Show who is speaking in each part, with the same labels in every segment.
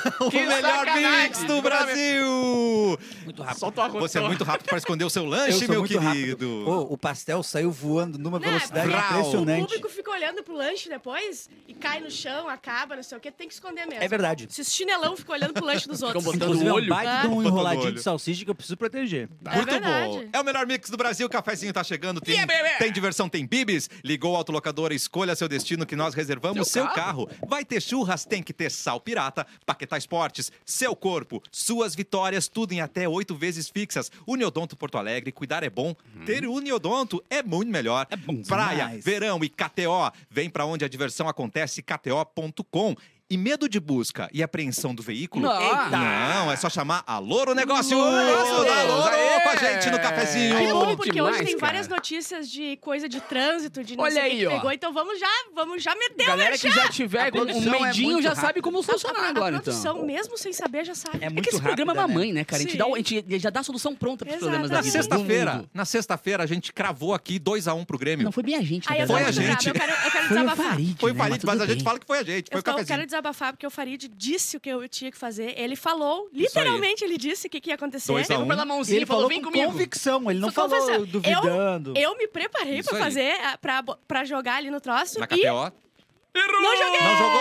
Speaker 1: o melhor mix do Brasil!
Speaker 2: Muito rápido.
Speaker 3: Solta uma
Speaker 1: Você é muito rápido para esconder o seu
Speaker 4: Eu
Speaker 1: lanche,
Speaker 4: sou
Speaker 1: meu
Speaker 4: muito rápido.
Speaker 1: querido.
Speaker 4: Ô, o pastel saiu voando numa
Speaker 5: Não, é
Speaker 4: velocidade
Speaker 5: porque O
Speaker 4: impressionante.
Speaker 5: público fica olhando pro lanche depois e cai no chão, acaba, não sei o quê, tem que esconder mesmo.
Speaker 4: É verdade.
Speaker 5: Se os chinelão ficam olhando pro lanche dos outros.
Speaker 2: botando-
Speaker 4: Inclusive, é um
Speaker 2: olho.
Speaker 4: baita de um
Speaker 1: Botando
Speaker 4: enroladinho
Speaker 1: olho.
Speaker 4: de salsicha que eu preciso proteger.
Speaker 5: É
Speaker 1: Muito
Speaker 5: verdade.
Speaker 1: bom. É o melhor mix do Brasil, o cafezinho tá chegando. Tem, tem diversão, tem bibis. Ligou o autolocador, escolha seu destino que nós reservamos seu,
Speaker 2: Seu
Speaker 1: carro. Vai ter churras, tem que ter sal pirata, Paquetá Esportes, seu corpo, suas vitórias, tudo em até oito vezes fixas. Uniodonto Porto Alegre, cuidar é bom, ter Uniodonto é muito melhor. É
Speaker 4: bom
Speaker 1: Praia,
Speaker 4: demais.
Speaker 1: verão e KTO. Vem pra onde a diversão acontece, kto.com. E medo de busca e apreensão do veículo?
Speaker 2: Não. Eita.
Speaker 1: Não, é só chamar a Loro Negócios!
Speaker 2: Loro Negócios.
Speaker 1: Aê, com a gente no cafezinho!
Speaker 5: Aí é
Speaker 2: Bom
Speaker 5: bom, porque
Speaker 2: demais,
Speaker 5: hoje tem
Speaker 2: cara.
Speaker 5: várias notícias de coisa de trânsito, de não
Speaker 2: Olha
Speaker 5: sei o que
Speaker 2: aí,
Speaker 5: que
Speaker 2: ó.
Speaker 5: pegou, então vamos já, vamos já meter o
Speaker 2: Galera
Speaker 5: lanche.
Speaker 2: que já tiver com um
Speaker 6: produção é
Speaker 2: medinho
Speaker 6: muito
Speaker 2: já
Speaker 6: rápida.
Speaker 2: sabe como funcionar
Speaker 5: a,
Speaker 2: agora,
Speaker 5: a produção,
Speaker 2: então.
Speaker 5: mesmo sem saber, já sabe.
Speaker 4: É
Speaker 2: É
Speaker 4: muito
Speaker 2: que esse programa é
Speaker 4: rápida, né?
Speaker 2: mamãe, né, cara? A gente,
Speaker 5: Sim.
Speaker 2: dá, o- a gente já dá a solução pronta pros
Speaker 5: Exato.
Speaker 2: problemas da
Speaker 1: Na
Speaker 2: vida. do
Speaker 1: sexta-feira,
Speaker 2: mundo.
Speaker 1: na sexta-feira, a gente cravou aqui 2x1 pro Grêmio.
Speaker 2: Não, foi bem a gente, na
Speaker 5: Aí eu tô
Speaker 1: Foi
Speaker 2: verdade,
Speaker 1: a
Speaker 2: né?
Speaker 1: gente.
Speaker 5: desabafada, Eu quero, eu quero
Speaker 2: Foi o
Speaker 5: desabafar.
Speaker 2: Farid,
Speaker 1: Foi o
Speaker 2: né?
Speaker 1: Farid, mas
Speaker 2: tudo
Speaker 1: a gente
Speaker 2: bem.
Speaker 1: fala que foi a gente, foi
Speaker 5: Eu,
Speaker 1: o
Speaker 5: tô- eu
Speaker 1: cafezinho.
Speaker 5: quero desabafar porque o Farid disse o que eu tinha que fazer. Ele falou, literalmente ele disse o que, que ia acontecer.
Speaker 1: Dois a um.
Speaker 6: Pegou pela
Speaker 4: E
Speaker 6: mãozinha
Speaker 4: ele falou
Speaker 6: vem
Speaker 4: com
Speaker 6: comigo.
Speaker 4: convicção, ele não
Speaker 5: Só tô
Speaker 4: falou
Speaker 5: confessando,
Speaker 4: duvidando.
Speaker 5: Eu me preparei
Speaker 1: Isso
Speaker 5: pra
Speaker 1: aí.
Speaker 5: fazer, ah, pra, bo- pra jogar ali no troço
Speaker 1: Na
Speaker 5: e
Speaker 1: KTO.
Speaker 5: não joguei.
Speaker 1: Não jogou!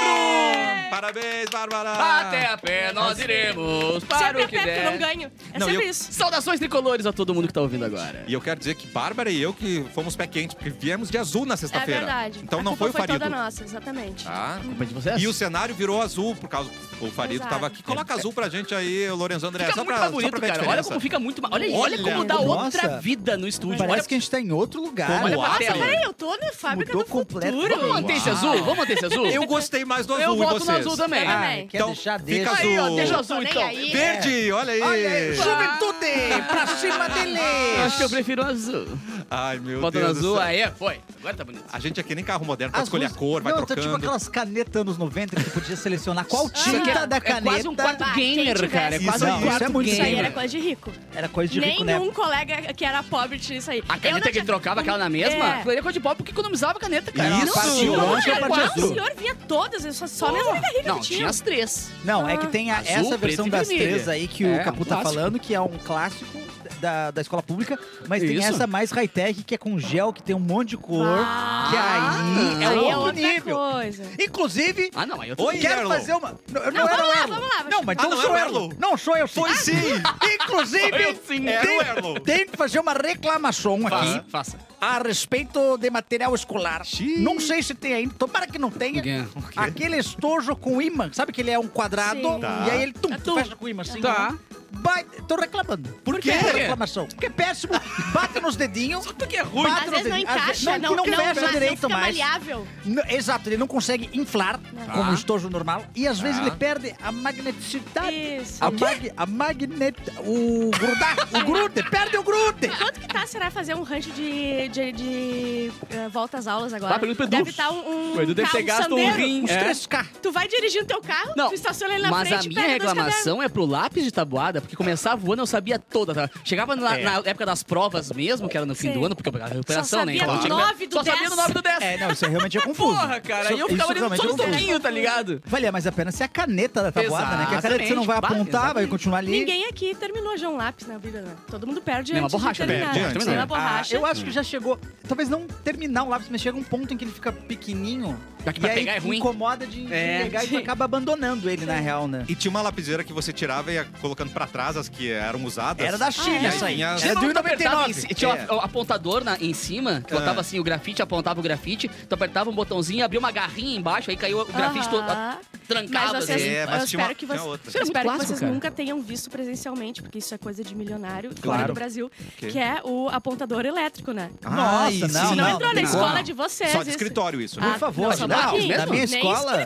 Speaker 1: Errou! Parabéns, Bárbara!
Speaker 6: Até
Speaker 1: Ah,
Speaker 6: a pé nós iremos para
Speaker 5: Sempre
Speaker 6: o
Speaker 5: a
Speaker 6: que
Speaker 5: pé, porque eu é não
Speaker 6: der.
Speaker 5: ganho. É
Speaker 1: Não,
Speaker 5: sempre
Speaker 1: eu-
Speaker 5: isso.
Speaker 6: Saudações tricolores a todo mundo que tá ouvindo agora.
Speaker 1: E eu quero dizer que Bárbara e eu que fomos pé quente, porque viemos de azul na
Speaker 5: É
Speaker 1: sexta-feira.
Speaker 5: verdade.
Speaker 1: Então
Speaker 5: A
Speaker 1: não foi
Speaker 5: culpa
Speaker 1: o Farido.
Speaker 5: toda nossa, exatamente.
Speaker 1: Tá?
Speaker 6: Culpa de vocês?
Speaker 1: E o cenário virou azul por causa. O Farido
Speaker 5: Exato.
Speaker 1: tava aqui. Coloca azul pra gente aí, Lorenzo André.
Speaker 6: Fica
Speaker 1: só
Speaker 6: muito
Speaker 1: pra,
Speaker 6: mais
Speaker 1: só pra
Speaker 6: bonito,
Speaker 1: ver a
Speaker 6: cara. Olha
Speaker 1: diferença.
Speaker 6: como fica muito mais. Olha, olha,
Speaker 1: Olha.
Speaker 6: olha como dá
Speaker 4: Nossa.
Speaker 6: outra vida no estúdio.
Speaker 4: Parece
Speaker 6: Olha-
Speaker 4: que a gente tá em outro lugar.
Speaker 1: Como
Speaker 6: Olha
Speaker 1: a
Speaker 6: pra
Speaker 5: Nossa,
Speaker 1: Sim.
Speaker 6: tela.
Speaker 5: peraí, eu tô na fábrica
Speaker 4: Mudou
Speaker 5: é do futuro.
Speaker 4: completamente.
Speaker 6: Vamos manter esse
Speaker 1: Uau.
Speaker 6: azul? Vamos manter esse azul?
Speaker 1: Eu gostei mais do azul.
Speaker 6: Eu
Speaker 1: e
Speaker 6: voto no
Speaker 1: vocês?
Speaker 6: azul também.
Speaker 5: Ah,
Speaker 4: Ai, quer
Speaker 1: Então,
Speaker 4: deixar,
Speaker 1: fica
Speaker 4: deixa.
Speaker 6: Aí, ó,
Speaker 1: azul.
Speaker 6: deixa o
Speaker 5: Tô
Speaker 6: azul
Speaker 5: nem
Speaker 6: então.
Speaker 5: aí.
Speaker 1: Verde, olha aí.
Speaker 4: É. Olha aí, Juventude, pra cima
Speaker 6: Eu Acho que eu
Speaker 4: dele.
Speaker 6: prefiro o azul.
Speaker 1: Ai, meu
Speaker 6: Bota no
Speaker 1: Deus. do
Speaker 6: azul,
Speaker 1: céu.
Speaker 6: aí foi. Agora tá bonito.
Speaker 1: A gente é que nem carro moderno, pode
Speaker 4: As
Speaker 1: escolher a
Speaker 4: luzes-
Speaker 1: cor, vai
Speaker 4: não, tá
Speaker 1: trocando.
Speaker 4: tipo aquelas canetas anos 90 que tu podia selecionar qual
Speaker 6: Isso aqui
Speaker 4: tinta da
Speaker 6: é
Speaker 4: caneta.
Speaker 6: quase um quarto
Speaker 5: Ah, quem
Speaker 6: gamer,
Speaker 5: tivesse-
Speaker 6: cara. É
Speaker 1: Isso
Speaker 6: quase
Speaker 1: aí.
Speaker 6: um
Speaker 4: Isso é
Speaker 6: quarto
Speaker 4: muito
Speaker 5: Isso aí
Speaker 4: gamer.
Speaker 5: era
Speaker 6: gamer.
Speaker 5: coisa de rico.
Speaker 4: Era coisa de rico, né?
Speaker 5: Nenhum colega que era pobre tinha isso aí.
Speaker 6: A
Speaker 5: Eu não
Speaker 6: caneta que
Speaker 5: tinha-
Speaker 6: ele trocava aquela na mesma,
Speaker 5: É.
Speaker 6: aquilo ali é coisa de pau porque economizava a caneta, cara. é
Speaker 1: Isso!
Speaker 6: Parte de
Speaker 4: Não,
Speaker 6: longe,
Speaker 4: era
Speaker 6: parte
Speaker 5: Qual
Speaker 4: azul.
Speaker 5: o senhor via todas, eu só, só minhas amigas ricas
Speaker 6: Não,
Speaker 5: que
Speaker 6: tinha
Speaker 5: tinham.
Speaker 6: as três.
Speaker 4: Não,
Speaker 1: Ah,
Speaker 4: é que tem a-
Speaker 6: Azul,
Speaker 4: essa versão
Speaker 6: preto e
Speaker 4: das
Speaker 6: vermelho.
Speaker 4: três aí que
Speaker 6: É,
Speaker 4: o Capu
Speaker 6: um
Speaker 4: tá
Speaker 6: clássico.
Speaker 4: falando, que é um clássico da, da escola pública, mas tem
Speaker 6: Isso.
Speaker 4: essa mais high-tech que é com gel, que tem um monte de cor,
Speaker 5: Ah,
Speaker 4: que aí é
Speaker 5: aí
Speaker 4: outro
Speaker 5: é outra
Speaker 4: nível.
Speaker 5: coisa.
Speaker 4: Inclusive,
Speaker 6: Ah, não, aí eu tô...
Speaker 1: Oi,
Speaker 4: quero
Speaker 1: Erlon.
Speaker 4: fazer uma... Não, eu não,
Speaker 5: Não,
Speaker 4: era o
Speaker 5: vamos lá,
Speaker 4: Erlon.
Speaker 5: vamos lá.
Speaker 4: Não, mas
Speaker 1: Ah,
Speaker 4: não,
Speaker 1: não
Speaker 4: sou
Speaker 1: era o
Speaker 4: Erlon.
Speaker 1: Erlon.
Speaker 4: Não, sou eu sim.
Speaker 1: Foi sim!
Speaker 4: Inclusive,
Speaker 6: Eu sim.
Speaker 1: Era
Speaker 4: tem,
Speaker 1: o Erlon.
Speaker 4: tem que fazer uma reclamação
Speaker 6: Faça,
Speaker 4: aqui
Speaker 6: faça.
Speaker 4: a respeito de material escolar.
Speaker 1: Xiii.
Speaker 4: Não sei se tem ainda, tomara que não tenha.
Speaker 6: Quê?
Speaker 4: Aquele estojo com imã, sabe que ele é um quadrado
Speaker 5: Sim.
Speaker 1: Tá.
Speaker 4: e aí ele tum,
Speaker 5: É tum.
Speaker 4: fecha com o imã assim.
Speaker 6: Tá.
Speaker 4: Vai, tô reclamando. Por,
Speaker 6: quê?
Speaker 4: Uma reclamação. Porque é péssimo. Bate nos dedinhos.
Speaker 6: Tu que é ruim.
Speaker 4: Bate
Speaker 5: Às vezes não
Speaker 4: dedinhos. Às vezes-
Speaker 5: encaixa, não,
Speaker 4: que não fecha
Speaker 5: mas
Speaker 4: direito
Speaker 5: fica
Speaker 4: mais.
Speaker 5: maleável.
Speaker 4: Não, exato, ele não consegue inflar como um estojo normal. E às vezes
Speaker 1: Tá.
Speaker 4: ele perde a magneticidade.
Speaker 5: Isso.
Speaker 4: A, mag, a magnet... O grudar, o grude, perde o grude.
Speaker 5: Quanto que tá, será, fazer um rancho de, de, de, eh, volta às aulas agora?
Speaker 6: Vai, pergunta pro Edu.
Speaker 5: deve estar um, um
Speaker 6: O Edu deve ter
Speaker 5: carro,
Speaker 6: gasto um
Speaker 5: sandeiro.
Speaker 6: rim.
Speaker 4: Os
Speaker 6: É.
Speaker 4: 3K.
Speaker 5: Tu vai dirigindo teu carro,
Speaker 6: Não,
Speaker 5: tu estaciona ele na
Speaker 6: mas
Speaker 5: frente
Speaker 6: a
Speaker 5: e
Speaker 6: minha
Speaker 5: pega dois cadernos.
Speaker 6: reclamação é pro lápis de tabuada, porque começar voando eu sabia toda. tá? Chegava na, na época das provas mesmo, que era no fim
Speaker 5: Sim.
Speaker 6: do ano, porque eu pegava recuperação, né?
Speaker 5: sabia do
Speaker 6: tinha que-
Speaker 5: nove, do
Speaker 6: Só sabia
Speaker 5: dez.
Speaker 6: do 9 do 10.
Speaker 4: É, não, isso realmente é confuso.
Speaker 6: Porra, cara, aí eu
Speaker 4: Isso
Speaker 6: ficava ali
Speaker 4: realmente
Speaker 6: só
Speaker 4: é
Speaker 6: no
Speaker 4: confuso.
Speaker 6: toquinho, tá ligado?
Speaker 4: Valia mais a pena ser a caneta da tabuada, né? Que a caneta você não vai
Speaker 6: Exatamente.
Speaker 4: apontar, vai continuar ali.
Speaker 5: Ninguém aqui terminou já um lápis na vida, né? Todo mundo perde
Speaker 6: Nem uma
Speaker 5: antes de
Speaker 6: borracha,
Speaker 5: terminar.
Speaker 1: perde antes,
Speaker 5: Nem
Speaker 1: né?
Speaker 5: uma borracha.
Speaker 4: Ah, Eu acho que já chegou. Talvez não terminar o lápis, mas chega um ponto em que ele fica pequenininho.
Speaker 6: Já que
Speaker 4: e
Speaker 6: pra
Speaker 4: aí
Speaker 6: pegar é ruim.
Speaker 4: incomoda de, de
Speaker 6: É.
Speaker 4: pegar e tu acaba abandonando ele, na real, né?
Speaker 1: E tinha uma lapiseira que você tirava e ia colocando pra trás as que eram usadas.
Speaker 4: Era
Speaker 5: Ah,
Speaker 4: da
Speaker 1: E
Speaker 4: China
Speaker 5: é.
Speaker 1: aí
Speaker 4: essa aí.
Speaker 1: vinha-
Speaker 4: Era de
Speaker 6: apertava em ci-
Speaker 4: 1,99.
Speaker 6: Tinha
Speaker 1: É.
Speaker 6: o a- o apontador na- em cima, tu
Speaker 1: Ah.
Speaker 6: botava assim o grafite, apontava o grafite, tu apertava um botãozinho, abria uma garrinha embaixo, aí caiu o grafite todo
Speaker 5: Aham. Mas
Speaker 6: trancado
Speaker 5: vocês,
Speaker 6: assim.
Speaker 1: É, mas tinha
Speaker 5: eu espero
Speaker 1: uma-
Speaker 5: que
Speaker 1: tinha
Speaker 5: vocês,
Speaker 1: outra.
Speaker 5: eu
Speaker 6: Isso era
Speaker 5: espero
Speaker 6: muito
Speaker 5: que vocês
Speaker 6: clássico, cara.
Speaker 5: nunca tenham visto presencialmente, porque isso é coisa de milionário fora
Speaker 4: Claro.
Speaker 5: do Brasil,
Speaker 1: Ok.
Speaker 5: que é o apontador elétrico, né?
Speaker 4: Nossa,
Speaker 1: Ai,
Speaker 4: não,
Speaker 5: Isso não,
Speaker 4: não,
Speaker 5: entrou na
Speaker 4: não.
Speaker 5: escola de vocês.
Speaker 1: Só de
Speaker 5: isso. Ah,
Speaker 1: escritório isso, né?
Speaker 4: Por favor,
Speaker 5: não,
Speaker 4: não,
Speaker 5: só daqui.
Speaker 4: na
Speaker 5: tá Nem
Speaker 4: minha escola. Só
Speaker 6: De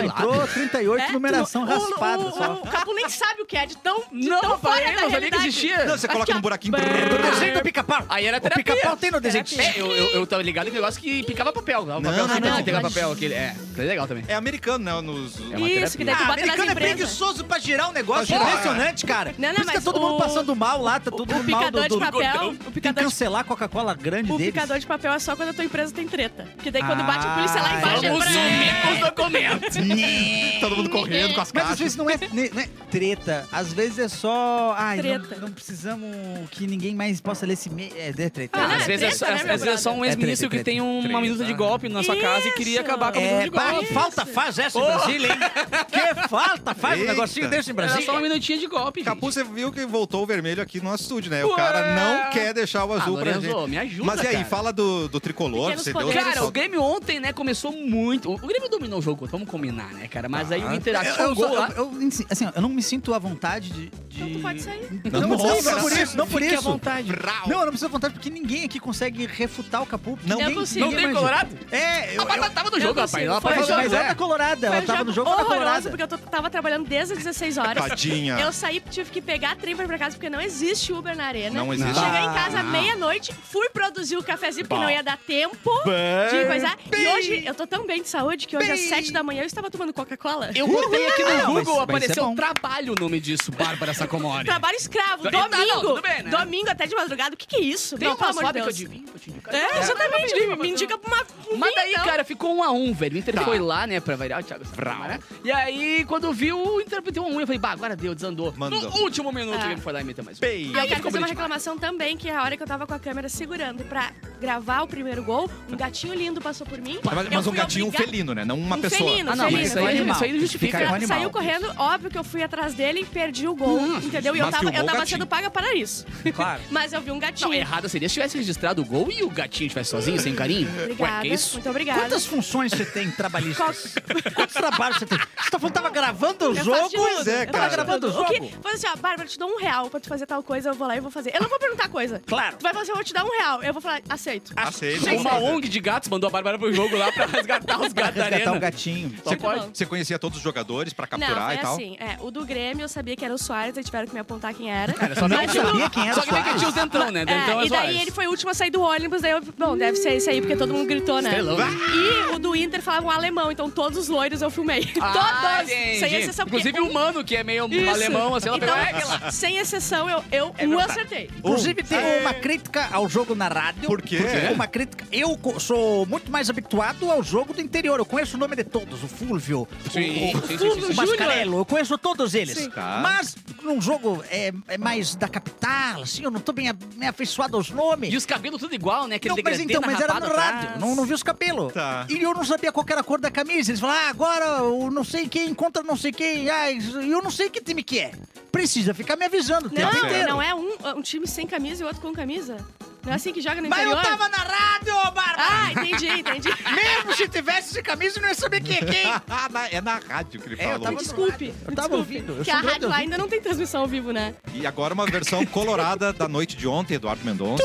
Speaker 4: entrou 38
Speaker 5: É, tu-
Speaker 4: numeração
Speaker 5: o-
Speaker 4: raspada.
Speaker 5: O,
Speaker 4: só.
Speaker 5: o, Capu nem sabe o que é, de tão, de
Speaker 6: Não,
Speaker 5: tão fora
Speaker 6: parei,
Speaker 5: da
Speaker 6: não sabia que
Speaker 5: realidade.
Speaker 6: existia.
Speaker 1: Não, você
Speaker 5: Aqui,
Speaker 1: coloca
Speaker 5: ó.
Speaker 1: num buraquinho por dentro.
Speaker 4: O desenho do pica-pau.
Speaker 6: Aí era
Speaker 4: O
Speaker 6: terapia.
Speaker 4: pica-pau tem no desenho.
Speaker 6: É, eu, eu, eu tava ligado em um negócio que picava papel. Não,
Speaker 1: Não,
Speaker 6: papel
Speaker 1: não,
Speaker 6: não,
Speaker 1: não.
Speaker 6: pegava papel. Aquele, é, foi legal também.
Speaker 1: É americano, né? Nos preguiçoso.
Speaker 6: É uma
Speaker 5: Isso, que daí tu
Speaker 4: Ah,
Speaker 5: bota nas
Speaker 4: americano é
Speaker 5: empresas.
Speaker 4: preguiçoso pra girar um negócio. É
Speaker 1: Porra.
Speaker 4: impressionante, cara.
Speaker 5: Não,
Speaker 4: Por
Speaker 5: não,
Speaker 4: isso que tá
Speaker 5: mas
Speaker 4: todo mundo
Speaker 5: o-
Speaker 4: passando mal lá, tá todo
Speaker 5: O
Speaker 4: mundo mal do,
Speaker 5: picador de
Speaker 4: do,
Speaker 5: papel, o é tipo
Speaker 4: Tem que
Speaker 5: picador de
Speaker 4: cancelar a Coca-Cola grande
Speaker 5: o
Speaker 4: deles.
Speaker 5: picador de papel é só quando a tua empresa tem treta. Que daí quando
Speaker 4: Ah,
Speaker 5: bate a polícia lá embaixo é
Speaker 6: Vamos
Speaker 5: pra...
Speaker 6: sumir com os documentos.
Speaker 5: É.
Speaker 1: Todo mundo correndo com as
Speaker 4: Mas às
Speaker 1: caixas.
Speaker 4: vezes não é, ne- não é treta, às vezes é só. Ai,
Speaker 5: Treta.
Speaker 4: não, não precisamos que ninguém mais possa ler esse e-mail. É, é treta.
Speaker 5: Ah,
Speaker 6: Às
Speaker 5: é
Speaker 6: vezes é
Speaker 5: treta,
Speaker 6: só-
Speaker 5: né,
Speaker 6: às
Speaker 5: meu
Speaker 6: vezes é só um
Speaker 4: brother?
Speaker 6: ex-ministro
Speaker 4: É treta,
Speaker 6: que
Speaker 4: é
Speaker 6: tem
Speaker 1: treta,
Speaker 6: uma minuta de
Speaker 1: aham.
Speaker 6: golpe na sua casa e queria
Speaker 5: Isso.
Speaker 6: acabar com a minuta
Speaker 4: É,
Speaker 6: de Oh.
Speaker 4: pá,
Speaker 6: golpe.
Speaker 4: que falta faz essa em Brasília, hein? que falta faz um
Speaker 1: Eita.
Speaker 4: negocinho desse em
Speaker 6: Era
Speaker 4: Brasília?
Speaker 6: só uma minutinha de golpe. gente.
Speaker 1: Capu, você viu que voltou o vermelho aqui no nosso estúdio, né? O cara não quer deixar o
Speaker 6: Ah,
Speaker 1: azul pra
Speaker 6: Lorenzo,
Speaker 1: gente.
Speaker 6: me ajuda,
Speaker 1: Mas e aí,
Speaker 6: cara.
Speaker 1: fala do, do tricolor,
Speaker 5: Pequenos
Speaker 1: você deu
Speaker 5: poderes.
Speaker 1: os
Speaker 6: Cara, o
Speaker 1: saltos.
Speaker 6: Grêmio ontem, né, começou muito. O Grêmio dominou o jogo, vamos combinar, né, cara? Mas aí o Inter achou
Speaker 4: Ah. Eu,
Speaker 6: um
Speaker 4: eu,
Speaker 6: gol
Speaker 4: sou-
Speaker 6: lá.
Speaker 4: eu- eu- assim, ó, eu não me sinto à vontade de. de-
Speaker 5: Então tu pode sair.
Speaker 4: Não, não,
Speaker 1: Nossa,
Speaker 4: por isso, não por
Speaker 6: Fique à
Speaker 4: isso.
Speaker 6: vontade.
Speaker 4: Não, eu não preciso à vontade, porque ninguém aqui consegue refutar o Capu.
Speaker 1: Não
Speaker 4: ninguém,
Speaker 5: Eu consigo.
Speaker 6: Não
Speaker 4: ninguém
Speaker 6: tem
Speaker 4: imagina.
Speaker 6: colorado? é.
Speaker 4: É, eu,
Speaker 6: A batata tava no jogo,
Speaker 5: eu
Speaker 6: rapaz.
Speaker 5: consigo,
Speaker 6: Ela
Speaker 5: foi
Speaker 6: tava
Speaker 4: mas,
Speaker 5: jogo,
Speaker 4: mas
Speaker 6: jogando.
Speaker 4: ela tá colorada,
Speaker 5: Foi
Speaker 4: ela
Speaker 5: um
Speaker 4: tava no jogo, ela tá
Speaker 5: horroroso,
Speaker 4: colorada.
Speaker 5: porque eu tô- tava trabalhando desde as 16 horas.
Speaker 1: Tadinha.
Speaker 5: Eu saí, tive que pegar trem pra ir pra casa, porque não existe Uber na arena.
Speaker 1: Não existe.
Speaker 5: Cheguei em casa
Speaker 6: Não.
Speaker 5: meia-noite, fui produzir o cafezinho, porque
Speaker 1: Bah.
Speaker 5: não ia dar tempo de coisar. E hoje, eu tô tão bem de saúde que hoje às 7 da manhã eu estava tomando Coca-Cola.
Speaker 6: Eu botei aqui
Speaker 4: Ah,
Speaker 6: no
Speaker 4: não, mas-
Speaker 6: Google,
Speaker 4: mas
Speaker 6: apareceu
Speaker 4: isso é bom.
Speaker 6: trabalho o nome disso, Bárbara Sacomori.
Speaker 5: Trabalho escravo,
Speaker 6: Tá,
Speaker 5: domingo.
Speaker 6: não, tudo bem, né?
Speaker 5: Domingo até de madrugada. O que que é isso?
Speaker 6: Tem
Speaker 5: não,
Speaker 6: uma
Speaker 5: pelo amor de
Speaker 6: fábrica
Speaker 5: Deus.
Speaker 6: de vinho, eu te indico.
Speaker 5: É, exatamente. me- Me indica pra uma.
Speaker 6: Mas daí,
Speaker 5: então.
Speaker 6: cara, ficou um a um, velho. O Inter
Speaker 1: Tá.
Speaker 6: foi lá, né, pra variar o Thiago Sacomori, né? E aí, quando viu, o Inter meteu um a um. Eu falei, bah, agora deu, desandou.
Speaker 1: Mandou.
Speaker 6: No último minuto,
Speaker 5: Ah.
Speaker 6: ele foi lá e meteu mais um.
Speaker 1: Bem.
Speaker 5: E eu
Speaker 6: ficou
Speaker 5: quero fazer uma
Speaker 6: bonito demais.
Speaker 5: reclamação também, que é a hora que eu tava com a câmera segurando pra gravar o primeiro gol, um gatinho lindo passou por mim.
Speaker 1: Mas,
Speaker 5: Eu
Speaker 1: mas um
Speaker 5: fui
Speaker 1: gatinho
Speaker 5: obrigada-
Speaker 1: felino, né? Não uma
Speaker 5: Um
Speaker 1: pessoa.
Speaker 5: felino.
Speaker 6: Ah, não, mas
Speaker 5: Felino,
Speaker 6: isso
Speaker 5: foi
Speaker 6: aí,
Speaker 4: animal.
Speaker 6: isso aí não justifica.
Speaker 1: é
Speaker 4: Fica-
Speaker 6: né?
Speaker 4: um animal.
Speaker 5: Saiu correndo, óbvio que eu fui atrás dele e perdi o gol,
Speaker 6: Hum,
Speaker 5: entendeu? E eu
Speaker 1: mas
Speaker 5: tava,
Speaker 1: filmou
Speaker 5: eu
Speaker 1: o
Speaker 5: tava
Speaker 1: gatinho.
Speaker 5: sendo paga para isso.
Speaker 4: Claro.
Speaker 5: Mas eu vi um gatinho.
Speaker 6: Não, é errada seria se tivesse registrado o gol e o gatinho estivesse sozinho, sem carinho.
Speaker 5: Obrigada.
Speaker 6: Ué, que isso?
Speaker 5: Muito obrigada.
Speaker 4: Quantas funções você tem trabalhistas? Quantos trabalhos você tem? Você tá falando que tava gravando o
Speaker 5: Eu
Speaker 4: jogo?
Speaker 5: faço de tudo,
Speaker 1: Pois é,
Speaker 5: eu
Speaker 1: cara.
Speaker 5: faço de
Speaker 4: Gravando o
Speaker 5: tudo.
Speaker 4: jogo?
Speaker 5: que- Fala assim, ó, Bárbara, te dou um real pra tu fazer tal coisa, eu vou lá e vou fazer. Eu não vou perguntar coisa.
Speaker 4: Claro.
Speaker 5: Tu vai falar assim, eu vou te dar um real. Eu vou falar, aceito.
Speaker 1: Aceito.
Speaker 6: Uma ONG de gatos mandou a Bárbara pro jogo lá pra resgatar os gatos da
Speaker 4: Resgatar
Speaker 6: arena. Tipo,
Speaker 4: um gatinho.
Speaker 1: Você,
Speaker 6: Só pode.
Speaker 1: você conhecia todos os jogadores pra
Speaker 5: não,
Speaker 1: capturar
Speaker 5: foi
Speaker 1: e tal?
Speaker 5: assim. É, o do Grêmio eu sabia que era o Soares, aí tiveram que me apontar quem era.
Speaker 4: Só não
Speaker 5: Mas o-
Speaker 4: sabia quem
Speaker 6: tipo,
Speaker 4: era
Speaker 6: Só um que tem
Speaker 4: o
Speaker 6: que
Speaker 4: Soares.
Speaker 6: tinha os dentão, né? Dentão
Speaker 5: É,
Speaker 6: é
Speaker 5: e daí
Speaker 6: Soares.
Speaker 5: ele foi o último a sair do ônibus, daí eu, bom, deve ser esse aí, porque todo mundo gritou, né?
Speaker 6: Estrelão, né?
Speaker 5: E o do Inter falava um alemão, então todos os loiros eu filmei.
Speaker 6: Ah,
Speaker 5: todos! Sem
Speaker 6: entendi.
Speaker 5: exceção. é porque um
Speaker 6: Inclusive o humano, que é meio
Speaker 5: Isso.
Speaker 6: alemão, assim, ela
Speaker 5: então,
Speaker 6: pegou é aquela.
Speaker 5: Sem exceção, eu, eu
Speaker 4: É
Speaker 5: um acertei.
Speaker 4: Inclusive, tem uma crítica ao jogo na rádio.
Speaker 1: é. Por quê?
Speaker 4: Uma crítica. Eu co- sou muito mais habituado ao jogo do interior. Eu conheço o nome de todos. O Fulvio,
Speaker 6: Sim,
Speaker 4: o,
Speaker 6: sim, sim,
Speaker 4: o,
Speaker 6: sim, sim.
Speaker 4: o Mascarello. Eu conheço todos eles.
Speaker 5: Sim.
Speaker 1: Tá.
Speaker 4: Mas num jogo é, é mais da capital, assim, eu não tô bem a- me afeiçoado aos nomes.
Speaker 6: E os cabelos tudo igual, né? Aquele
Speaker 4: Não, mas
Speaker 6: degradê
Speaker 4: então,
Speaker 6: na
Speaker 4: mas era no
Speaker 6: rapada atrás.
Speaker 4: rádio, não, não vi os cabelos.
Speaker 1: Tá.
Speaker 4: E eu não sabia qual que era a cor da camisa. Eles falaram, ah, agora o não sei quem encontra não sei quem. Ah, isso- e eu não sei que time que é. Precisa ficar me avisando o tempo
Speaker 5: Não,
Speaker 4: inteiro.
Speaker 5: não é um, um time sem camisa e outro com camisa. Não é assim que joga no
Speaker 4: Mas
Speaker 5: interior?
Speaker 4: eu tava na rádio, Bárbara!
Speaker 5: Ah, entendi, entendi.
Speaker 4: Mesmo se tivesse essa camisa, eu não ia saber quem é quem.
Speaker 1: Ah, na- é na rádio que ele
Speaker 4: É, eu
Speaker 1: falou.
Speaker 4: tava-
Speaker 5: Desculpe.
Speaker 4: Eu tava ouvindo. Eu
Speaker 5: Que
Speaker 4: sou
Speaker 5: a
Speaker 4: um grande
Speaker 5: rádio lá
Speaker 4: ouvinte.
Speaker 5: ainda não tem transmissão ao vivo, né?
Speaker 1: E agora uma versão colorada da noite de ontem, Eduardo Mendonça.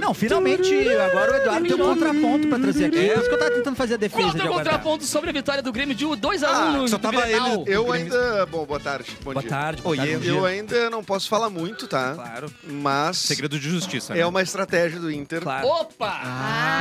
Speaker 4: Não, finalmente, agora o Eduardo tem um contraponto pra trazer aqui. É isso que eu tava tentando fazer a defesa
Speaker 6: Qual o teu
Speaker 4: de agora.
Speaker 6: contraponto sobre a vitória do Grêmio de 2x1
Speaker 3: Ah,
Speaker 6: no
Speaker 1: só tava
Speaker 6: Grenal?
Speaker 1: ele-
Speaker 3: Eu ainda. Bom, boa tarde. Bom
Speaker 4: Boa
Speaker 3: dia.
Speaker 4: tarde,
Speaker 1: Oi,
Speaker 4: boa tarde.
Speaker 1: eu-
Speaker 4: bom dia.
Speaker 3: Eu ainda não posso falar muito, tá?
Speaker 4: Claro,
Speaker 3: Mas
Speaker 1: Segredo de justiça. né?
Speaker 3: é uma estratégia do Inter.
Speaker 4: claro.
Speaker 6: Opa!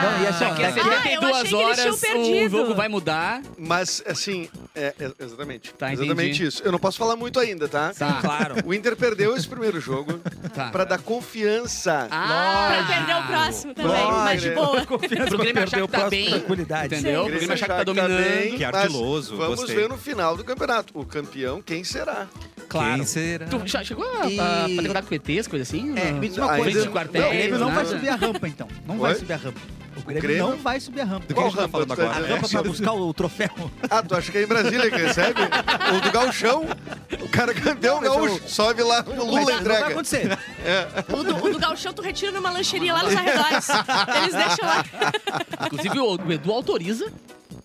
Speaker 4: Não, e assim, ó,
Speaker 6: Ah. Daqui a
Speaker 5: Ah, eu achei
Speaker 6: 72
Speaker 5: que eles tinham
Speaker 6: horas o
Speaker 5: perdido.
Speaker 6: jogo vai mudar.
Speaker 3: Mas, assim, é, é- exatamente.
Speaker 6: Tá, entendi.
Speaker 3: exatamente isso. Eu não posso falar muito ainda, tá?
Speaker 6: Tá.
Speaker 4: Claro.
Speaker 3: O Inter perdeu esse primeiro jogo
Speaker 6: Tá. Ah,
Speaker 3: pra dar confiança.
Speaker 5: Pra perder o próximo também,
Speaker 3: Nossa.
Speaker 5: mas
Speaker 4: né?
Speaker 5: de boa.
Speaker 6: Pro
Speaker 5: é
Speaker 6: Grêmio achar que tá bem.
Speaker 4: Tranquilidade.
Speaker 6: Entendeu? O Grêmio achar que tá dominando.
Speaker 1: Que
Speaker 3: mas
Speaker 1: ardiloso,
Speaker 3: Vamos
Speaker 1: gostei.
Speaker 3: ver no final do campeonato. O campeão, quem será?
Speaker 4: Claro.
Speaker 1: Quem será?
Speaker 6: Tu já chegou a,
Speaker 4: E-
Speaker 6: a fazer contato com ETs, coisa assim?
Speaker 4: É,
Speaker 6: Não.
Speaker 4: me diz uma
Speaker 3: Ainda-
Speaker 4: coisa.
Speaker 3: não,
Speaker 6: quartel,
Speaker 4: o Grêmio não
Speaker 6: né?
Speaker 4: vai subir a rampa, então. Não vai
Speaker 3: Oi?
Speaker 4: subir a rampa. O Grêmio,
Speaker 3: Grêmio?
Speaker 4: não vai subir a rampa.
Speaker 1: Do que a
Speaker 3: Qual
Speaker 1: gente tá
Speaker 3: rampa
Speaker 1: falando
Speaker 3: tu tá
Speaker 4: A
Speaker 1: agora?
Speaker 3: dizendo?
Speaker 1: né?
Speaker 4: rampa pra buscar o troféu.
Speaker 3: Ah, tu acha que é em Brasília que recebe? Ou do gauchão? O cara campeão
Speaker 4: Não, mas eu-
Speaker 3: gaúcho. Sobe lá, o
Speaker 4: Mas
Speaker 3: Lula
Speaker 4: não vai
Speaker 3: entrega.
Speaker 4: acontecer.
Speaker 5: O do, o do Galchão tu retira numa lancheria lá nos arredores. Eles deixam lá.
Speaker 6: Inclusive, o o Edu autoriza.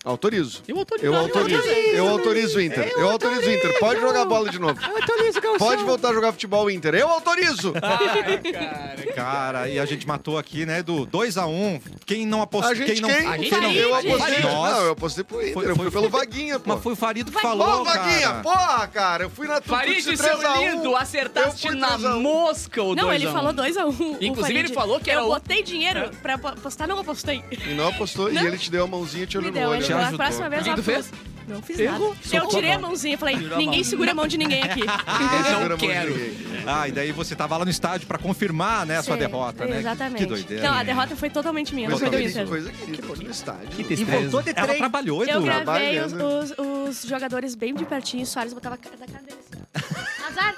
Speaker 3: Autorizo.
Speaker 6: Eu autorizo.
Speaker 3: Eu autorizo. Eu autorizo o Inter. Eu autorizo o Inter. Pode jogar bola de novo.
Speaker 4: Eu tô liso, Galchão.
Speaker 3: Pode voltar a jogar futebol Inter. Eu autorizo.
Speaker 6: Ai, cara.
Speaker 1: Cara, e a gente matou aqui, né, Edu? 2x1. Quem não
Speaker 3: A
Speaker 1: apostou?
Speaker 3: gente
Speaker 1: Quem não...
Speaker 3: quem?
Speaker 6: a gente
Speaker 1: quem não...
Speaker 6: quem?
Speaker 3: Eu apostei.
Speaker 1: Nós.
Speaker 3: Não, eu apostei pro Inter.
Speaker 1: Foi-
Speaker 3: Eu
Speaker 1: foi-
Speaker 3: fui pelo Vaguinha, pô.
Speaker 1: Mas foi o Farido que
Speaker 3: Ô,
Speaker 1: falou,
Speaker 3: Vaguinha,
Speaker 1: cara.
Speaker 3: porra, cara. Eu fui na tua
Speaker 6: Farid, seu
Speaker 3: um.
Speaker 6: lindo, acertaste na mosca o 2
Speaker 5: Não, ele falou 2x1. Um,
Speaker 6: Inclusive,
Speaker 5: o Farid.
Speaker 6: ele falou que era
Speaker 5: Eu
Speaker 6: o-
Speaker 5: botei dinheiro pra apostar, não apostei.
Speaker 3: E não apostou. E ele te deu a mãozinha e te
Speaker 5: Me
Speaker 3: olhou no
Speaker 5: deu,
Speaker 3: olho. Ah,
Speaker 5: ele
Speaker 1: te
Speaker 5: a
Speaker 1: ajudou.
Speaker 5: próxima vez
Speaker 6: O que
Speaker 5: eu
Speaker 6: tu fez?
Speaker 5: Não fiz
Speaker 6: Erro.
Speaker 5: nada.
Speaker 6: Soltou
Speaker 5: eu
Speaker 6: a
Speaker 5: tirei a
Speaker 6: mão.
Speaker 5: mãozinha e falei,
Speaker 6: Tirou a
Speaker 5: ninguém
Speaker 6: mão.
Speaker 5: segura a mão de ninguém aqui.
Speaker 3: Segura a mão
Speaker 6: não
Speaker 3: de
Speaker 6: quero.
Speaker 3: ninguém.
Speaker 1: Ah, e daí você tava lá no estádio pra confirmar, né, a sua
Speaker 5: Sim,
Speaker 1: derrota, né?
Speaker 5: Exatamente.
Speaker 1: Que doideira.
Speaker 5: Não, a derrota foi totalmente minha, não
Speaker 3: Mas
Speaker 5: foi do
Speaker 1: Totalmente.
Speaker 5: Inter.
Speaker 3: coisa que ele no estádio.
Speaker 7: Que
Speaker 4: E
Speaker 7: tristeza.
Speaker 4: voltou de
Speaker 1: Ela
Speaker 4: trem.
Speaker 1: trabalhou,
Speaker 5: Eu
Speaker 1: Edu.
Speaker 5: gravei os,
Speaker 3: Trabalhando.
Speaker 5: os- os jogadores bem de pertinho, o Soares botava a cara- da cara dele assim. Azar,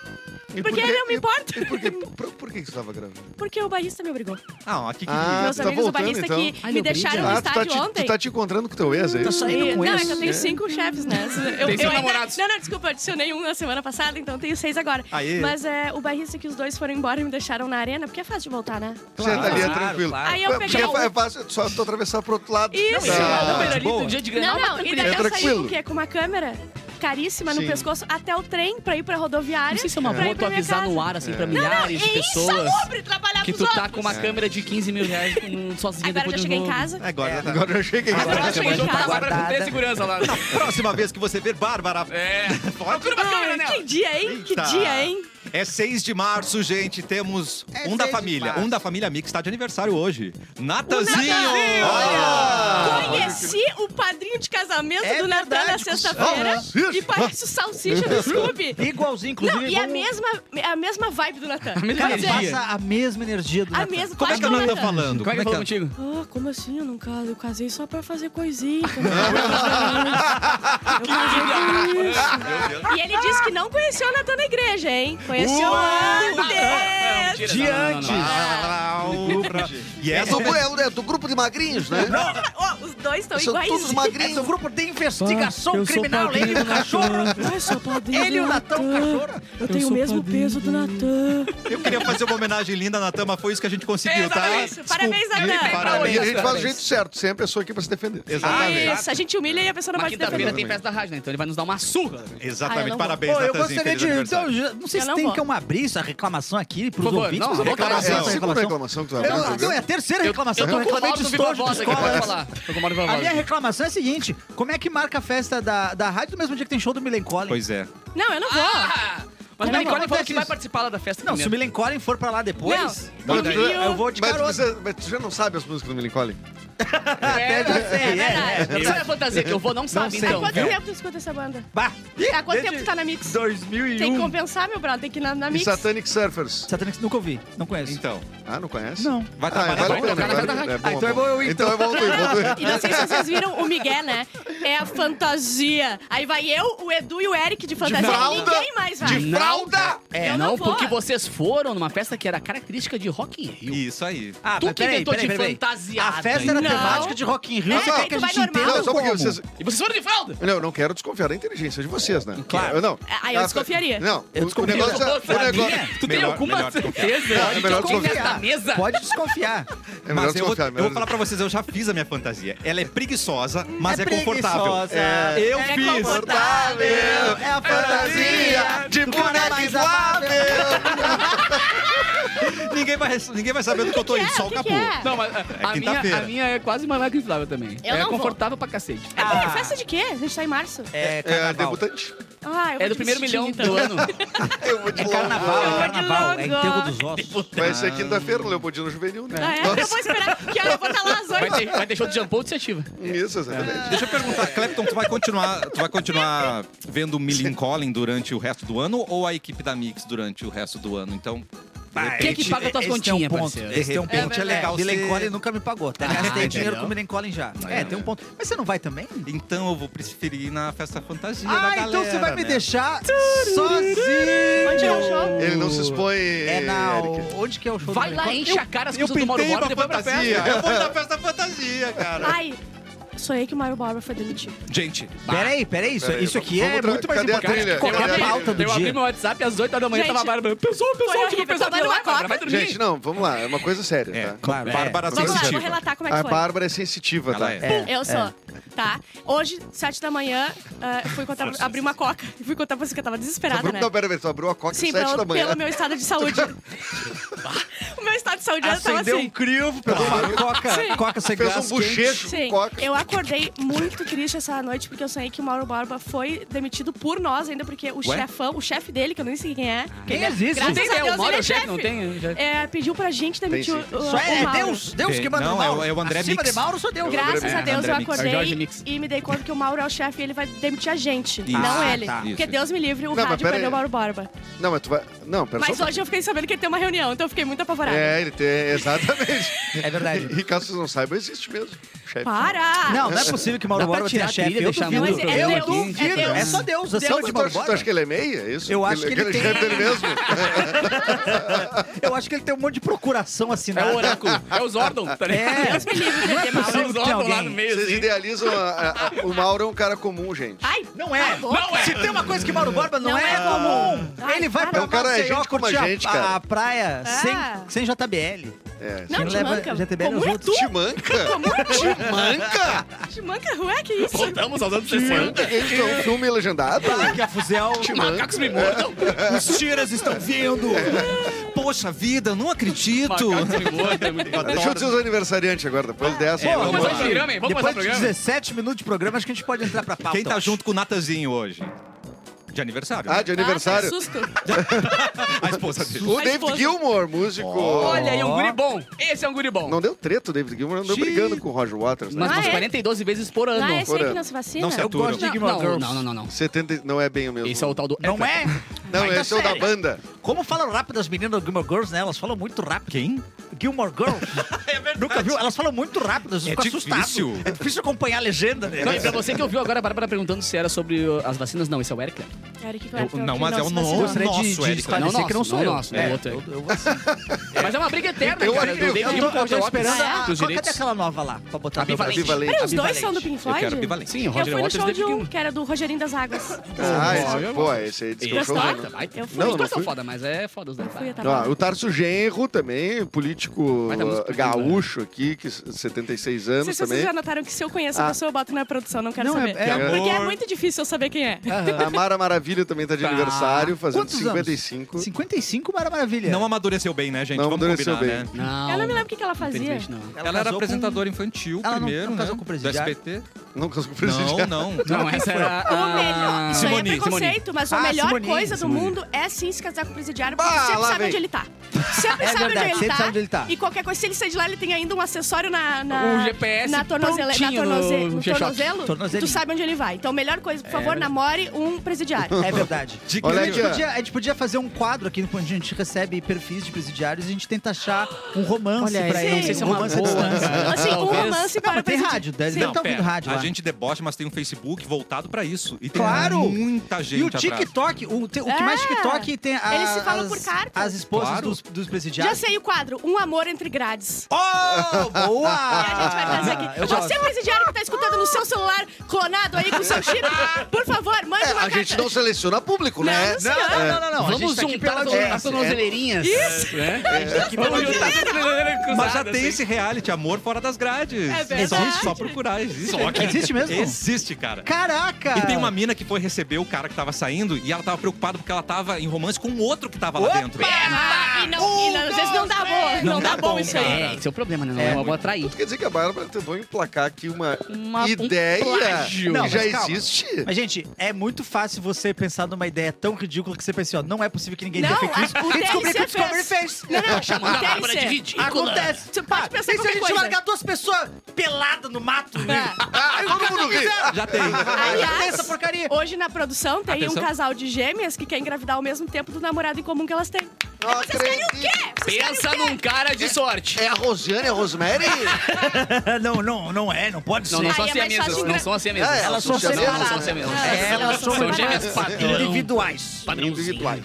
Speaker 3: E
Speaker 5: porque eu não me
Speaker 3: e-
Speaker 5: importo.
Speaker 3: E por, que, por, por que que você tava gravando?
Speaker 5: porque o barrista me obrigou.
Speaker 1: Ah, aqui que
Speaker 3: Ah,
Speaker 5: Meus
Speaker 3: tu tá
Speaker 5: amigos do
Speaker 3: voltando,
Speaker 5: barrista
Speaker 3: então?
Speaker 5: que
Speaker 6: Ai,
Speaker 5: me
Speaker 6: não brinca.
Speaker 5: deixaram no
Speaker 3: ah, tu tá,
Speaker 5: estádio
Speaker 3: te,
Speaker 5: ontem.
Speaker 3: tu tá te encontrando com teu ex aí?
Speaker 4: Tá saindo
Speaker 5: E-
Speaker 4: com
Speaker 5: não, é
Speaker 4: eles.
Speaker 5: que eu tenho cinco chefes, né? Eu,
Speaker 6: Tem cinco
Speaker 5: eu ainda-
Speaker 6: namorados.
Speaker 5: Não, não, desculpa, eu adicionei um na semana passada, então tenho seis agora.
Speaker 1: Aê.
Speaker 5: Mas é, o barrista que os dois foram embora e me deixaram na arena, porque é fácil de voltar, né?
Speaker 3: Você tá ali, é
Speaker 6: Claro,
Speaker 3: tranquilo.
Speaker 6: claro.
Speaker 5: Aí eu
Speaker 3: É, Porque
Speaker 5: peguei um-
Speaker 3: é fácil, só tu atravessar pro outro lado.
Speaker 5: Isso.
Speaker 3: Tá.
Speaker 6: Não, melhorita,
Speaker 1: boa.
Speaker 6: um dia de
Speaker 5: Não,
Speaker 6: Grenal,
Speaker 5: não,
Speaker 6: tá
Speaker 5: e
Speaker 6: tranquilo.
Speaker 5: daí
Speaker 3: É
Speaker 5: eu saí
Speaker 3: tranquilo.
Speaker 5: com o quê? Com uma câmera caríssima no
Speaker 3: Sim.
Speaker 5: pescoço até o trem pra ir pra rodoviária.
Speaker 6: Não sei se é uma
Speaker 5: pra ir
Speaker 6: boa tu
Speaker 5: tá pra minha
Speaker 6: avisar
Speaker 5: casa.
Speaker 6: no ar, assim, pra milhares de
Speaker 5: É
Speaker 6: pessoas
Speaker 5: insalubre trabalhar
Speaker 6: que
Speaker 5: pros
Speaker 6: tu tá
Speaker 5: outros.
Speaker 6: com uma câmera de 15 mil reais com- sozinha
Speaker 5: Agora eu
Speaker 6: depois
Speaker 5: já
Speaker 6: do
Speaker 5: cheguei em
Speaker 6: jogo.
Speaker 5: casa.
Speaker 1: Agora já tá.
Speaker 3: É, Agora eu cheguei.
Speaker 5: Agora eu cheguei em casa.
Speaker 6: Agora tem segurança lá.
Speaker 1: Próxima vez que você ver Bárbara,
Speaker 6: É. Procura uma câmera
Speaker 5: Ah,
Speaker 6: nela.
Speaker 5: que dia, hein? Que
Speaker 1: Eita.
Speaker 5: dia, hein?
Speaker 1: é 6 de março, gente. Temos
Speaker 4: É
Speaker 1: um da
Speaker 4: 6 de
Speaker 1: família.
Speaker 4: março.
Speaker 1: Um da família Mix está de aniversário hoje. Natanzinho!
Speaker 5: Natanzinho,
Speaker 1: Olha!
Speaker 5: Conheci o padrinho de casamento
Speaker 4: É
Speaker 5: do Natan
Speaker 4: verdade,
Speaker 5: na sexta-feira
Speaker 3: salsicha.
Speaker 5: e parece o salsicha do Scooby.
Speaker 4: Igualzinho, inclusive.
Speaker 5: Não, e a
Speaker 4: vamos-
Speaker 5: mesma, a mesma vibe do Natan.
Speaker 6: mesma
Speaker 5: Quer
Speaker 4: Cara,
Speaker 5: dizer,
Speaker 6: energia.
Speaker 4: passa a mesma energia do
Speaker 5: A
Speaker 4: Natan.
Speaker 5: mesma
Speaker 1: Como é que o Natan tá
Speaker 5: Natan.
Speaker 1: falando?
Speaker 6: Como é que falou contigo?
Speaker 5: Ah, como assim? Eu não caso, eu casei só pra fazer coisinha. então não vou casar, não. Eu casei com isso. é? E ele disse que não conheceu o Natan na igreja, hein? Conheceu antes.
Speaker 6: Mentira,
Speaker 7: De
Speaker 6: não, não, não,
Speaker 7: antes.
Speaker 6: não.
Speaker 1: é? E
Speaker 3: É
Speaker 1: essa
Speaker 3: do, é do grupo de magrinhos, né?
Speaker 5: Ó, os dois estão
Speaker 3: São
Speaker 5: iguais.
Speaker 3: todos
Speaker 4: Esse é o
Speaker 3: magrinhos.
Speaker 4: grupo de investigação criminal. Ele e o cachorro.
Speaker 5: Ai, sou padrinho
Speaker 4: Ele e o
Speaker 5: do
Speaker 4: Natan, o
Speaker 5: Natan.
Speaker 4: cachorro.
Speaker 5: Eu tenho o mesmo peso do Natan.
Speaker 4: Tá.
Speaker 1: Eu queria fazer uma homenagem linda na Tama, foi isso que a gente conseguiu, tá?
Speaker 5: Exatamente. Parabéns,
Speaker 1: Desculpa.
Speaker 5: Natan.
Speaker 3: E
Speaker 1: Parabéns.
Speaker 3: a gente faz o jeito certo. Sempre a pessoa aqui pra se defender.
Speaker 1: Exatamente.
Speaker 5: Ah, Isso, a gente humilha e a pessoa não
Speaker 6: Mas
Speaker 5: pode
Speaker 6: quinta-feira
Speaker 5: defender.
Speaker 6: tá tem festa da rádio, né? Então ele vai nos dar uma surra.
Speaker 5: Ah, eu
Speaker 1: Exatamente.
Speaker 5: não vou.
Speaker 1: Parabéns,
Speaker 4: Pô, eu
Speaker 1: Natanzinho. feliz
Speaker 4: gostaria de. Então,
Speaker 1: aniversário.
Speaker 4: já- não sei
Speaker 5: Eu
Speaker 4: se
Speaker 5: não
Speaker 4: tem
Speaker 5: vou.
Speaker 4: como abrir essa reclamação aqui pros
Speaker 6: Por favor,
Speaker 4: ouvintes,
Speaker 6: não,
Speaker 4: mas eu vou
Speaker 1: reclamação.
Speaker 4: trazer
Speaker 3: É a
Speaker 4: essa
Speaker 3: segunda
Speaker 4: reclamação.
Speaker 3: reclamação que tu vai
Speaker 4: Eu,
Speaker 3: abrir no
Speaker 4: não, é
Speaker 3: programa.
Speaker 4: a terceira reclamação. Eu, eu,
Speaker 6: tô com
Speaker 4: reclamei de
Speaker 6: modo do Viva
Speaker 4: estojo de
Speaker 6: Voz aqui,
Speaker 4: escola.
Speaker 6: pode falar. Tô com modo Viva
Speaker 4: A
Speaker 6: Voz.
Speaker 4: minha reclamação é a seguinte: como é que marca a festa da, da rádio no mesmo dia que tem show do Milen Collin?
Speaker 1: Pois é.
Speaker 5: Não, eu não vou.
Speaker 6: Ah! Mas o
Speaker 4: Não,
Speaker 6: Nicole
Speaker 4: não
Speaker 6: falou
Speaker 4: acontece
Speaker 6: que vai
Speaker 4: isso.
Speaker 6: participar lá da festa
Speaker 4: Não, se o
Speaker 6: primeiro.
Speaker 4: Milen Collin for pra lá depois,
Speaker 3: Não,
Speaker 5: Não, um.
Speaker 3: tu-
Speaker 4: eu vou de
Speaker 3: Mas,
Speaker 4: carona.
Speaker 3: você- mas tu já não sabe as músicas do Melancholy?
Speaker 6: É,
Speaker 4: sei,
Speaker 6: é,
Speaker 5: é,
Speaker 6: é. Sabe a fantasia que eu vou? Não sabe,
Speaker 5: Há
Speaker 6: então.
Speaker 5: quanto
Speaker 6: viu?
Speaker 5: tempo tu escuta essa banda?
Speaker 4: Bah!
Speaker 5: Há quanto tempo tu tá na Mix?
Speaker 3: 2001.
Speaker 5: Tem que compensar, meu brother. Tem que ir na, na
Speaker 3: E
Speaker 5: Mix.
Speaker 3: Satanic Surfers.
Speaker 4: Satanics nunca ouvi, não conheço.
Speaker 1: Então,
Speaker 3: Ah, não conhece?
Speaker 4: Não.
Speaker 1: vai
Speaker 3: Ah,
Speaker 1: trabalhar
Speaker 3: vale a
Speaker 1: bom.
Speaker 3: pena.
Speaker 6: tocar na
Speaker 3: vale-
Speaker 6: Festa da Rádio.
Speaker 3: é bom,
Speaker 4: Ah, então
Speaker 3: é
Speaker 4: é bom eu ir,
Speaker 3: Então é bom tu ir, bom tu
Speaker 5: E
Speaker 3: ir.
Speaker 5: não sei se vocês viram o Miguel, né? É a fantasia. Aí vai eu, o Edu e o Eric de fantasia.
Speaker 3: fralda?
Speaker 5: Ninguém mais vai.
Speaker 3: De fralda!
Speaker 6: É,
Speaker 5: Eu
Speaker 6: não,
Speaker 5: não vou.
Speaker 6: porque vocês foram numa festa que era característica de Rock in Rio.
Speaker 1: Isso aí.
Speaker 4: Ah,
Speaker 6: Tu
Speaker 4: mas
Speaker 6: que inventou de fantasiada
Speaker 4: A festa era
Speaker 5: ainda.
Speaker 4: temática de Rock in Rio,
Speaker 5: né? É,
Speaker 4: você
Speaker 5: não,
Speaker 4: quer que a
Speaker 5: tu vai
Speaker 4: gente
Speaker 5: normal.
Speaker 4: entenda
Speaker 3: Não, só porque
Speaker 4: como?
Speaker 3: vocês...
Speaker 6: E vocês foram de fralda!
Speaker 3: Não, eu não quero desconfiar da inteligência de vocês, né?
Speaker 4: Claro.
Speaker 3: Eu não.
Speaker 5: Aí eu
Speaker 3: Ah,
Speaker 5: desconfiaria.
Speaker 3: Não,
Speaker 4: Eu
Speaker 3: o- o
Speaker 4: desconfio.
Speaker 3: negócio...
Speaker 6: Ô,
Speaker 3: é- O
Speaker 6: Flavinha,
Speaker 3: negócio...
Speaker 6: Tu tem
Speaker 1: Melhor- melhor
Speaker 6: alguma
Speaker 1: desconfiar.
Speaker 6: certeza?
Speaker 3: Não, é
Speaker 6: Olha,
Speaker 3: melhor
Speaker 6: tu confia
Speaker 3: desconfiar.
Speaker 6: na mesa?
Speaker 4: Pode desconfiar.
Speaker 3: É melhor
Speaker 1: Mas eu, vou,
Speaker 3: desconfiar.
Speaker 1: eu
Speaker 3: melhor
Speaker 1: vou falar pra vocês, eu já fiz a minha fantasia. Ela é preguiçosa, mas é,
Speaker 4: preguiçosa,
Speaker 1: confortável.
Speaker 4: É,
Speaker 1: Eu
Speaker 5: É
Speaker 1: fiz.
Speaker 5: confortável.
Speaker 4: É a fantasia
Speaker 3: de
Speaker 4: do cara mais amável.
Speaker 1: Ninguém vai, ninguém vai saber do que eu tô indo, só o
Speaker 5: que que
Speaker 1: capô.
Speaker 5: é?
Speaker 6: Não, mas a, a minha,
Speaker 1: quinta-feira.
Speaker 6: a minha é quase mais magrifilável também.
Speaker 5: Eu
Speaker 6: é
Speaker 5: não vou.
Speaker 6: confortável pra cacete.
Speaker 5: É porque é festa de quê? A gente tá em março.
Speaker 4: É,
Speaker 3: É,
Speaker 4: carnaval.
Speaker 3: debutante.
Speaker 5: Ah, eu
Speaker 6: É
Speaker 5: vou
Speaker 6: do
Speaker 5: de
Speaker 6: primeiro
Speaker 5: vestidinho,
Speaker 6: milhão
Speaker 5: então.
Speaker 6: do ano.
Speaker 3: Eu vou te
Speaker 4: É
Speaker 3: falar.
Speaker 4: carnaval, é
Speaker 5: Ai,
Speaker 4: carnaval, é
Speaker 5: que louco.
Speaker 4: enterro dos ossos.
Speaker 3: Vai ser quinta-feira, o Leopoldino Juvenil, né?
Speaker 5: Ah, é? Eu vou esperar. Que hora eu vou estar lá às
Speaker 6: Vai
Speaker 5: oito?
Speaker 6: ter, vai ter show de Jean Paul de Sativa.
Speaker 3: Isso, exatamente.
Speaker 1: Deixa eu perguntar, Clepton, tu vai continuar, tu vai continuar vendo o Millen Collin durante o resto do ano ou a equipe da Mix durante o resto do ano? Então, de
Speaker 6: Quem é que
Speaker 1: repente-
Speaker 6: paga tuas
Speaker 4: Esse tem um
Speaker 6: continhas,
Speaker 4: ponto.
Speaker 6: parceiro?
Speaker 1: Esse tem um ponto, é, legal.
Speaker 4: Milen
Speaker 1: ser-
Speaker 4: Collin nunca me pagou, tá? Gastei
Speaker 6: entendeu?
Speaker 4: dinheiro com o Milen Collin já. É, tem um ponto. Mas você não vai também?
Speaker 1: Então eu vou preferir ir na festa fantasia da
Speaker 4: Ah,
Speaker 1: galera.
Speaker 4: então você vai me
Speaker 1: né?
Speaker 4: deixar sozinho.
Speaker 5: Onde é o show?
Speaker 3: Ele não se expõe,
Speaker 4: É na...
Speaker 3: Eric.
Speaker 4: Onde que é o show
Speaker 6: Vai
Speaker 4: do
Speaker 6: lá,
Speaker 4: Milen
Speaker 6: enche a cara, as
Speaker 1: Eu
Speaker 6: pessoas do Mauro
Speaker 1: pintei uma
Speaker 6: Borba e depois pra
Speaker 1: fantasia.
Speaker 6: festa.
Speaker 1: Eu vou na festa fantasia, cara.
Speaker 5: Ai, sonhei que o Mário Borba foi demitido.
Speaker 1: Gente,
Speaker 4: Peraí, peraí, isso,
Speaker 3: Peraí,
Speaker 4: isso aqui
Speaker 3: vamos
Speaker 4: é
Speaker 3: tra-
Speaker 4: muito mais
Speaker 3: cadê a
Speaker 4: importante
Speaker 3: trilha?
Speaker 4: que
Speaker 6: Eu
Speaker 4: qualquer
Speaker 3: Cadê a
Speaker 6: abri-
Speaker 4: pauta do
Speaker 6: eu abri
Speaker 4: dia.
Speaker 6: meu WhatsApp às 8 da manhã,
Speaker 5: Gente,
Speaker 6: tava a Bárbara. Pessoal,
Speaker 5: foi
Speaker 6: pessoal,
Speaker 5: horrível,
Speaker 6: tive pessoal,
Speaker 5: tava
Speaker 6: vai
Speaker 5: numa
Speaker 6: lá, Bárbara,
Speaker 5: Copa.
Speaker 6: vai dormir.
Speaker 3: Gente, não, vamos lá. É uma coisa séria,
Speaker 1: é,
Speaker 3: tá?
Speaker 4: claro,
Speaker 1: Bárbara
Speaker 4: é.
Speaker 5: Vamos lá, vou
Speaker 1: sensitiva.
Speaker 5: relatar como é
Speaker 3: A
Speaker 5: que foi.
Speaker 3: Bárbara é sensitiva,
Speaker 1: Ela
Speaker 3: tá?
Speaker 1: é.
Speaker 4: Ah, É,
Speaker 5: Eu
Speaker 4: é.
Speaker 5: sou, tá? Hoje, sete da manhã, ah, fui contar, abri uma coca. e Fui contar pra você que eu tava
Speaker 3: Tu
Speaker 5: desesperada,
Speaker 3: abriu,
Speaker 5: né?
Speaker 3: não, pera, pera, tu abriu a coca às
Speaker 5: Sim,
Speaker 3: 7
Speaker 5: pelo,
Speaker 3: da manhã.
Speaker 5: pelo meu estado de saúde. o meu estado de saúde já tava
Speaker 3: um
Speaker 4: um
Speaker 5: assim.
Speaker 4: crivo, pegou uma É. coca,
Speaker 5: Sim.
Speaker 4: coca sem
Speaker 3: Fez um
Speaker 4: gás quente.
Speaker 3: bochecho com
Speaker 5: Sim,
Speaker 3: coca.
Speaker 5: eu acordei muito triste essa noite porque eu sonhei que o Mauro Borba foi demitido por nós ainda, porque o chefão, o chefe dele, que eu nem sei quem é,
Speaker 4: Nem existe.
Speaker 5: graças
Speaker 6: Não tem
Speaker 5: a
Speaker 6: ideia, o
Speaker 5: Deus,
Speaker 6: Mauro
Speaker 5: ele
Speaker 6: é
Speaker 5: é
Speaker 6: o chefe,
Speaker 5: chefe.
Speaker 6: não tem? Já-
Speaker 5: é, pediu pra gente demitir
Speaker 3: Tem sim, tem.
Speaker 5: o, o,
Speaker 4: Só é,
Speaker 5: o
Speaker 4: é
Speaker 5: Mauro.
Speaker 4: Deus, Deus que manda
Speaker 1: Não,
Speaker 4: o Mauro.
Speaker 1: é o- é o André
Speaker 4: Acima
Speaker 1: Mix.
Speaker 4: de Mauro, sou Deus.
Speaker 5: Graças
Speaker 1: É,
Speaker 5: a Deus
Speaker 1: André
Speaker 5: eu
Speaker 1: Mix.
Speaker 5: acordei.
Speaker 7: Eu já
Speaker 6: Jorge
Speaker 5: e,
Speaker 6: Mix.
Speaker 5: e me dei conta que o Mauro é o chefe e ele vai demitir a gente,
Speaker 1: Isso.
Speaker 5: não
Speaker 1: Ah,
Speaker 5: ele.
Speaker 1: tá.
Speaker 5: Porque
Speaker 1: Isso.
Speaker 5: Deus me livre, o
Speaker 3: Não, mas
Speaker 5: rádio
Speaker 3: pera
Speaker 5: perdeu
Speaker 3: aí.
Speaker 5: o Mauro Borba.
Speaker 3: Não, mas tu vai. Não, pera
Speaker 5: Mas
Speaker 3: só. um
Speaker 5: hoje eu fiquei sabendo que ele tem uma reunião, então eu fiquei muito apavorada.
Speaker 3: É, ele tem. Exatamente.
Speaker 4: É verdade.
Speaker 3: E caso vocês não saibam, existe mesmo. Chefe.
Speaker 5: Para!
Speaker 4: Não, não é possível que o Mauro
Speaker 6: Dá pra
Speaker 4: Borba
Speaker 6: tirar
Speaker 4: tenha
Speaker 6: a trilha
Speaker 4: chefe.
Speaker 6: e deixar
Speaker 4: Eu duvido.
Speaker 5: mais Mas é
Speaker 4: eu
Speaker 5: Deus,
Speaker 4: duvido.
Speaker 5: é Deus.
Speaker 4: É só Deus,
Speaker 3: Não,
Speaker 4: acima
Speaker 3: mas
Speaker 4: de
Speaker 3: tu
Speaker 4: Mauro
Speaker 3: acha, tu
Speaker 4: Borba.
Speaker 3: acha que ele é meia? É Isso?
Speaker 4: Eu acho que ele
Speaker 3: é
Speaker 4: tem-
Speaker 3: chefe dele mesmo.
Speaker 4: Eu acho que ele tem um monte de procuração
Speaker 6: É
Speaker 4: assinada.
Speaker 6: o oráculo. É os Zordon, tá ligado?
Speaker 4: É.
Speaker 5: Deus me livre,
Speaker 4: Não é
Speaker 5: perder Mauro.
Speaker 6: É
Speaker 4: possível
Speaker 6: os
Speaker 4: que
Speaker 6: Zordon lá no
Speaker 4: alguém...
Speaker 6: meio.
Speaker 3: Vocês
Speaker 6: assim.
Speaker 3: idealizam. a- a- o Mauro é um cara comum, gente.
Speaker 5: Ai,
Speaker 4: Não é.
Speaker 5: Não é.
Speaker 4: Se tem uma coisa que Mauro Borba não,
Speaker 5: Não
Speaker 4: é,
Speaker 5: é
Speaker 4: comum.
Speaker 5: comum. Ai,
Speaker 4: ele vai
Speaker 5: cara.
Speaker 4: pra
Speaker 3: Então, cara, é
Speaker 4: Maceió
Speaker 3: gente como a
Speaker 4: curtir a,
Speaker 3: gente,
Speaker 4: a-
Speaker 3: cara.
Speaker 4: a praia
Speaker 5: Ah.
Speaker 4: sem, sem JBL.
Speaker 3: É.
Speaker 5: Não,
Speaker 4: Ele
Speaker 5: te manca.
Speaker 4: leva JBL
Speaker 5: Comum
Speaker 4: aos
Speaker 5: é
Speaker 4: outros.
Speaker 5: tu. é
Speaker 3: Timanca? Timanca?
Speaker 5: Timanca, ué, que isso?
Speaker 6: Voltamos aos anos 60.
Speaker 3: Isso é um filme legendado?
Speaker 4: Que é a Fuzel...
Speaker 6: Macacos me mordam.
Speaker 1: Os tiras estão vindo! Poxa vida, eu não acredito!
Speaker 6: Macacos me mordam. é muito bom.
Speaker 3: Deixa eu dizer os aniversariantes agora, depois dessa.
Speaker 4: Pô,
Speaker 6: Vamos
Speaker 4: Ah, é, vamos
Speaker 6: começar o programa, hein? Vamos começar o
Speaker 3: um
Speaker 4: Depois de
Speaker 6: programa.
Speaker 4: 17 minutos de programa, acho que a gente pode entrar pra pauta.
Speaker 1: Quem tá junto com o Natanzinho hoje? De aniversário.
Speaker 3: Ah,
Speaker 1: né?
Speaker 3: de aniversário.
Speaker 5: Ah,
Speaker 4: tá
Speaker 5: que susto.
Speaker 1: A esposa dele.
Speaker 3: O
Speaker 5: A
Speaker 3: David
Speaker 5: esposa.
Speaker 3: Gilmour, músico.
Speaker 6: Olha aí, um
Speaker 4: Ó.
Speaker 6: guri bom. Esse é um guri bom.
Speaker 3: Não deu treta o David Gilmour, andou
Speaker 1: Xiii.
Speaker 3: brigando com o Roger Waters. né?
Speaker 6: Mas
Speaker 5: Ah,
Speaker 6: umas
Speaker 5: é?
Speaker 6: 42 vezes por
Speaker 5: Ah,
Speaker 6: ano.
Speaker 5: esse aí
Speaker 3: Fora.
Speaker 5: que não se vacina?
Speaker 1: Não se
Speaker 4: Eu
Speaker 1: atura.
Speaker 4: gosto de Gilmore
Speaker 6: Não,
Speaker 4: Girls.
Speaker 6: não, não, não, não.
Speaker 3: 70 não é bem o mesmo.
Speaker 6: Esse é o tal do.
Speaker 4: Não é?
Speaker 3: Não,
Speaker 4: Mas
Speaker 3: esse é o
Speaker 4: tá
Speaker 3: da
Speaker 4: sério.
Speaker 3: banda.
Speaker 4: Como falam rápido as meninas do Gilmore Girls, né? Elas falam muito rápido.
Speaker 1: Quem?
Speaker 4: Gilmore Girls.
Speaker 1: É verdade.
Speaker 4: Nunca viu? Elas falam muito rápido, você
Speaker 1: É
Speaker 4: fica
Speaker 1: difícil.
Speaker 4: assustado. É difícil acompanhar a legenda, né?
Speaker 6: Não, e pra você que ouviu agora a Bárbara perguntando se era sobre uh, as vacinas, não, esse é o Eric. Clapton.
Speaker 5: Eric Clapton,
Speaker 1: Eu- não,
Speaker 5: que
Speaker 1: mas é o
Speaker 5: se
Speaker 1: nome.
Speaker 5: vacina.
Speaker 1: Nossa, Eric,
Speaker 6: Não,
Speaker 4: esclarecer
Speaker 6: nosso,
Speaker 4: que não sou
Speaker 6: não
Speaker 4: eu.
Speaker 6: nosso, é o outro aí.
Speaker 4: eu, um eu, assim,
Speaker 6: Mas é uma briga eterna,
Speaker 3: Eu
Speaker 6: cara.
Speaker 3: acho que eu-
Speaker 6: David
Speaker 4: eu
Speaker 6: Gilmour
Speaker 4: tô, eu
Speaker 6: Roger
Speaker 4: tô
Speaker 6: Waters.
Speaker 4: esperando
Speaker 6: Ah, dos
Speaker 4: a... Qual que é
Speaker 6: direitos.
Speaker 4: aquela nova lá? Pra botar no meu
Speaker 6: Bivalente.
Speaker 4: bolso?
Speaker 3: Bivalente.
Speaker 5: Peraí, os dois
Speaker 6: Ambivalente.
Speaker 5: são do Pink
Speaker 1: Eu
Speaker 5: Floyd?
Speaker 1: quero bivalente.
Speaker 6: Sim,
Speaker 5: Eu
Speaker 6: Roger
Speaker 5: fui no
Speaker 6: Waters e
Speaker 5: show
Speaker 6: David
Speaker 5: de um,
Speaker 6: Gilmour.
Speaker 5: que era do Rogerinho das Águas.
Speaker 4: Tá
Speaker 3: Ah,
Speaker 6: Roger
Speaker 3: esse, pô, esse aí
Speaker 4: é
Speaker 6: Eles
Speaker 3: desconchou.
Speaker 5: Gostou?
Speaker 6: gostam, vai.
Speaker 5: Eu fui.
Speaker 6: Não,
Speaker 3: Não,
Speaker 6: Os
Speaker 3: não
Speaker 6: dois são
Speaker 3: fui.
Speaker 6: foda, mas é foda os dois.
Speaker 5: Eu fui, eu
Speaker 6: vai.
Speaker 5: tava lá.
Speaker 3: Ó, o Tarso Genro também, político
Speaker 6: Mas tá música
Speaker 3: uh,
Speaker 4: né?
Speaker 3: gaúcho aqui, que s-
Speaker 5: Não
Speaker 3: 76
Speaker 5: sei
Speaker 3: anos
Speaker 5: se vocês
Speaker 3: também.
Speaker 5: já notaram que se eu conheço a
Speaker 3: Ah.
Speaker 5: pessoa, eu boto na produção, não quero
Speaker 4: Não, é-
Speaker 5: saber.
Speaker 4: é-
Speaker 5: Porque é
Speaker 1: Amor.
Speaker 5: muito difícil eu saber quem é.
Speaker 3: A Mara Maravilha também tá de
Speaker 6: Tá.
Speaker 3: aniversário, fazendo
Speaker 4: Quantos anos?
Speaker 3: 55.
Speaker 4: 55 era maravilha.
Speaker 1: Não amadureceu bem, né, gente?
Speaker 3: Não
Speaker 1: Vamos
Speaker 3: amadureceu
Speaker 1: combinar,
Speaker 3: bem.
Speaker 1: né?
Speaker 6: Não.
Speaker 5: Eu não me lembro o que que ela fazia.
Speaker 6: Infelizmente, não.
Speaker 1: Ela, era
Speaker 4: casou com- um-
Speaker 1: apresentadora infantil
Speaker 4: Ela não-
Speaker 1: primeiro,
Speaker 4: não
Speaker 1: né?
Speaker 4: casou com o presidiário?
Speaker 1: Do SBT.
Speaker 3: Não casou com o
Speaker 1: Não,
Speaker 3: presidente.
Speaker 1: não.
Speaker 6: Não, essa é Ah, era.
Speaker 5: O melhor. Isso aí é
Speaker 1: Simone,
Speaker 5: preconceito, mas a
Speaker 4: Ah,
Speaker 5: melhor
Speaker 4: Simone,
Speaker 5: coisa do
Speaker 4: Simone.
Speaker 5: mundo é sim se casar com o presidiário, porque
Speaker 3: Bah,
Speaker 5: você sempre
Speaker 3: lá
Speaker 5: sabe
Speaker 3: vem.
Speaker 5: onde ele tá. Sempre
Speaker 4: É
Speaker 5: sabe
Speaker 4: verdade,
Speaker 5: onde ele
Speaker 4: sempre
Speaker 5: tá.
Speaker 4: sabe onde ele tá.
Speaker 5: E qualquer coisa, se ele sair de lá, ele tem ainda um acessório na. na
Speaker 6: Um GPS
Speaker 5: Na tornozele, na
Speaker 6: prontinho
Speaker 5: tornoze-
Speaker 6: no
Speaker 5: no
Speaker 6: G-Shock.
Speaker 5: tornozelo.
Speaker 4: Tornozelinho.
Speaker 5: Tu sabe onde ele vai. Então, melhor coisa, por favor, namore um presidiário.
Speaker 4: É verdade.
Speaker 1: Dica
Speaker 3: Olha
Speaker 4: A
Speaker 1: de-
Speaker 4: gente,
Speaker 3: aqui, ó.
Speaker 4: podia, a gente podia fazer um quadro aqui onde a gente recebe perfis de presidiários e a gente tenta achar um romance
Speaker 6: Olha,
Speaker 4: pra
Speaker 6: esse-
Speaker 4: ele.
Speaker 6: não sei se
Speaker 4: um
Speaker 6: é uma
Speaker 4: romance à
Speaker 6: boa,
Speaker 4: distância.
Speaker 6: cara.
Speaker 5: Assim, um
Speaker 6: Talvez.
Speaker 5: romance
Speaker 4: Não,
Speaker 5: para
Speaker 4: mas tem
Speaker 5: presidiário.
Speaker 4: rádio, deve
Speaker 1: Não,
Speaker 4: estar ouvindo
Speaker 1: pera.
Speaker 4: rádio
Speaker 1: A
Speaker 4: lá.
Speaker 1: gente debocha, mas tem um Facebook voltado pra isso. E tem
Speaker 4: Claro!
Speaker 1: muita gente
Speaker 4: E o
Speaker 1: atrás.
Speaker 4: TikTok, o, te- o que mais
Speaker 5: É.
Speaker 4: TikTok tem a,
Speaker 5: Eles se falam por
Speaker 4: as-
Speaker 5: cartas.
Speaker 4: As esposas
Speaker 1: Claro.
Speaker 4: dos, dos
Speaker 5: Já
Speaker 4: presidiários.
Speaker 5: sei o quadro, Um Amor Entre Grades.
Speaker 4: Oh, boa!
Speaker 5: E a gente vai trazer aqui.
Speaker 4: Ah, Eu
Speaker 5: Você,
Speaker 4: gosto.
Speaker 5: presidiário que tá escutando no seu celular, clonado aí com seu chip, por favor, mande
Speaker 3: É,
Speaker 5: uma
Speaker 3: a
Speaker 5: carta.
Speaker 3: gente não seleciona público,
Speaker 5: Não,
Speaker 3: né?
Speaker 5: não sei.
Speaker 4: Não, não, não, não, não.
Speaker 6: Vamos
Speaker 4: a
Speaker 5: um
Speaker 4: gente tá
Speaker 6: juntar
Speaker 4: aqui
Speaker 6: as-
Speaker 4: pela
Speaker 6: as
Speaker 4: audiência.
Speaker 6: tornozeleirinhas. Isso! Né? Vamos juntar as tornozeleirinhas
Speaker 1: Mas já
Speaker 6: cruzadas,
Speaker 1: tem
Speaker 6: assim.
Speaker 1: esse reality, Amor Fora das Grades.
Speaker 5: É verdade.
Speaker 1: Existe, só procurar, existe.
Speaker 4: Existe mesmo?
Speaker 1: Existe, cara.
Speaker 4: Caraca!
Speaker 1: E tem uma mina que foi receber o cara que tava saindo e ela tava preocupada porque ela tava em romance com outro que tava lá
Speaker 4: Opa!
Speaker 1: dentro.
Speaker 5: Ah, e não, e não,
Speaker 4: Um,
Speaker 5: às vezes não dá bom, não, dá bom isso aí.
Speaker 6: É, esse é o problema, né? Não
Speaker 4: É,
Speaker 6: é uma boa trair.
Speaker 3: Quer dizer que a Bárbara tentou emplacar aqui uma,
Speaker 6: Uma- um
Speaker 3: ideia
Speaker 6: plágio.
Speaker 4: Não,
Speaker 3: que
Speaker 4: mas
Speaker 3: já
Speaker 4: calma.
Speaker 3: existe.
Speaker 4: Mas, gente, é muito fácil você pensar numa ideia tão ridícula que você pensa assim, ó, não é possível que ninguém tenha
Speaker 5: Não,
Speaker 4: feito isso.
Speaker 5: a- o
Speaker 4: e descobri que o
Speaker 5: TLC
Speaker 4: Discovery fez.
Speaker 5: fez. Não, não,
Speaker 6: Chamando a
Speaker 5: deve
Speaker 6: Bárbara de
Speaker 5: ser.
Speaker 6: ridícula.
Speaker 4: Acontece.
Speaker 5: Você pode pensar
Speaker 4: e se a
Speaker 5: qualquer
Speaker 4: gente
Speaker 5: coisa.
Speaker 4: largar duas pessoas peladas no mato? né?
Speaker 5: É.
Speaker 3: Aí Ah, todo mundo ri.
Speaker 1: Já tem.
Speaker 4: Aí tem essa
Speaker 5: Aliás,
Speaker 4: porcaria.
Speaker 5: hoje na produção tem
Speaker 1: Atenção.
Speaker 5: um casal de gêmeas que quer engravidar ao mesmo tempo do namorado em comum que elas têm.
Speaker 3: Não
Speaker 5: Vocês querem o
Speaker 3: acredito.
Speaker 5: quê? Vocês querem o
Speaker 6: Pensa num cara de sorte.
Speaker 3: É a Rosiane, é a Rosemary?
Speaker 4: não, não, não é, não pode
Speaker 6: Não, não são
Speaker 5: Aí é
Speaker 6: assim
Speaker 5: mais
Speaker 6: mesas.
Speaker 5: fácil
Speaker 6: Não
Speaker 5: engra-
Speaker 6: são assim mesas.
Speaker 3: Ah, elas
Speaker 6: Não,
Speaker 3: são
Speaker 6: Não são
Speaker 3: separadas.
Speaker 6: assim mesmo.
Speaker 4: É, elas são
Speaker 6: São gêmeas
Speaker 4: separadas.
Speaker 6: padrão.
Speaker 4: Individuais.
Speaker 6: Padrãozinho.
Speaker 3: Individuais.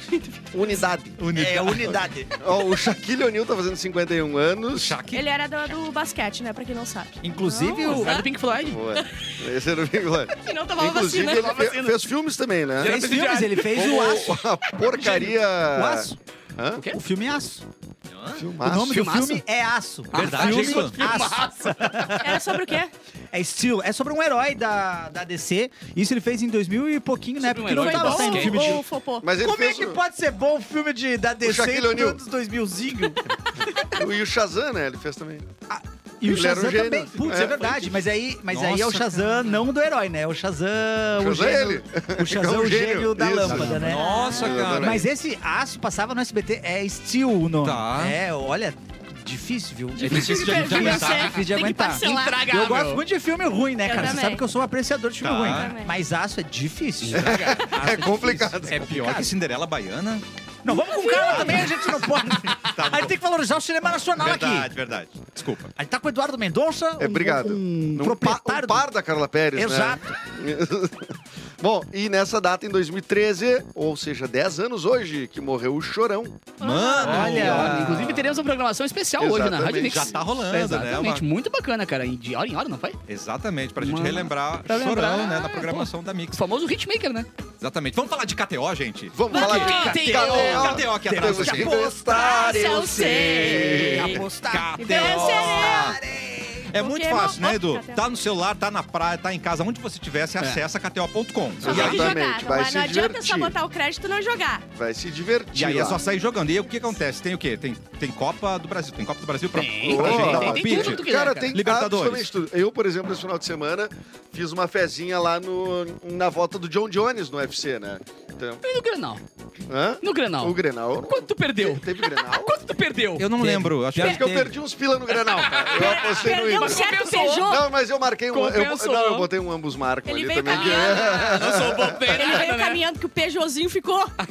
Speaker 3: Unidade.
Speaker 4: É unidade.
Speaker 3: Ó, o Shaquille O'Neal tá fazendo 51 anos.
Speaker 1: Shaq.
Speaker 5: Ele era do, do basquete, né? Pra quem não sabe.
Speaker 4: Inclusive,
Speaker 6: O
Speaker 4: o
Speaker 6: cara do Pink Floyd.
Speaker 3: Boa. Esse era o Big Life.
Speaker 5: Que não tomava
Speaker 3: Inclusive,
Speaker 5: vacina.
Speaker 3: ele fe- fez, filmes também, né?
Speaker 4: fez filmes, ele fez o Aço.
Speaker 3: A porcaria...
Speaker 4: O Aço?
Speaker 3: Hã?
Speaker 6: O quê?
Speaker 4: O filme é Aço.
Speaker 3: Filmaço.
Speaker 4: o nome
Speaker 6: Filmaço?
Speaker 4: do filme é Aço.
Speaker 1: Verdade,
Speaker 4: Filme
Speaker 1: hein, mano?
Speaker 4: Aço.
Speaker 6: Filmaço.
Speaker 5: Era sobre o quê?
Speaker 4: É Steel. É sobre um herói da, da DC. Isso ele fez em 2000 e pouquinho, né?
Speaker 6: Sobre um
Speaker 4: Porque não
Speaker 6: herói
Speaker 4: tava
Speaker 6: do
Speaker 4: saindo
Speaker 6: basquete.
Speaker 4: filme
Speaker 5: ou, ou
Speaker 4: de...
Speaker 5: fopô?
Speaker 3: Mas ele
Speaker 4: Como é
Speaker 3: fez
Speaker 4: que
Speaker 3: o-
Speaker 4: pode ser bom o filme de, da DC
Speaker 3: Shaquille
Speaker 4: dos
Speaker 3: O'Neal.
Speaker 4: anos 2000zinho?
Speaker 3: E o Shazam, né? Ele fez também.
Speaker 4: E o
Speaker 3: Ele era um
Speaker 4: Shazam
Speaker 3: gênio.
Speaker 4: também. Putz, é,
Speaker 3: É.
Speaker 4: verdade. Mas, aí, mas aí é o
Speaker 1: Nossa,
Speaker 4: Shazam não do herói, né? É o Shazam... o
Speaker 3: Shazam é
Speaker 4: gênio,
Speaker 3: ele.
Speaker 4: O Shazam é
Speaker 3: É
Speaker 4: o
Speaker 3: um gênio.
Speaker 4: gênio da
Speaker 3: Isso.
Speaker 4: lâmpada, né?
Speaker 1: Nossa, cara.
Speaker 4: Mas esse aço passava no SBT, é Steel o nome.
Speaker 1: Tá.
Speaker 4: É, olha, difícil, viu?
Speaker 5: É difícil de
Speaker 4: difícil
Speaker 5: aguentar.
Speaker 4: de difícil de
Speaker 5: Tem que
Speaker 4: aguentar.
Speaker 5: parcelar.
Speaker 4: Eu gosto muito de filme ruim, né,
Speaker 5: Eu
Speaker 4: cara? Você
Speaker 5: também.
Speaker 4: sabe que eu sou um apreciador de filme
Speaker 1: Tá.
Speaker 4: ruim.
Speaker 5: Também.
Speaker 4: Mas aço é difícil.
Speaker 3: É complicado.
Speaker 1: É pior que Cinderela Baiana?
Speaker 4: Não, vamos com calma também, a gente não pode.
Speaker 3: Tá
Speaker 4: a gente tem que valorizar o cinema nacional
Speaker 1: verdade,
Speaker 4: aqui.
Speaker 1: verdade. Desculpa.
Speaker 4: A gente tá com o Eduardo Mendonça.
Speaker 3: É, obrigado.
Speaker 4: Um, um,
Speaker 3: Um par,
Speaker 4: proprietário
Speaker 3: um par da Carla Pérez,
Speaker 4: Exato.
Speaker 3: né? Bom, e nessa data, em 2013, ou seja, 10 anos hoje, que morreu o Chorão.
Speaker 1: Mano!
Speaker 6: Olha, inclusive teremos uma programação especial hoje na Rádio
Speaker 3: Exatamente.
Speaker 6: Mix.
Speaker 1: Já tá rolando, né?
Speaker 6: Exatamente, muito bacana, cara. E De hora em hora, não foi?
Speaker 1: Exatamente, pra gente
Speaker 6: Mano.
Speaker 1: relembrar
Speaker 6: Pra
Speaker 1: Chorão,
Speaker 6: lembrar,
Speaker 1: né, da
Speaker 6: é,
Speaker 1: programação da
Speaker 6: O
Speaker 1: Mix.
Speaker 6: famoso hitmaker, né?
Speaker 1: Exatamente. Vamos falar de KTO, gente?
Speaker 3: Vamos falar de
Speaker 6: KTO.
Speaker 1: KTO aqui atrás.
Speaker 3: Temos que
Speaker 1: hoje.
Speaker 3: apostar, eu
Speaker 5: eu sei.
Speaker 3: sei.
Speaker 4: Apostar.
Speaker 5: Então,
Speaker 1: KTO! É muito
Speaker 5: Porque
Speaker 1: fácil,
Speaker 5: não-
Speaker 1: né, Edu?
Speaker 5: KTO.
Speaker 1: Tá no celular, tá na praia, tá em casa, onde você tiver, você acessa KTO.com.
Speaker 5: Só
Speaker 1: E
Speaker 5: tem
Speaker 1: aí,
Speaker 5: que jogar.
Speaker 3: Exatamente, vai
Speaker 5: Não,
Speaker 3: se
Speaker 5: não adianta só
Speaker 3: divertir.
Speaker 5: botar o crédito e não jogar.
Speaker 3: Vai se divertir
Speaker 1: e aí é
Speaker 3: lá.
Speaker 1: só sair jogando. E aí o que acontece? Tem o quê? Tem, tem Copa do Brasil. Tem Copa do Brasil pra,
Speaker 6: Tem,
Speaker 1: pra gente
Speaker 3: tem,
Speaker 1: dar
Speaker 3: tem
Speaker 1: palpite?
Speaker 6: tudo. que
Speaker 3: cara,
Speaker 6: der, cara.
Speaker 3: tem
Speaker 1: Libertadores.
Speaker 3: absolutamente tudo. Eu, por exemplo, esse final de semana fiz uma fezinha lá no, na volta do John Jones no UFC, né? Então,
Speaker 6: E no Grenal?
Speaker 3: hã?
Speaker 6: No Grenal.
Speaker 3: O Grenal.
Speaker 6: Quanto tu perdeu? Ah,
Speaker 3: Teve Grenal?
Speaker 6: Quanto tu perdeu?
Speaker 1: Eu não lembro. Acho
Speaker 3: Acho que
Speaker 1: que
Speaker 3: eu perdi uns pila no Grenal, cara. Eu apostei no
Speaker 5: Perdeu um
Speaker 3: Inter.
Speaker 5: certo
Speaker 6: Compensou.
Speaker 5: Peugeot.
Speaker 3: Não, mas eu marquei um. Eu,
Speaker 6: Compensou.
Speaker 3: não, eu botei um ambos marcam
Speaker 5: Ele
Speaker 3: ali
Speaker 5: veio
Speaker 3: também. que- é-
Speaker 5: caminhando.
Speaker 6: não sou um bom né? pra
Speaker 5: Ele veio caminhando que o Peugeotzinho ficou.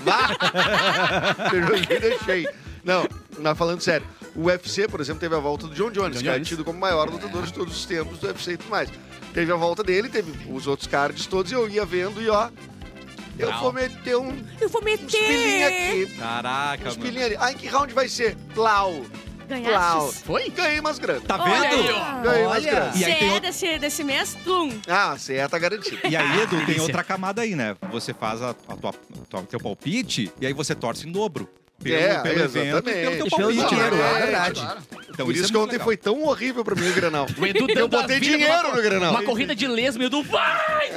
Speaker 3: Eu deixei. Não, mas falando sério, o UFC, por exemplo, teve a volta do John Jones,
Speaker 6: John
Speaker 3: que é
Speaker 6: Jones.
Speaker 3: tido como o maior lutador de todos os tempos do UFC e tudo mais. Teve a volta dele, teve os outros cards todos, e eu ia vendo e ó. Eu
Speaker 1: Brau.
Speaker 3: vou meter um, uns
Speaker 5: Eu vou
Speaker 3: pilinha
Speaker 5: meter.
Speaker 3: aqui,
Speaker 1: Caraca,
Speaker 3: uns
Speaker 1: mano.
Speaker 3: pilinha ali. Ah, em que round vai ser? Plau. Plau.
Speaker 5: Ganhaste.
Speaker 6: Foi?
Speaker 3: Ganhei umas grana.
Speaker 1: Tá
Speaker 5: Olha aí,
Speaker 1: vendo?
Speaker 5: ó.
Speaker 3: Ganhei umas
Speaker 4: Olha.
Speaker 3: grana.
Speaker 1: E aí
Speaker 5: CE
Speaker 1: tem outro-
Speaker 5: desse, desse mês, tum.
Speaker 3: Ah, você é, tá garantido.
Speaker 1: E aí, Edu, tem
Speaker 6: delícia.
Speaker 1: outra camada aí, né? Você faz a, a tua, tua- teu palpite e aí você torce em dobro. Pelo,
Speaker 3: É,
Speaker 1: pelo evento e pelo
Speaker 3: exatamente.
Speaker 1: teu
Speaker 4: Pelo
Speaker 1: palpite,
Speaker 4: dinheiro,
Speaker 1: né?
Speaker 4: é verdade.
Speaker 1: Então,
Speaker 3: Por isso,
Speaker 1: é
Speaker 3: que
Speaker 1: muito
Speaker 3: ontem
Speaker 1: legal.
Speaker 3: foi tão horrível pra mim o Grenal.
Speaker 6: O Edu deu
Speaker 3: Eu botei dinheiro no Grenal.
Speaker 6: Uma corrida de lesma, Edu, vai!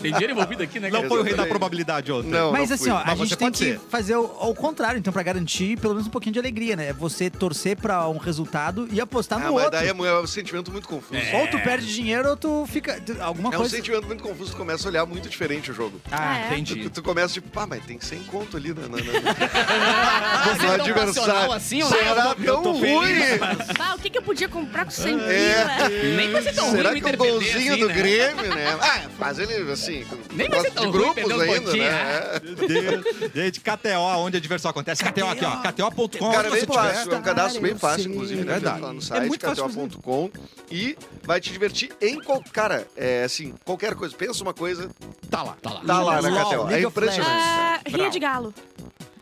Speaker 6: Tem dinheiro envolvido aqui, né?
Speaker 1: Não
Speaker 6: cara?
Speaker 1: foi o rei da
Speaker 3: Exatamente.
Speaker 1: probabilidade ontem.
Speaker 3: Não,
Speaker 4: Mas
Speaker 3: não
Speaker 4: assim,
Speaker 3: fui.
Speaker 4: ó, a
Speaker 1: Mas
Speaker 4: gente
Speaker 1: você
Speaker 4: tem
Speaker 1: pode
Speaker 4: que
Speaker 1: ser.
Speaker 4: fazer ao, ao contrário, então, pra garantir pelo menos um pouquinho de alegria, né? É Você torcer pra um resultado e apostar
Speaker 6: tá
Speaker 3: Ah,
Speaker 4: no
Speaker 3: mas
Speaker 4: outro.
Speaker 3: daí é mu- é um sentimento muito confuso. É,
Speaker 4: Ou tu perde dinheiro ou tu fica. tu- alguma
Speaker 1: É
Speaker 3: um
Speaker 4: coisa.
Speaker 3: sentimento muito confuso, tu começa a olhar muito diferente o jogo.
Speaker 5: Ah, é?
Speaker 3: Tu,
Speaker 1: Entendi.
Speaker 3: tu começa tipo, pá, mas tem 100 conto ali na, na, na,
Speaker 6: Você
Speaker 3: no
Speaker 6: é tão passional assim, ou não?
Speaker 3: Será
Speaker 6: Eu tô- eu
Speaker 3: tão
Speaker 6: tô
Speaker 3: ruim?
Speaker 6: feliz.
Speaker 5: Ah, o que, que eu podia comprar com 100
Speaker 3: É.
Speaker 5: pila?
Speaker 6: Nem vai ser tão
Speaker 3: Será
Speaker 6: ruim
Speaker 3: que o
Speaker 6: perder
Speaker 3: golzinho
Speaker 6: assim,
Speaker 3: do
Speaker 6: né?
Speaker 3: Grêmio, né? Ah, faz ele assim, com
Speaker 6: Nem vai
Speaker 3: gosto
Speaker 6: ser tão
Speaker 3: de
Speaker 6: ruim perder um
Speaker 3: grupos
Speaker 6: os
Speaker 3: ainda,
Speaker 6: pontinhos,
Speaker 3: né? É.
Speaker 1: Deus. Gente, KTO, onde a diversão acontece. KTO aqui, ó. KTO.com.
Speaker 3: Cara,
Speaker 1: onde
Speaker 3: é bem
Speaker 1: você
Speaker 3: fácil, é um cadastro bem
Speaker 4: eu
Speaker 3: fácil,
Speaker 4: sei.
Speaker 3: inclusive, né?
Speaker 1: Verdade.
Speaker 3: Lá no
Speaker 1: É
Speaker 3: site,
Speaker 1: muito fácil fazer.
Speaker 3: KTO.com e vai te divertir em qual... Cara, é assim, qualquer coisa, pensa uma coisa,
Speaker 1: tiver, tá lá.
Speaker 6: Tá lá.
Speaker 3: tá lá
Speaker 4: LOL,
Speaker 3: na KTO. É
Speaker 4: League of Legends.
Speaker 3: impressionante.
Speaker 5: Ah, Rio de Galo.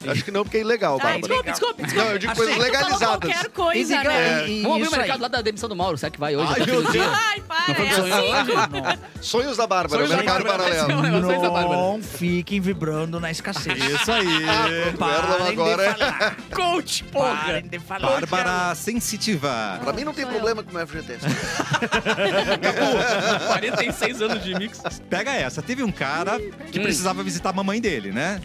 Speaker 3: Acho que não, porque é ilegal,
Speaker 5: Ah,
Speaker 3: Bárbara.
Speaker 5: desculpa, desculpa, desculpa.
Speaker 3: Não, eu digo coisas
Speaker 5: Achei que tu falou
Speaker 3: legalizadas.
Speaker 5: Qualquer coisa,
Speaker 4: Easy
Speaker 5: né?
Speaker 1: É.
Speaker 4: guy, e- e
Speaker 6: Vamos abrir o
Speaker 4: então, isso aí.
Speaker 6: mercado lá da demissão do Mauro. Será que vai hoje?
Speaker 1: Ai,
Speaker 6: Até
Speaker 1: meu
Speaker 6: todo dia?
Speaker 5: Ai,
Speaker 6: Não
Speaker 5: para,
Speaker 6: foi
Speaker 5: é
Speaker 6: sonho
Speaker 5: assim.
Speaker 6: hoje?
Speaker 3: Sonhos da Bárbara,
Speaker 6: Sonhos da
Speaker 3: mercado
Speaker 6: Bárbara, vai
Speaker 3: paralelo.
Speaker 6: ser um negócio aí da Bárbara.
Speaker 4: Não fiquem vibrando na escassez.
Speaker 1: Isso
Speaker 3: Ah,
Speaker 1: aí.
Speaker 3: Merlon agora.
Speaker 4: de falar.
Speaker 6: Coach, porra!
Speaker 4: Parem de falar.
Speaker 1: Bárbara Sensitiva.
Speaker 3: Pra mim não tem
Speaker 5: Sou eu.
Speaker 3: problema com o FGTS.
Speaker 6: 46 anos de mix.
Speaker 1: Pega essa. Teve um cara que
Speaker 6: Hum.
Speaker 1: precisava visitar a mamãe dele, né?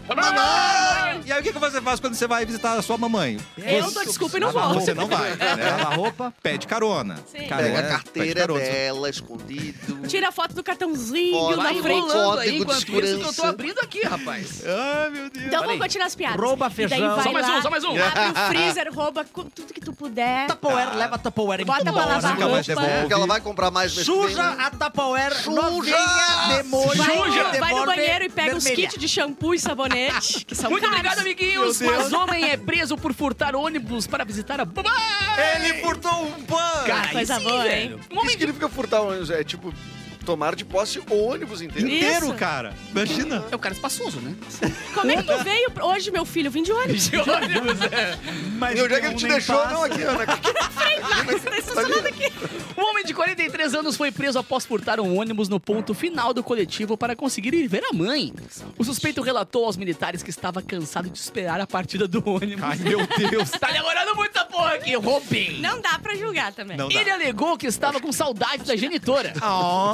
Speaker 1: E aí, o que que você faz quando você vai visitar a sua mamãe?
Speaker 5: Eu dou desculpa e não
Speaker 1: Ah,
Speaker 5: volto.
Speaker 1: Você não vai, né?
Speaker 4: Lava a roupa.
Speaker 1: Pede carona.
Speaker 5: Sim.
Speaker 1: Cara,
Speaker 3: Pega
Speaker 1: é,
Speaker 3: a
Speaker 1: pede
Speaker 3: carteira
Speaker 1: carona.
Speaker 3: dela, escondido.
Speaker 5: Tira a foto do cartãozinho na
Speaker 3: Foto.
Speaker 6: Vai
Speaker 3: Código
Speaker 5: frente.
Speaker 6: enrolando tá aí
Speaker 3: de
Speaker 6: enquanto isso que eu tô
Speaker 3: segurança.
Speaker 6: abrindo aqui, rapaz.
Speaker 1: Ai, meu Deus.
Speaker 6: Olha
Speaker 5: Então
Speaker 6: aí.
Speaker 5: vamos continuar as piadas.
Speaker 4: Rouba
Speaker 5: E daí
Speaker 4: feijão.
Speaker 5: vai
Speaker 6: Só mais
Speaker 5: lá,
Speaker 6: um, só mais um.
Speaker 5: Abre o freezer, rouba cu- tudo que tu puder.
Speaker 4: Tupperware, leva a Tupperware
Speaker 5: É. Bota pra
Speaker 4: embora.
Speaker 5: lavar
Speaker 1: Nunca mais
Speaker 5: roupa.
Speaker 1: devolve.
Speaker 3: Porque ela vai comprar mais mês que vem,
Speaker 4: Suja
Speaker 3: né?
Speaker 4: a Tupperware
Speaker 3: Suja!
Speaker 4: novinha, demônio,
Speaker 5: Vai,
Speaker 4: devolve
Speaker 5: vai no banheiro e pega os
Speaker 4: vermelha.
Speaker 5: kits de shampoo e sabonete, que são
Speaker 6: Muito
Speaker 5: caros.
Speaker 6: obrigado, amiguinhos. Mas homem é preso por furtar
Speaker 4: um-
Speaker 6: ônibus para visitar a babá.
Speaker 1: Ele furtou um pan!
Speaker 6: Cara, aí
Speaker 5: Coisa
Speaker 6: sim,
Speaker 5: boa,
Speaker 6: velho. Um
Speaker 3: O que
Speaker 6: homem de...
Speaker 3: significa furtar ônibus? É tipo, tomar de posse o ônibus inteiro.
Speaker 1: inteiro,
Speaker 5: Isso.
Speaker 1: cara. Imagina.
Speaker 6: É o cara espaçoso, né?
Speaker 5: Como é que tu veio pra- hoje, meu filho? Eu vim de ônibus.
Speaker 6: De ônibus, é.
Speaker 1: Mas um
Speaker 3: E onde é que ele te deixou? Não, aqui, Ana.
Speaker 5: Tá estacionado aqui.
Speaker 6: Um homem de 43 anos foi preso após furtar um ônibus no ponto final do coletivo para conseguir ir ver a mãe. O suspeito relatou aos militares que estava cansado de esperar a partida do ônibus.
Speaker 1: Ai, meu Deus.
Speaker 6: Tá demorando muita porra aqui, eu roubei.
Speaker 5: Não dá pra julgar também.
Speaker 1: Não dá.
Speaker 6: Ele alegou que estava com saudade da genitora,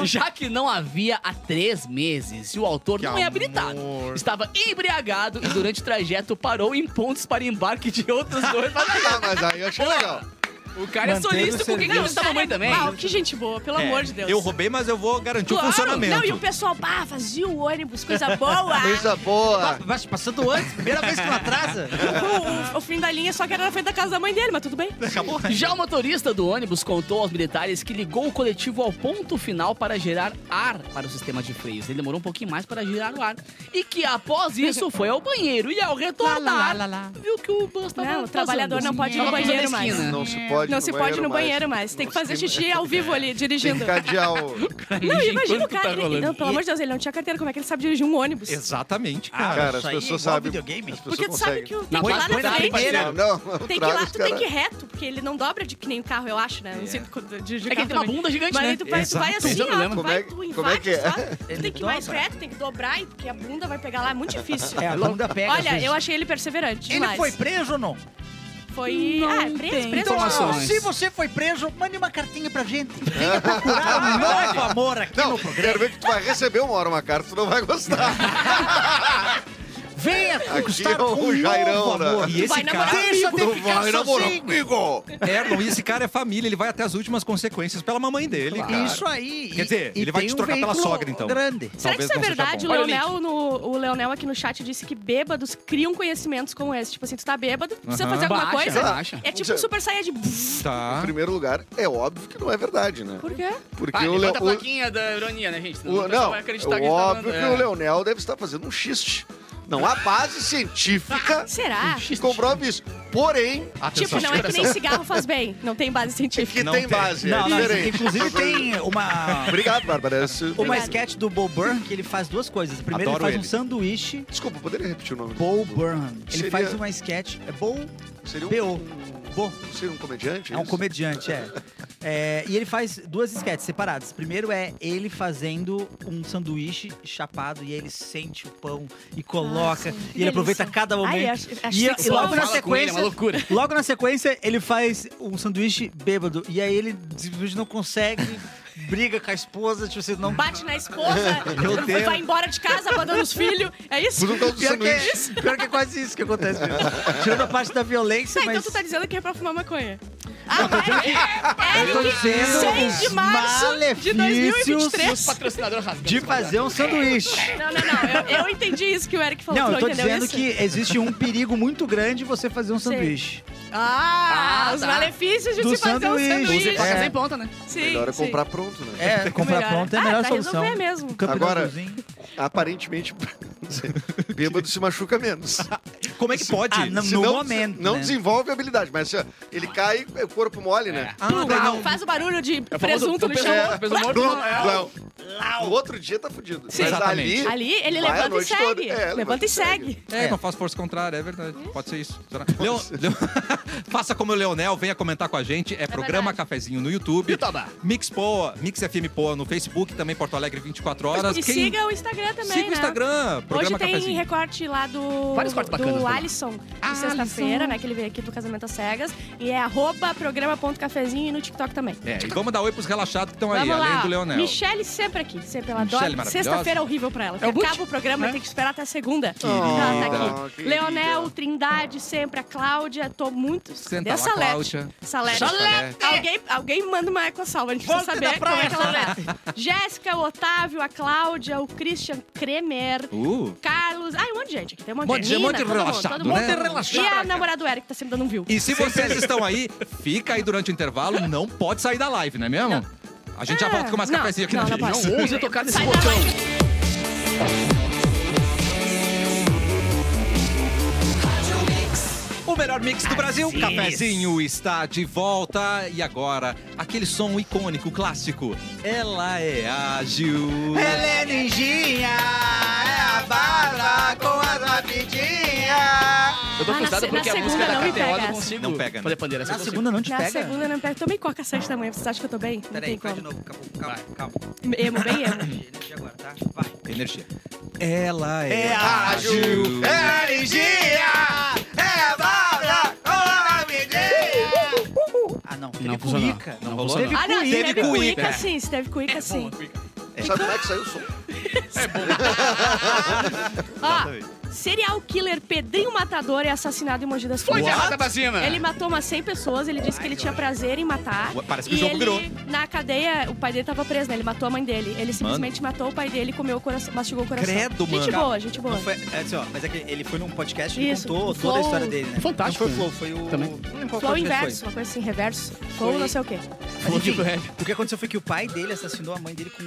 Speaker 6: já que não havia há três meses e o autor
Speaker 1: Que
Speaker 6: não é habilitado.
Speaker 1: amor.
Speaker 6: Estava embriagado e durante o trajeto parou em pontos para embarque de outros dois.
Speaker 3: Ah, mas aí eu achei legal.
Speaker 6: O cara é
Speaker 7: Mantendo
Speaker 6: solícito com quem
Speaker 7: serviço.
Speaker 6: gosta da
Speaker 5: cara,
Speaker 6: mamãe também.
Speaker 5: Uau, que gente boa, pelo amor de Deus.
Speaker 1: Eu roubei, mas eu vou garantir
Speaker 5: Claro.
Speaker 1: o funcionamento.
Speaker 5: Não, e o pessoal, pá, vazio o ônibus, coisa boa.
Speaker 3: Coisa
Speaker 5: Tá
Speaker 3: boa.
Speaker 4: Mas é? passando antes, primeira vez que não atrasa.
Speaker 5: O- o- o fim da linha só que era na frente da casa da mãe dele, mas tudo bem.
Speaker 1: Acabou.
Speaker 6: Já o motorista do ônibus contou aos militares que ligou o coletivo ao ponto final para gerar ar para o sistema de freios. Ele demorou um pouquinho mais para gerar o ar. E que após isso foi ao banheiro e ao retornar,
Speaker 7: Lá, lá, lá, lá.
Speaker 6: viu que o bus tava
Speaker 5: Não, o trabalhador
Speaker 6: vazando.
Speaker 5: não pode ir no
Speaker 6: Tava cruzando
Speaker 5: banheiro
Speaker 6: a
Speaker 5: mais.
Speaker 6: esquina.
Speaker 3: Não se pode
Speaker 5: Não
Speaker 3: ir
Speaker 5: se pode ir no
Speaker 3: mais.
Speaker 5: banheiro mais. Tem que fazer xixi ao vivo ali,
Speaker 3: Tem
Speaker 5: dirigindo.
Speaker 3: que cadear o...
Speaker 5: Não, imagina o
Speaker 6: Enquanto tá
Speaker 5: cara. ele-
Speaker 6: rolando.
Speaker 5: não, pelo amor de Deus, ele não tinha carteira. Como é que ele sabe dirigir um ônibus?
Speaker 1: Exatamente,
Speaker 4: Ah,
Speaker 1: cara.
Speaker 3: Cara,
Speaker 4: isso
Speaker 3: as
Speaker 4: aí é
Speaker 3: pessoas
Speaker 4: igual
Speaker 3: sabem.
Speaker 4: videogame.
Speaker 3: as
Speaker 5: Porque
Speaker 3: pessoas
Speaker 5: tu sabe
Speaker 3: conseguem.
Speaker 5: que o- tem que ir
Speaker 6: Não,
Speaker 5: lá
Speaker 6: põe
Speaker 5: na
Speaker 6: na
Speaker 5: frente.
Speaker 6: primeira.
Speaker 3: Não, não,
Speaker 5: é- Tem que ir lá,
Speaker 3: traga os
Speaker 5: tu tem
Speaker 3: caras.
Speaker 5: que ir reto, porque ele não dobra de que nem um carro, eu acho, né? Não sei de, de, de
Speaker 6: É que ele tem
Speaker 5: carro
Speaker 6: uma
Speaker 5: também.
Speaker 6: bunda gigante,
Speaker 5: Mas
Speaker 6: né?
Speaker 5: aí tu vai, tu vai
Speaker 6: Exato.
Speaker 5: assim,
Speaker 6: Esse é o
Speaker 5: ó,
Speaker 6: problema.
Speaker 5: tu vai,
Speaker 3: Como
Speaker 5: tu
Speaker 3: é que-
Speaker 5: invade,
Speaker 3: como é que é?
Speaker 5: só. Tu tem que ir
Speaker 4: dobra.
Speaker 5: mais reto, tem que dobrar, e- porque a bunda vai pegar lá, é muito difícil.
Speaker 4: É, a bunda pega, às
Speaker 5: Olha,
Speaker 4: vezes.
Speaker 5: eu achei ele perseverante
Speaker 4: Ele
Speaker 5: demais.
Speaker 4: foi preso ou não?
Speaker 5: Foi...
Speaker 6: Não
Speaker 5: ah, é preso,
Speaker 6: tem
Speaker 5: preso.
Speaker 4: Então,
Speaker 5: não.
Speaker 6: informações.
Speaker 4: se você foi preso, mande uma cartinha pra gente. Venha procurar um novo amor aqui
Speaker 3: Não,
Speaker 4: no programa.
Speaker 3: quero ver que tu vai receber uma hora uma carta, tu não vai gostar.
Speaker 4: Venha
Speaker 1: é
Speaker 4: conquistar
Speaker 3: o
Speaker 4: um
Speaker 3: Jairão,
Speaker 4: novo amor.
Speaker 1: E esse
Speaker 5: Vai
Speaker 1: cara.
Speaker 5: namorar
Speaker 4: Deixa de
Speaker 3: Tu
Speaker 4: ficar
Speaker 3: vai namorar
Speaker 4: sozinho.
Speaker 3: comigo.
Speaker 1: Erlon, e esse cara é família, ele vai até as últimas consequências pela mamãe dele. cara.
Speaker 4: Isso aí.
Speaker 1: Quer dizer, ele vai
Speaker 4: tem
Speaker 1: te
Speaker 4: um
Speaker 1: trocar pela
Speaker 4: veículo
Speaker 1: sogra, então.
Speaker 4: grande.
Speaker 5: Será que
Speaker 1: Talvez
Speaker 5: isso é
Speaker 1: não seja
Speaker 5: verdade? O
Speaker 1: bom.
Speaker 6: Olha o link.
Speaker 5: Leonel, no, o Leonel aqui no chat disse que bêbados criam conhecimentos como esse. Tipo assim, tu tá bêbado, precisa
Speaker 1: Aham.
Speaker 5: fazer alguma
Speaker 6: Baixa,
Speaker 5: coisa.
Speaker 6: baixa.
Speaker 5: É tipo um super saiyajin.
Speaker 3: Em
Speaker 1: Tá.
Speaker 3: primeiro lugar, é óbvio que não é verdade, né?
Speaker 5: Por quê?
Speaker 3: Porque
Speaker 6: Ah,
Speaker 3: o, Leo,
Speaker 6: levanta a plaquinha da ironia, né, gente?
Speaker 3: o, o,
Speaker 6: a pessoa
Speaker 3: não,
Speaker 6: vai acreditar que a gente tá
Speaker 3: óbvio que
Speaker 6: falando,
Speaker 3: o
Speaker 6: é.
Speaker 3: Leonel deve estar fazendo um xiste. Não há base científica
Speaker 5: Será?
Speaker 3: que comprove isso. Porém,
Speaker 5: Tipo, não é que nem cigarro faz bem. Não tem base científica.
Speaker 3: que
Speaker 1: Não
Speaker 3: tem
Speaker 1: tem.
Speaker 3: base, é
Speaker 4: Não, não,
Speaker 3: diferente.
Speaker 4: inclusive tem uma...
Speaker 3: Obrigado, Bárbara. Esse-
Speaker 4: Uma
Speaker 5: Obrigado.
Speaker 4: sketch do Bo Burnham que ele faz duas coisas. Primeiro,
Speaker 1: Adoro
Speaker 4: ele faz um
Speaker 1: ele.
Speaker 4: sanduíche.
Speaker 3: Desculpa, poderia repetir o nome?
Speaker 4: Bo Burnham. Ele
Speaker 3: Seria-
Speaker 4: faz uma sketch. É Bo.
Speaker 3: Seria um,
Speaker 4: B.O.. Bo.
Speaker 3: seria um comediante?
Speaker 4: É um
Speaker 3: isso?
Speaker 4: comediante, é. É, E ele faz duas sketches separadas. Primeiro é ele fazendo um sanduíche chapado e aí ele sente o pão e coloca.
Speaker 5: Ah, sim.
Speaker 4: e ele aproveita
Speaker 5: Delícia.
Speaker 4: cada momento.
Speaker 5: Ai, acho, acho
Speaker 4: e, e
Speaker 5: sexual.
Speaker 4: logo na
Speaker 6: Fala com ele, é
Speaker 4: sequência.
Speaker 6: uma loucura.
Speaker 4: Logo na sequência, ele faz um sanduíche bêbado. E aí ele simplesmente não consegue, briga com a esposa, tipo assim, não.
Speaker 5: Bate na esposa,
Speaker 1: Meu Deus.
Speaker 5: vai embora de casa, abandona os filhos. É isso?
Speaker 3: Por um causa do
Speaker 4: Pior que,
Speaker 3: sanduíche.
Speaker 4: é, pior que é quase isso que acontece mesmo. Tirando a parte da violência,
Speaker 5: Tá,
Speaker 4: mas.
Speaker 5: então tu tá dizendo que é pra fumar maconha. Ah, é,
Speaker 4: Eu tô
Speaker 5: Eric,
Speaker 4: dizendo
Speaker 5: 6 de
Speaker 4: os
Speaker 5: março de
Speaker 4: malefícios
Speaker 5: 2023.
Speaker 6: Patrocinador rasgando.
Speaker 4: De fazer um sanduíche.
Speaker 5: Não, não, não. Eu, eu entendi isso que o Eric falou.
Speaker 4: Não,
Speaker 5: tu
Speaker 4: eu tô
Speaker 5: É. entendeu
Speaker 4: dizendo
Speaker 5: isso?
Speaker 4: que existe um perigo muito grande você fazer um
Speaker 5: Sim.
Speaker 4: sanduíche.
Speaker 5: Ah,
Speaker 6: Ah,
Speaker 5: os
Speaker 6: tá.
Speaker 5: malefícios de
Speaker 4: Do
Speaker 5: se fazer um
Speaker 4: sanduíche.
Speaker 6: Você
Speaker 5: sanduíche.
Speaker 6: paga
Speaker 4: É.
Speaker 6: sem ponta, né?
Speaker 5: Sim,
Speaker 3: Melhor é
Speaker 5: sim.
Speaker 3: comprar pronto, né?
Speaker 4: É, comprar
Speaker 5: Melhor.
Speaker 4: pronto é a
Speaker 5: Ah,
Speaker 4: melhor
Speaker 5: tá,
Speaker 4: solução.
Speaker 5: resolver mesmo.
Speaker 4: Campo
Speaker 3: Agora-
Speaker 4: Agora,
Speaker 3: Aparentemente, não sei, bêbado se machuca menos.
Speaker 1: Como é que pode?
Speaker 4: Ah, não-
Speaker 3: Se
Speaker 4: No
Speaker 3: não-
Speaker 4: momento,
Speaker 3: Não
Speaker 4: né?
Speaker 3: desenvolve habilidade, mas assim, ó, ele cai, é o corpo mole, né?
Speaker 4: ah, tá, não.
Speaker 5: Faz o barulho de
Speaker 6: É o famoso
Speaker 5: presunto no
Speaker 6: peso
Speaker 5: chão.
Speaker 6: morto, peso morto.
Speaker 3: No,
Speaker 6: não é.
Speaker 3: no outro dia tá fudido.
Speaker 5: Sim.
Speaker 3: Mas
Speaker 1: Exatamente.
Speaker 3: ali,
Speaker 5: Ali, ele
Speaker 3: vai a
Speaker 5: levanta e
Speaker 3: noite toda.
Speaker 5: segue.
Speaker 3: É, levanta
Speaker 5: levanta
Speaker 3: e
Speaker 5: e segue.
Speaker 1: É, não faço força contrária, é verdade. Pode ser isso. Será? Leo- Leo- Faça como o Leonel, venha comentar com a gente. É, programa
Speaker 5: verdade. Então-
Speaker 1: Cafezinho no YouTube. Mix Poa, Mix FM Poa no Facebook, também Porto Alegre 24 horas.
Speaker 5: E
Speaker 1: Quem-
Speaker 5: siga o Instagram também,
Speaker 1: siga o
Speaker 5: né?
Speaker 1: Instagram,
Speaker 5: Hoje
Speaker 1: programa
Speaker 5: tem
Speaker 1: Cafezinho.
Speaker 5: recorte lá do,
Speaker 6: Vários cortes bacanas
Speaker 5: do
Speaker 6: por lá.
Speaker 5: Alisson, de sexta-feira, né? Que ele veio aqui pro Casamento às Cegas. E é arroba programa.cafezinho e no TikTok também.
Speaker 1: É, e vamos dar oi pros relaxados que estão aí,
Speaker 5: Vamos
Speaker 1: além
Speaker 5: lá.
Speaker 1: do Leonel.
Speaker 5: Michelle sempre aqui, sempre. Ela
Speaker 1: Michele
Speaker 5: adora.
Speaker 1: maravilhosa.
Speaker 5: Sexta-feira é horrível pra ela.
Speaker 6: É o Gucci,
Speaker 5: acaba o programa,
Speaker 6: né?
Speaker 5: tem que esperar até a segunda.
Speaker 1: Querida.
Speaker 5: Ela tá
Speaker 3: Ah,
Speaker 5: aqui.
Speaker 3: querida.
Speaker 5: Leonel, Trindade, sempre. A Cláudia, tô muito...
Speaker 1: Senta
Speaker 5: Cadê a
Speaker 1: lá,
Speaker 5: Salete?
Speaker 1: Cláudia.
Speaker 5: Salete.
Speaker 1: Salete!
Speaker 5: Alguém, alguém manda uma eco-salva, a gente precisa
Speaker 4: Volta da
Speaker 5: saber como é que ela
Speaker 4: praia,
Speaker 5: tá. Jéssica, o Otávio, a Cláudia, o Christian Kremer...
Speaker 1: Uh.
Speaker 5: Carlos, ai, um monte de gente aqui. Tem um monte,
Speaker 1: Monte de-
Speaker 5: de gente.
Speaker 1: monte de relaxado,
Speaker 5: todo mundo.
Speaker 1: né? Monte de
Speaker 5: E a namorada do Eric que tá sempre dando um view.
Speaker 1: E se vocês estão aí, fica aí durante o intervalo, não pode sair da live, não é mesmo? A gente já
Speaker 5: Ah,
Speaker 1: volta com mais
Speaker 5: não,
Speaker 1: cafezinho aqui
Speaker 5: não,
Speaker 1: na
Speaker 5: não
Speaker 1: região.
Speaker 5: pode.
Speaker 6: Não ouse tocar nesse
Speaker 5: Sai da
Speaker 6: botão.
Speaker 5: live.
Speaker 1: O melhor mix do Brasil, cafezinho está de volta. E agora, aquele som icônico, clássico. Ela é ágil.
Speaker 4: é ninjinha, é a barra com as rapidinhas.
Speaker 6: Eu tô
Speaker 5: Ah,
Speaker 6: frustrado
Speaker 5: na se-
Speaker 6: porque a
Speaker 5: na
Speaker 6: música da
Speaker 5: segunda não me
Speaker 6: Capitão eu
Speaker 5: pega
Speaker 6: não
Speaker 5: essa.
Speaker 6: consigo
Speaker 1: Não pega, né?
Speaker 6: fazer pandeira. essa
Speaker 4: Na
Speaker 6: eu consigo.
Speaker 4: segunda não te
Speaker 5: Na
Speaker 4: pega?
Speaker 5: segunda, não pega. Tomei coca às sete da manhã. Vocês acham que eu tô bem? Não
Speaker 4: Peraí,
Speaker 5: tem
Speaker 4: faz
Speaker 5: como.
Speaker 4: de novo. Calma, calma, calma.
Speaker 5: Emo, bem emo.
Speaker 4: Energia agora, tá? Vai.
Speaker 1: Energia. Ela é,
Speaker 4: É
Speaker 1: ágil.
Speaker 3: É energia! É barra!
Speaker 4: Ah,
Speaker 6: Não
Speaker 4: não. Teve
Speaker 6: funcionou.
Speaker 4: cuíca.
Speaker 6: Não
Speaker 1: rolou,
Speaker 6: funcionou.
Speaker 1: não.
Speaker 5: Ah, não,
Speaker 1: Teve
Speaker 5: Steve
Speaker 1: cuíca.
Speaker 5: Cuica
Speaker 1: É.
Speaker 5: sim, Steve Cuica sim.
Speaker 3: Sabe como é que saiu o som?
Speaker 5: Ó, Serial killer Pedrinho Matador é assassinado em Mogi das
Speaker 6: Foi
Speaker 5: Cruzes.
Speaker 6: errada a vacina.
Speaker 5: Ele matou umas 100 pessoas, ele disse que ele tinha prazer em matar.
Speaker 1: Ué, parece que
Speaker 5: e
Speaker 1: o jogo
Speaker 5: ele,
Speaker 1: virou.
Speaker 5: Na cadeia, o pai dele tava preso, né? Ele matou a mãe dele. Ele simplesmente matou o pai dele e comeu o coração, mastigou o coração.
Speaker 1: Credo,
Speaker 5: gente
Speaker 1: mano.
Speaker 5: boa, gente boa.
Speaker 4: Não foi, é assim, ó, mas é que ele foi num podcast e
Speaker 5: Isso,
Speaker 4: contou
Speaker 5: o
Speaker 4: toda a
Speaker 5: Flow.
Speaker 4: história dele, né?
Speaker 6: Fantástico,
Speaker 4: Não foi o Flow, foi o...
Speaker 6: Também.
Speaker 4: Não lembro qual
Speaker 5: Flow
Speaker 4: podcast
Speaker 5: inverso, uma coisa assim, reverso.
Speaker 4: Foi-
Speaker 5: Flow não sei o quê.
Speaker 4: Mas, enfim,
Speaker 6: Flow rap.
Speaker 4: o que aconteceu foi que o pai dele assassinou a mãe dele com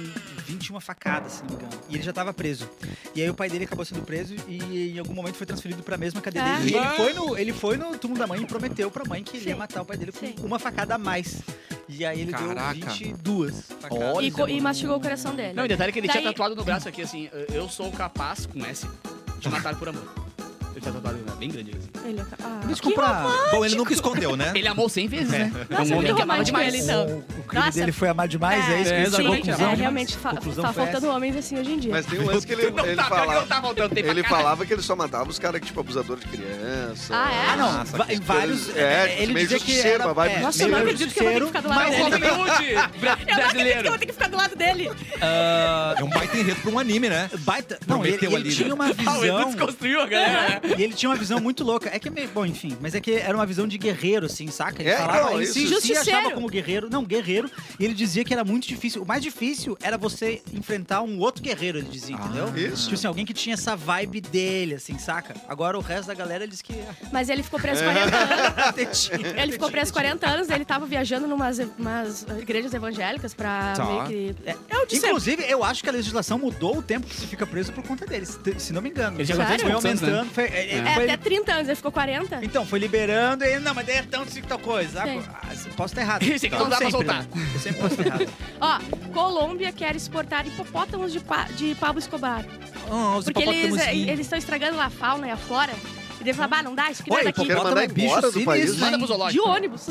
Speaker 4: 21 facadas, se não me engano. E ele já tava preso. E aí o pai dele acabou sendo preso e em algum momento foi transferido pra mesma cadeia
Speaker 5: É.
Speaker 4: dele. E ele foi, no, ele foi no túmulo da mãe e prometeu pra mãe que ele ia
Speaker 5: Sim.
Speaker 4: matar o pai dele com
Speaker 5: Sim.
Speaker 4: uma facada a mais. E aí ele
Speaker 1: Caraca.
Speaker 4: deu 22 facadas.
Speaker 6: Olha,
Speaker 5: E, co- e
Speaker 6: mano.
Speaker 5: mastigou o coração dele.
Speaker 6: Não, e detalhe que ele tinha
Speaker 5: Daí-
Speaker 6: tatuado no braço aqui, assim, eu sou capaz, com S, de matar por amor. Ele tinha tatuado no braço, bem grande. Assim.
Speaker 5: Ele... Ah,
Speaker 4: Deixa eu
Speaker 5: que
Speaker 4: comprar.
Speaker 1: Bom, ele nunca escondeu, né?
Speaker 6: Ele amou 100 vezes, né?
Speaker 5: Nossa,
Speaker 6: é um
Speaker 5: muito
Speaker 6: homem que amava
Speaker 5: romântico
Speaker 6: demais.
Speaker 5: ele, então.
Speaker 4: O crime
Speaker 5: Nossa.
Speaker 4: dele foi amar demais, é, isso?
Speaker 6: É,
Speaker 4: que
Speaker 5: sim,
Speaker 4: ele
Speaker 6: exatamente,
Speaker 4: conclusão,
Speaker 5: é,
Speaker 4: né?
Speaker 5: realmente, fa-
Speaker 4: Conclusão
Speaker 5: tá
Speaker 4: foi
Speaker 5: faltando
Speaker 4: essa.
Speaker 5: homens assim hoje em dia.
Speaker 3: Mas tem um lance que ele,
Speaker 6: Não
Speaker 3: ele
Speaker 6: tá, pior que não
Speaker 3: falava.
Speaker 6: tá voltando, tem pra
Speaker 3: Ele
Speaker 6: caralho.
Speaker 3: falava que ele só matava os caras, tipo, abusador de criança.
Speaker 5: Ah, é?
Speaker 4: Ah, não,
Speaker 1: Nossa,
Speaker 4: va-
Speaker 1: que
Speaker 4: em vários.
Speaker 3: coisa- é,
Speaker 4: ele
Speaker 3: meio
Speaker 4: dizia que
Speaker 3: justiceiro,
Speaker 4: era,
Speaker 3: vai
Speaker 4: é,
Speaker 5: Nossa, eu não
Speaker 4: meio
Speaker 5: acredito que eu vou ter que ficar do lado
Speaker 6: Mas
Speaker 5: dele.
Speaker 6: Hollywood bra-
Speaker 5: Eu não acredito que eu
Speaker 6: brasileiro.
Speaker 5: vou ter que ficar do lado dele.
Speaker 1: É um baita enredo pra um anime, né?
Speaker 4: Baita. Não, ele,
Speaker 1: Prometeu
Speaker 4: ele
Speaker 1: ali, né?
Speaker 4: tinha uma
Speaker 6: Ah, o Edu
Speaker 4: visão.
Speaker 6: desconstruiu a galera, né?
Speaker 4: E ele tinha uma visão muito louca. É que é meio. Bom, enfim. Mas é que era uma visão de guerreiro, assim, saca? Ele
Speaker 3: É,
Speaker 4: falava,
Speaker 3: não,
Speaker 4: ele
Speaker 3: isso.
Speaker 4: se, se
Speaker 5: Justiceiro.
Speaker 4: achava como guerreiro. Não, guerreiro. E ele dizia que era muito difícil. O mais difícil era você enfrentar um outro guerreiro, ele dizia, entendeu?
Speaker 3: isso.
Speaker 4: Tipo assim, alguém que tinha essa vibe dele, assim, saca? Agora o resto da galera diz que.
Speaker 5: Mas ele ficou
Speaker 4: É.
Speaker 5: preso 40 anos. Ele
Speaker 4: ele
Speaker 5: ficou preso 40 anos, ele tava viajando numas umas igrejas evangélicas pra
Speaker 1: Tá.
Speaker 5: meio que.
Speaker 4: É.
Speaker 5: Eu disse.
Speaker 4: Inclusive, eu acho que a legislação mudou o tempo que se fica preso por conta dele, se se não me engano.
Speaker 6: Ele já
Speaker 5: Sério?
Speaker 4: foi
Speaker 6: quantos anos, né?
Speaker 4: aumentando, foi, ele-
Speaker 5: É,
Speaker 4: foi-
Speaker 5: até 30 anos, ele ficou 40?
Speaker 4: Então, foi liberando e ele, não, mas daí é tanto assim que tal coisa. Ah,
Speaker 5: Sim.
Speaker 4: ah, posso estar errado.
Speaker 6: Esse aqui não
Speaker 4: Como
Speaker 6: dá pra
Speaker 4: sempre,
Speaker 6: soltar.
Speaker 4: né? Eu sempre posso estar errado.
Speaker 5: Ó, Colômbia quer exportar hipopótamos de, pa de Pablo Escobar.
Speaker 1: Ah, os
Speaker 5: Porque eles
Speaker 1: hipopótamos-
Speaker 5: eles estão estragando lá a fauna e a flora. E eles
Speaker 3: Hum.
Speaker 5: falaram, ah, não dá, isso que
Speaker 4: Olha,
Speaker 5: daqui.
Speaker 3: quero
Speaker 4: hipopótamo
Speaker 3: mandar
Speaker 4: é bicho
Speaker 3: embora do país.
Speaker 4: sinistro,
Speaker 6: Manda
Speaker 4: hein?
Speaker 6: pro zoológico.
Speaker 3: né?"
Speaker 5: De ônibus.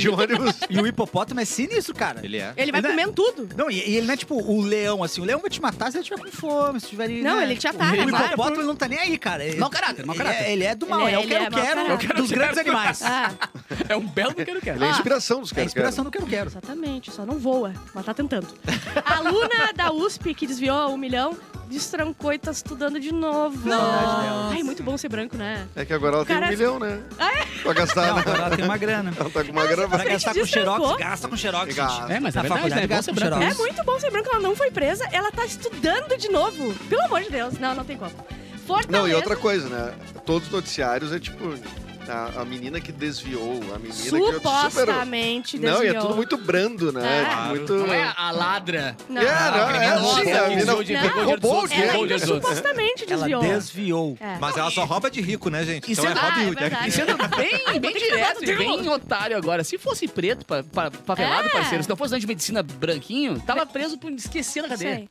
Speaker 3: De ônibus.
Speaker 4: E o hipopótamo é sinistro, cara.
Speaker 1: Ele é.
Speaker 5: Ele vai
Speaker 3: Né?
Speaker 4: Ele é-
Speaker 5: comendo tudo.
Speaker 4: Não, e, e ele não é tipo o leão, assim. O leão vai te matar se ele tiver com fome, se tiver...
Speaker 5: Não,
Speaker 4: né?
Speaker 5: ele te
Speaker 4: Tipo,
Speaker 5: ataca,
Speaker 4: O
Speaker 5: claro.
Speaker 4: hipopótamo ele não tá nem aí, cara. Ele,
Speaker 6: Mau caráter, mau
Speaker 4: ele
Speaker 6: caráter.
Speaker 4: é- Ele é do mal,
Speaker 5: Ele
Speaker 4: ele é
Speaker 5: é-
Speaker 4: o
Speaker 5: ele é mau
Speaker 4: quero-quero
Speaker 5: caráter.
Speaker 4: dos grandes animais.
Speaker 5: Ah,
Speaker 6: É um belo que eu quero.
Speaker 3: Ele é a inspiração dos
Speaker 4: É a
Speaker 3: caras. cara.
Speaker 4: inspiração do quero-quero.
Speaker 5: exatamente, só não voa, mas tá tentando. A aluna da USP que desviou um milhão destrancou e tá estudando de novo.
Speaker 4: Saudade dela.
Speaker 5: Ai, muito bom ser branco, né?
Speaker 3: É que agora ela tem um
Speaker 5: Cara-
Speaker 3: milhão, né? Pra gastar,
Speaker 4: É? Não,
Speaker 3: né?
Speaker 4: agora ela tem uma grana.
Speaker 3: Ela tá com uma grana.
Speaker 4: Pra gastar com
Speaker 5: destrancou.
Speaker 4: xerox, gasta com xerox,
Speaker 3: Gasta.
Speaker 4: gente.
Speaker 6: É, mas é
Speaker 4: Na
Speaker 6: verdade,
Speaker 4: faculdade
Speaker 6: né? É bom
Speaker 4: gasta com
Speaker 6: ser branco.
Speaker 3: Tá.
Speaker 4: xerox.
Speaker 5: É muito bom ser branca, ela não foi presa, ela tá estudando de novo. Pelo amor de Deus. Não, não tem como. Fortaleza.
Speaker 3: Não, e outra coisa, né? Todos os noticiários é tipo a, a menina que desviou, a menina que superou.
Speaker 5: Supostamente desviou.
Speaker 3: Não, e é tudo muito brando, né?
Speaker 5: É.
Speaker 3: Tipo, Muito.
Speaker 6: Não é a ladra.
Speaker 5: Não.
Speaker 3: É, não,
Speaker 6: a
Speaker 3: é,
Speaker 6: criminosa
Speaker 3: sim,
Speaker 6: que
Speaker 3: a menina
Speaker 6: usou de-
Speaker 5: Não,
Speaker 6: pegou dinheiro dos
Speaker 3: roubou
Speaker 6: outros,
Speaker 3: o quê?
Speaker 5: Ela
Speaker 6: roubou
Speaker 5: ainda
Speaker 6: dinheiro dos outros.
Speaker 5: supostamente
Speaker 4: Ela
Speaker 5: desviou.
Speaker 4: desviou.
Speaker 5: É.
Speaker 1: Mas ela só rouba de rico, né, gente?
Speaker 6: E
Speaker 1: Então é
Speaker 6: sendo-
Speaker 1: Robin
Speaker 5: Ah, é
Speaker 1: Hood.
Speaker 5: verdade.
Speaker 6: E sendo bem, bem direto e bem otário agora. Se fosse preto, pa- pa- papelado,
Speaker 5: É.
Speaker 6: parceiro, se não fosse estudante de medicina branquinho, tava preso por esquecer na cadeia.
Speaker 5: Sei.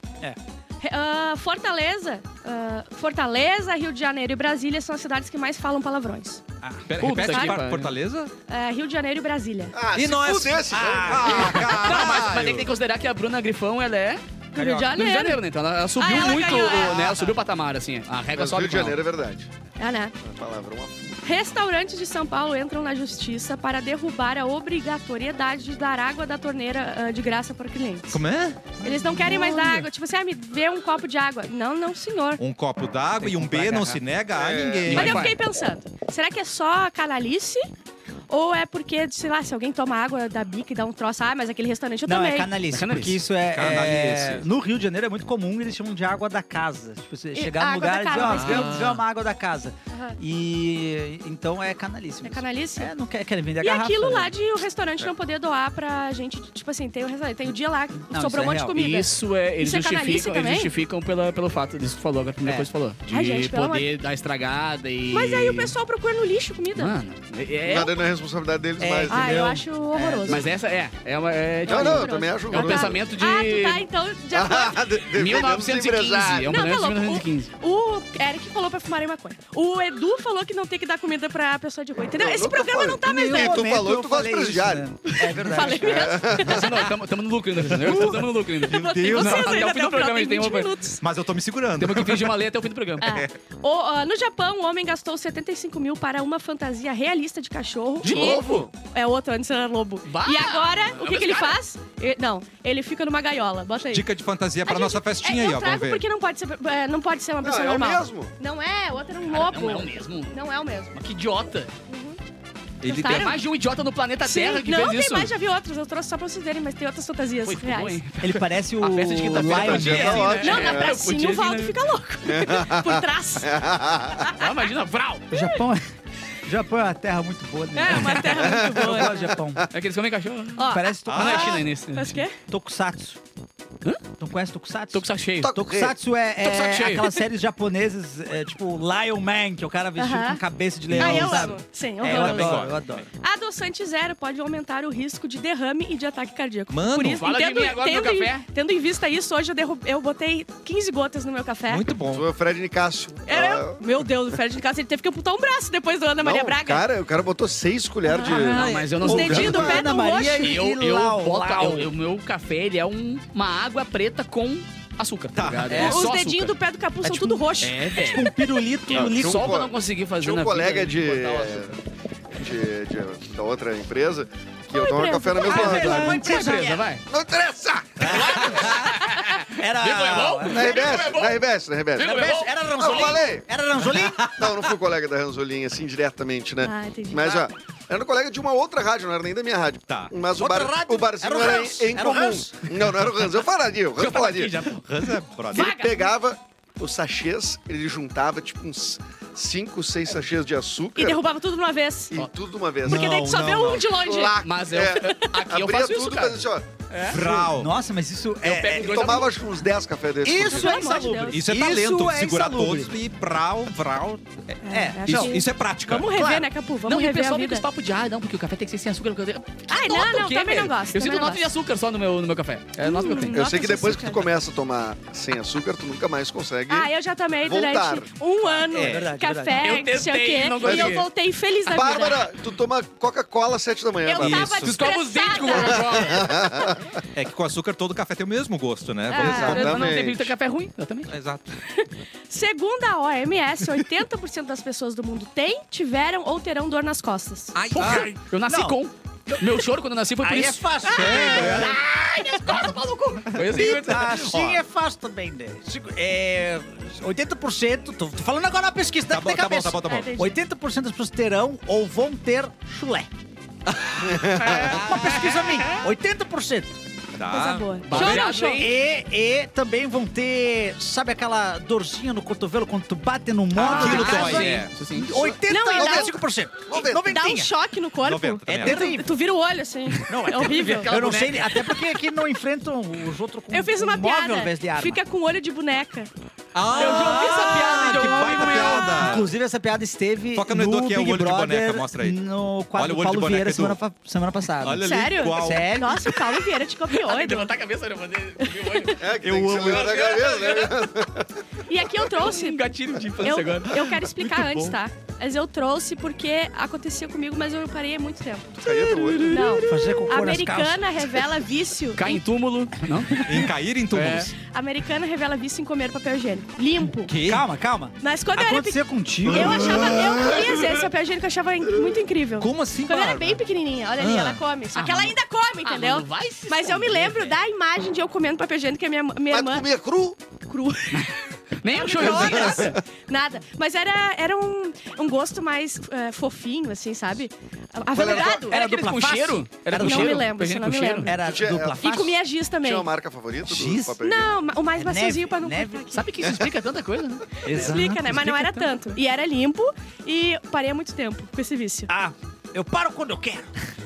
Speaker 5: Re- ah, Fortaleza, ah, Fortaleza, Rio de Janeiro e Brasília são as cidades que mais falam palavrões.
Speaker 1: Ah, pera,
Speaker 6: Puta
Speaker 1: repete
Speaker 6: que
Speaker 1: par-
Speaker 6: pariu.
Speaker 1: Fortaleza?
Speaker 5: É, Rio de Janeiro e Brasília.
Speaker 3: Ah,
Speaker 1: E
Speaker 3: se
Speaker 1: nós-
Speaker 3: fudesse,
Speaker 1: Ah.
Speaker 3: ah, caralho.
Speaker 6: Não, mas, mas é que tem que considerar que a Bruna Grifão, ela é
Speaker 5: Do Rio de
Speaker 6: do Rio de
Speaker 5: Janeiro.
Speaker 6: Janeiro, né? Então ela, ela subiu
Speaker 5: Ah, ela
Speaker 6: muito,
Speaker 5: ganhou,
Speaker 6: o-
Speaker 5: é.
Speaker 6: né? Ela subiu o patamar, assim. A régua
Speaker 3: Mas
Speaker 6: sobe
Speaker 4: um
Speaker 3: Rio de
Speaker 6: com ela.
Speaker 3: Janeiro é verdade.
Speaker 5: É, né?
Speaker 3: A palavra é uma f-
Speaker 5: Restaurantes de São Paulo entram na justiça para derrubar a obrigatoriedade de dar água da torneira ah, de graça para clientes.
Speaker 1: Como é?
Speaker 5: Eles não querem mais dar
Speaker 4: Olha.
Speaker 5: água. Tipo assim, ah, me dê um copo de água. Não, não, senhor.
Speaker 1: Um copo d'água
Speaker 4: Tem
Speaker 1: e um
Speaker 4: que comprar
Speaker 1: B não
Speaker 4: garrafa.
Speaker 1: se nega a
Speaker 3: É.
Speaker 1: ninguém.
Speaker 5: Mas eu
Speaker 6: Vai.
Speaker 5: fiquei pensando, será que é só canalice? Ou é porque, sei lá, se alguém toma água da bica e dá um troço, ah, mas aquele restaurante eu
Speaker 4: Não,
Speaker 5: também.
Speaker 4: é canalice,
Speaker 6: É canalice.
Speaker 4: porque isso é,
Speaker 1: Canalice.
Speaker 4: é- No Rio de Janeiro é muito comum, eles chamam de água da casa. Tipo, você chegar num
Speaker 5: água da
Speaker 4: lugar e dizer,
Speaker 5: casa,
Speaker 4: ó,
Speaker 5: mas
Speaker 4: vê-
Speaker 1: que-
Speaker 4: vê uma água da casa.
Speaker 5: Aham.
Speaker 4: E... Então é canalice
Speaker 5: É
Speaker 4: mesmo.
Speaker 5: canalice?
Speaker 4: É, não quer, querem vender a
Speaker 5: E
Speaker 4: garrafa.
Speaker 5: aquilo
Speaker 4: né?
Speaker 5: lá de o restaurante não poder doar pra gente, tipo assim, tem o restaurante, tem o dia lá, que
Speaker 4: Não, isso é
Speaker 5: sobrou um monte de
Speaker 4: real.
Speaker 5: comida.
Speaker 6: Isso é. Eles
Speaker 5: Isso é canalice
Speaker 6: justificam, eles
Speaker 5: também?
Speaker 6: justificam pela, pelo fato disso que tu falou, agora a primeira
Speaker 4: É.
Speaker 6: coisa que tu falou. De
Speaker 5: Ai, gente, pelo
Speaker 6: poder dar estragada e.
Speaker 5: Mas aí o pessoal tá. procura no lixo comida.
Speaker 6: Mano, é. é-
Speaker 3: Nada não é responsabilidade deles
Speaker 4: É,
Speaker 3: mais.
Speaker 5: ah,
Speaker 4: entendeu?
Speaker 5: eu acho horroroso.
Speaker 6: mas essa é. É uma. É, tipo,
Speaker 3: Não, não, eu também acho
Speaker 6: é um
Speaker 3: horroroso.
Speaker 6: pensamento de.
Speaker 5: Ah, tu tá, então, de acordo.
Speaker 3: Ah, de- defendemos
Speaker 6: 1915.
Speaker 3: empresários.
Speaker 6: É um
Speaker 5: Não,
Speaker 6: pensamento
Speaker 5: tá
Speaker 6: de
Speaker 5: louco.
Speaker 6: 1915.
Speaker 5: O Eric falou pra fumarem maconha. O Edu falou que não tem que dar comida pra pessoa de rua, entendeu?
Speaker 3: Não,
Speaker 5: Esse
Speaker 3: não tô
Speaker 5: programa
Speaker 3: falando.
Speaker 5: não tá
Speaker 4: Em
Speaker 5: mais
Speaker 4: nenhum
Speaker 3: E tu
Speaker 5: dentro.
Speaker 4: momento
Speaker 3: falou
Speaker 4: eu
Speaker 3: que tu faz
Speaker 4: falei isso,
Speaker 3: presidiário.
Speaker 4: né? É verdade.
Speaker 5: Falei mesmo.
Speaker 6: Mas assim, não, tamo, tamo no lucro ainda, entendeu? Tamo no lucro ainda.
Speaker 5: Não, tem
Speaker 1: Deus,
Speaker 5: Uh. vocês
Speaker 1: não.
Speaker 5: ainda
Speaker 6: Até o fim do programa
Speaker 5: tem
Speaker 6: a gente tem
Speaker 5: 20
Speaker 6: uma-
Speaker 5: minutos. É,
Speaker 1: Mas eu tô me segurando.
Speaker 6: Temos que fingir uma lei até o fim do programa.
Speaker 5: Ah. O, ah, no Japão, um homem gastou 75 mil para uma fantasia realista de cachorro.
Speaker 1: De
Speaker 6: De novo?
Speaker 5: É outro, antes era lobo.
Speaker 6: Bah! É
Speaker 5: e agora, o que,
Speaker 6: Mas
Speaker 5: que ele
Speaker 6: cara-
Speaker 5: faz? E- não, ele fica numa gaiola. Bota aí.
Speaker 1: Dica de fantasia
Speaker 5: A
Speaker 1: pra
Speaker 5: gente-
Speaker 1: nossa festinha
Speaker 5: é,
Speaker 1: aí,
Speaker 5: eu
Speaker 1: ó. Vamos
Speaker 5: trago
Speaker 1: ver.
Speaker 5: porque não pode ser, é, não pode ser uma
Speaker 3: Não,
Speaker 5: pessoa
Speaker 3: é o
Speaker 5: normal.
Speaker 3: mesmo.
Speaker 5: Não é, o outro era um
Speaker 6: Cara,
Speaker 5: lobo.
Speaker 6: não é o mesmo.
Speaker 5: Não é o mesmo.
Speaker 6: Mas que idiota.
Speaker 1: Ele
Speaker 5: Cara,
Speaker 6: Tem mais de um idiota no planeta
Speaker 5: Sim,
Speaker 6: Terra que
Speaker 5: não,
Speaker 6: fez
Speaker 5: tem
Speaker 6: isso.
Speaker 5: mais, já vi outros. Eu trouxe só pra vocês verem, mas tem outras fantasias
Speaker 6: Foi, ficou bom,
Speaker 5: reais.
Speaker 6: hein?
Speaker 4: Ele parece o
Speaker 6: A festa de quinta-feira é
Speaker 4: Lion
Speaker 6: pra
Speaker 4: Man.
Speaker 6: gente
Speaker 3: tá ótimo.
Speaker 5: Não, na
Speaker 6: É,
Speaker 5: pracinha
Speaker 6: podia
Speaker 5: o Valdo
Speaker 6: vir, né? É,
Speaker 5: fica louco. Por trás. É,
Speaker 6: Ah, imagina, Vral!
Speaker 4: O Japão, o Japão é uma terra muito boa, né?
Speaker 5: É uma terra muito
Speaker 4: Eu
Speaker 5: boa.
Speaker 4: gosto do Japão.
Speaker 6: É que eles comem cachorro.
Speaker 5: Ó,
Speaker 4: Parece
Speaker 6: Ah, não é China
Speaker 4: Tokusatsu.
Speaker 6: nesse.
Speaker 5: Mas o quê?
Speaker 4: Tokusatsu. Não conhece Tokusatsu?
Speaker 6: Tô com saco cheio.
Speaker 3: Tô-
Speaker 4: Tokusatsu é, é
Speaker 6: Tokusatsu cheio.
Speaker 4: aquelas séries japonesas, é, tipo Lion Man, que é o cara vestido
Speaker 5: Aham.
Speaker 4: com cabeça de leão,
Speaker 5: Ah, eu
Speaker 4: sabe?
Speaker 5: amo. Sim, eu
Speaker 4: É, eu
Speaker 5: amo.
Speaker 1: também gosto.
Speaker 4: adoro, eu adoro.
Speaker 5: Adoçante zero pode aumentar o risco de derrame e de ataque cardíaco.
Speaker 1: Mano,
Speaker 5: Por isso,
Speaker 6: fala de
Speaker 5: tendo,
Speaker 6: mim agora,
Speaker 5: tendo,
Speaker 6: meu
Speaker 5: em-
Speaker 6: café.
Speaker 5: tendo em vista isso, hoje eu, derru- eu botei 15 gotas no meu café.
Speaker 1: Muito bom.
Speaker 3: Sou o Fred Nicásio. Ah,
Speaker 5: Era, meu Deus, o Fred de casa ele teve que amputar um braço depois do É, né? Ana Maria
Speaker 3: Não,
Speaker 5: Braga.
Speaker 3: Cara, o cara botou seis colheres de.
Speaker 5: Ah,
Speaker 6: Não, mas eu não
Speaker 5: Os
Speaker 6: sou
Speaker 5: dedinhos do
Speaker 4: Ana
Speaker 5: pé tão
Speaker 4: Maria
Speaker 5: roxo.
Speaker 4: e-
Speaker 6: Eu, eu
Speaker 4: Lau,
Speaker 6: boto.
Speaker 4: lau.
Speaker 6: eu- O meu café, ele é um- uma água preta com açúcar.
Speaker 1: Tá.
Speaker 6: ligado?
Speaker 4: É,
Speaker 5: Os
Speaker 6: só
Speaker 5: dedinhos do
Speaker 6: açúcar.
Speaker 5: pé do capuz
Speaker 4: É
Speaker 5: são
Speaker 4: tipo
Speaker 5: tudo roxo.
Speaker 6: É, velho.
Speaker 4: Um pirulito,
Speaker 3: Não,
Speaker 4: li-
Speaker 3: tinha um
Speaker 6: Só
Speaker 3: co-
Speaker 6: quando eu consegui fazer
Speaker 3: Tinha
Speaker 6: na
Speaker 3: um
Speaker 6: vida,
Speaker 3: colega de,
Speaker 6: botar o açúcar.
Speaker 3: de, de- da outra empresa que eu
Speaker 5: Qual
Speaker 3: tomava
Speaker 5: empresa?
Speaker 3: café na
Speaker 5: Qual
Speaker 6: Ah,
Speaker 3: mesma
Speaker 4: empresa? Qual
Speaker 3: hora.
Speaker 5: um
Speaker 6: Põe pra
Speaker 4: Tinha
Speaker 6: empresa, vai.
Speaker 3: Não interessa!
Speaker 4: era...
Speaker 6: Vivo é bom?
Speaker 3: Na RBS, na RBS, na RBS.
Speaker 6: Vivo é bom?
Speaker 4: Era
Speaker 3: Eu
Speaker 4: Ranzolim?
Speaker 3: falei!
Speaker 4: Era Ranzolim?
Speaker 3: Não, não fui colega da Ranzolinha, assim, diretamente, né?
Speaker 5: Ah, entendi.
Speaker 3: Mas, ó, era um colega de uma outra rádio, não era nem da minha rádio.
Speaker 1: Tá.
Speaker 3: Mas o,
Speaker 4: Outra
Speaker 3: bar,
Speaker 4: rádio?
Speaker 3: o barzinho
Speaker 4: Era o
Speaker 3: era,
Speaker 4: Hans?
Speaker 3: em
Speaker 4: Era o
Speaker 3: comum.
Speaker 4: Hans?
Speaker 3: não, não era o Hans, eu falaria, o Hans falaria.
Speaker 1: Hans é brother.
Speaker 3: Ele pegava os sachês, ele juntava, tipo, uns cinco, seis sachês de açúcar
Speaker 5: E derrubava tudo de uma vez.
Speaker 3: e tudo de uma vez.
Speaker 5: Porque daí
Speaker 1: Não,
Speaker 5: tu só
Speaker 1: não,
Speaker 5: vê
Speaker 1: não.
Speaker 5: um de longe.
Speaker 3: Lá, é.
Speaker 6: Mas eu- aqui eu
Speaker 3: abria
Speaker 6: faço
Speaker 3: tudo,
Speaker 6: isso, cara.
Speaker 3: mas assim, ó,
Speaker 1: Vral.
Speaker 4: Nossa, mas isso é...
Speaker 6: pego
Speaker 4: é-
Speaker 3: Eu tomava acho que uns 10 cafés desses. por dia.
Speaker 4: Isso é
Speaker 5: Pelo amor de
Speaker 4: insalubre.
Speaker 5: Deus.
Speaker 1: Isso é talento,
Speaker 4: é
Speaker 1: segurar
Speaker 4: insalubre.
Speaker 1: todos e brau, vral.
Speaker 4: É,
Speaker 5: acho
Speaker 1: Isso,
Speaker 5: que-
Speaker 1: isso é prática.
Speaker 5: Tá Vamos rever,
Speaker 4: Claro.
Speaker 5: né, Capu? Vamos
Speaker 6: Não, e o
Speaker 5: rever a
Speaker 6: pessoal vem com
Speaker 5: vida.
Speaker 6: esse papo de, ah, não, porque o café tem que ser sem açúcar. porque eu tenho-" Que
Speaker 5: Ai, não,
Speaker 6: nota
Speaker 5: não,
Speaker 6: o quê,
Speaker 5: também não
Speaker 6: velho?
Speaker 5: gosto,
Speaker 6: Eu
Speaker 5: também
Speaker 6: sinto
Speaker 5: não
Speaker 6: nota de
Speaker 5: gosto. Hum,
Speaker 6: açúcar só no meu, no meu café. É a nota que eu tenho.
Speaker 3: Eu sei que
Speaker 5: Nossa,
Speaker 3: depois que tu
Speaker 5: açúcar.
Speaker 3: começa a tomar sem açúcar, tu nunca mais consegue.
Speaker 5: Ah, eu já tomei
Speaker 3: Voltar.
Speaker 5: durante um ano
Speaker 1: É
Speaker 4: verdade,
Speaker 5: café,
Speaker 4: verdade.
Speaker 6: Eu
Speaker 5: não sei o
Speaker 6: tentei,
Speaker 5: quê.
Speaker 6: não
Speaker 5: e eu
Speaker 6: consegui.
Speaker 5: voltei feliz da vida.
Speaker 3: Bárbara, tu toma Coca-Cola às 7 da manhã,
Speaker 5: eu
Speaker 3: Bárbara.
Speaker 5: tava
Speaker 1: Isso.
Speaker 6: Tu escova os dentes com o
Speaker 5: desgraçada.
Speaker 6: Coca-Cola.
Speaker 1: É que com açúcar todo café tem o mesmo gosto, né?
Speaker 5: Ah,
Speaker 1: Vamos-
Speaker 6: Mas Não tem
Speaker 3: Exatamente.
Speaker 6: perigo café ruim. Exatamente.
Speaker 1: Exato.
Speaker 5: Segundo a OMS, 80% das pessoas do mundo têm, tiveram ou terão dor nas costas.
Speaker 1: Ai,
Speaker 6: Porra,
Speaker 1: ai.
Speaker 6: eu nasci
Speaker 4: Não.
Speaker 6: com. Meu choro quando eu nasci foi por
Speaker 4: Aí é
Speaker 6: isso.
Speaker 4: fácil.
Speaker 6: Foi assim,
Speaker 4: Ah,
Speaker 6: verdade.
Speaker 4: sim, é fácil também, né? Cinco- É, 80%, tô, tô falando agora na pesquisa,
Speaker 1: Tá
Speaker 4: tá,
Speaker 1: bom, tá bom, tá bom, tá bom.
Speaker 5: É, tem-
Speaker 4: 80% das pessoas terão ou vão ter chulé. Uma pesquisa minha, 80%.
Speaker 5: Coisa
Speaker 4: Ah,
Speaker 1: Tá.
Speaker 5: boa. Show ou não
Speaker 4: um
Speaker 6: Bárbara,
Speaker 5: show?
Speaker 6: hein?
Speaker 4: E, e também vão ter, sabe aquela dorzinha no cotovelo quando tu bate no móvel
Speaker 1: Ah,
Speaker 4: de
Speaker 1: aquilo dói,
Speaker 4: casa?
Speaker 1: é.
Speaker 6: Isso sim.
Speaker 4: 80,
Speaker 5: Não, e dá um-
Speaker 4: 95%.
Speaker 3: Noventa.
Speaker 5: Dá um
Speaker 4: Noventinha.
Speaker 5: choque no corpo.
Speaker 1: 90 também
Speaker 4: É
Speaker 1: acho.
Speaker 4: dentro-
Speaker 5: Tu, tu vira o olho assim.
Speaker 4: Não,
Speaker 5: é horrível.
Speaker 4: Eu não sei, até porque aqui não enfrentam os outros com
Speaker 5: Eu fiz
Speaker 4: com
Speaker 5: uma
Speaker 4: móvel
Speaker 5: piada.
Speaker 4: ao invés de arma.
Speaker 5: Fica com olho de boneca.
Speaker 1: Ah,
Speaker 6: Eu já ouvi essa piada de
Speaker 1: que
Speaker 6: algum
Speaker 1: baita
Speaker 5: né?
Speaker 6: momento.
Speaker 1: piada.
Speaker 4: Inclusive, essa piada esteve
Speaker 1: Foca no
Speaker 4: no,
Speaker 1: Edu aqui, é o
Speaker 4: Big
Speaker 1: olho de
Speaker 4: Brother
Speaker 1: boneca, mostra aí.
Speaker 4: no
Speaker 1: Olha
Speaker 4: quadro
Speaker 1: o
Speaker 4: do
Speaker 1: olho de
Speaker 4: Paulo
Speaker 1: boneca,
Speaker 4: Vieira
Speaker 1: Edu.
Speaker 4: semana, fa- semana passada.
Speaker 1: Olha ali,
Speaker 5: Sério?
Speaker 1: igual.
Speaker 4: Sério?
Speaker 5: Nossa, o Paulo Vieira te copiou,
Speaker 6: Tem que
Speaker 5: Edu.
Speaker 6: levantar a cabeça, olha, fazer um meu
Speaker 5: Tipo,
Speaker 6: olho.
Speaker 3: É, que
Speaker 1: Eu
Speaker 3: tem que se
Speaker 1: amo.
Speaker 3: levantar a cabeça, né?
Speaker 5: E aqui eu trouxe
Speaker 6: Um gatilho de infância
Speaker 5: Eu,
Speaker 6: agora.
Speaker 5: eu quero explicar antes, tá? Mas eu trouxe porque acontecia comigo, mas eu parei há muito tempo.
Speaker 3: Tu caía do olho.
Speaker 5: Não.
Speaker 4: Fazer cocô
Speaker 5: A
Speaker 4: nas calças.
Speaker 5: Americana revela vício.
Speaker 6: Cai em túmulo. Não?
Speaker 1: Em cair em túmulos.
Speaker 5: A Americana revela vício em comer papel higiênico. Limpo.
Speaker 4: Calma, calma.
Speaker 5: Mas quando eu era pequena.
Speaker 4: Aconteceu contigo. né?
Speaker 5: Eu achava. Eu comia esse papel higiênico, eu achava in- muito incrível.
Speaker 1: Como assim,
Speaker 5: Quando eu era
Speaker 1: Bárbara?
Speaker 5: bem pequenininha, olha ali,
Speaker 1: Ah.
Speaker 5: ela come. Só que
Speaker 6: Ah,
Speaker 5: ela
Speaker 6: mano.
Speaker 5: ainda come, entendeu?
Speaker 6: mano, vai se
Speaker 5: Mas eu me
Speaker 6: esconder,
Speaker 5: lembro
Speaker 6: velho.
Speaker 5: da imagem de eu comendo papel higiênico que a minha, minha
Speaker 3: Mas tu
Speaker 5: irmã
Speaker 3: comia cru?
Speaker 5: crua.
Speaker 6: Nem o chorãozinho.
Speaker 5: Drogas! Nada. Mas era, era um, um gosto mais eh, fofinho, assim, sabe? Aveludado.
Speaker 4: Era
Speaker 6: aquele
Speaker 4: dupla
Speaker 6: com
Speaker 4: face?
Speaker 6: cheiro? Era
Speaker 4: Não
Speaker 6: com
Speaker 4: me
Speaker 6: cheiro?
Speaker 5: lembro,
Speaker 6: Pra gente
Speaker 5: não
Speaker 6: com
Speaker 5: me
Speaker 6: cheiro?
Speaker 5: lembro.
Speaker 4: Era
Speaker 3: Tinha-
Speaker 4: dupla
Speaker 5: E
Speaker 4: face.
Speaker 5: comia giz também.
Speaker 3: Tinha uma marca favorita do
Speaker 4: Giz?
Speaker 3: papel higiênico?
Speaker 5: Não, ma- o mais
Speaker 4: É
Speaker 5: maciozinho
Speaker 4: neve,
Speaker 5: pra não
Speaker 4: neve.
Speaker 5: cortar aqui.
Speaker 6: Sabe que isso explica tanta coisa, né?
Speaker 4: Exato.
Speaker 5: Explica, né? Mas não era tanto. E era limpo e parei há muito tempo com esse vício.
Speaker 4: Ah, eu paro quando eu quero.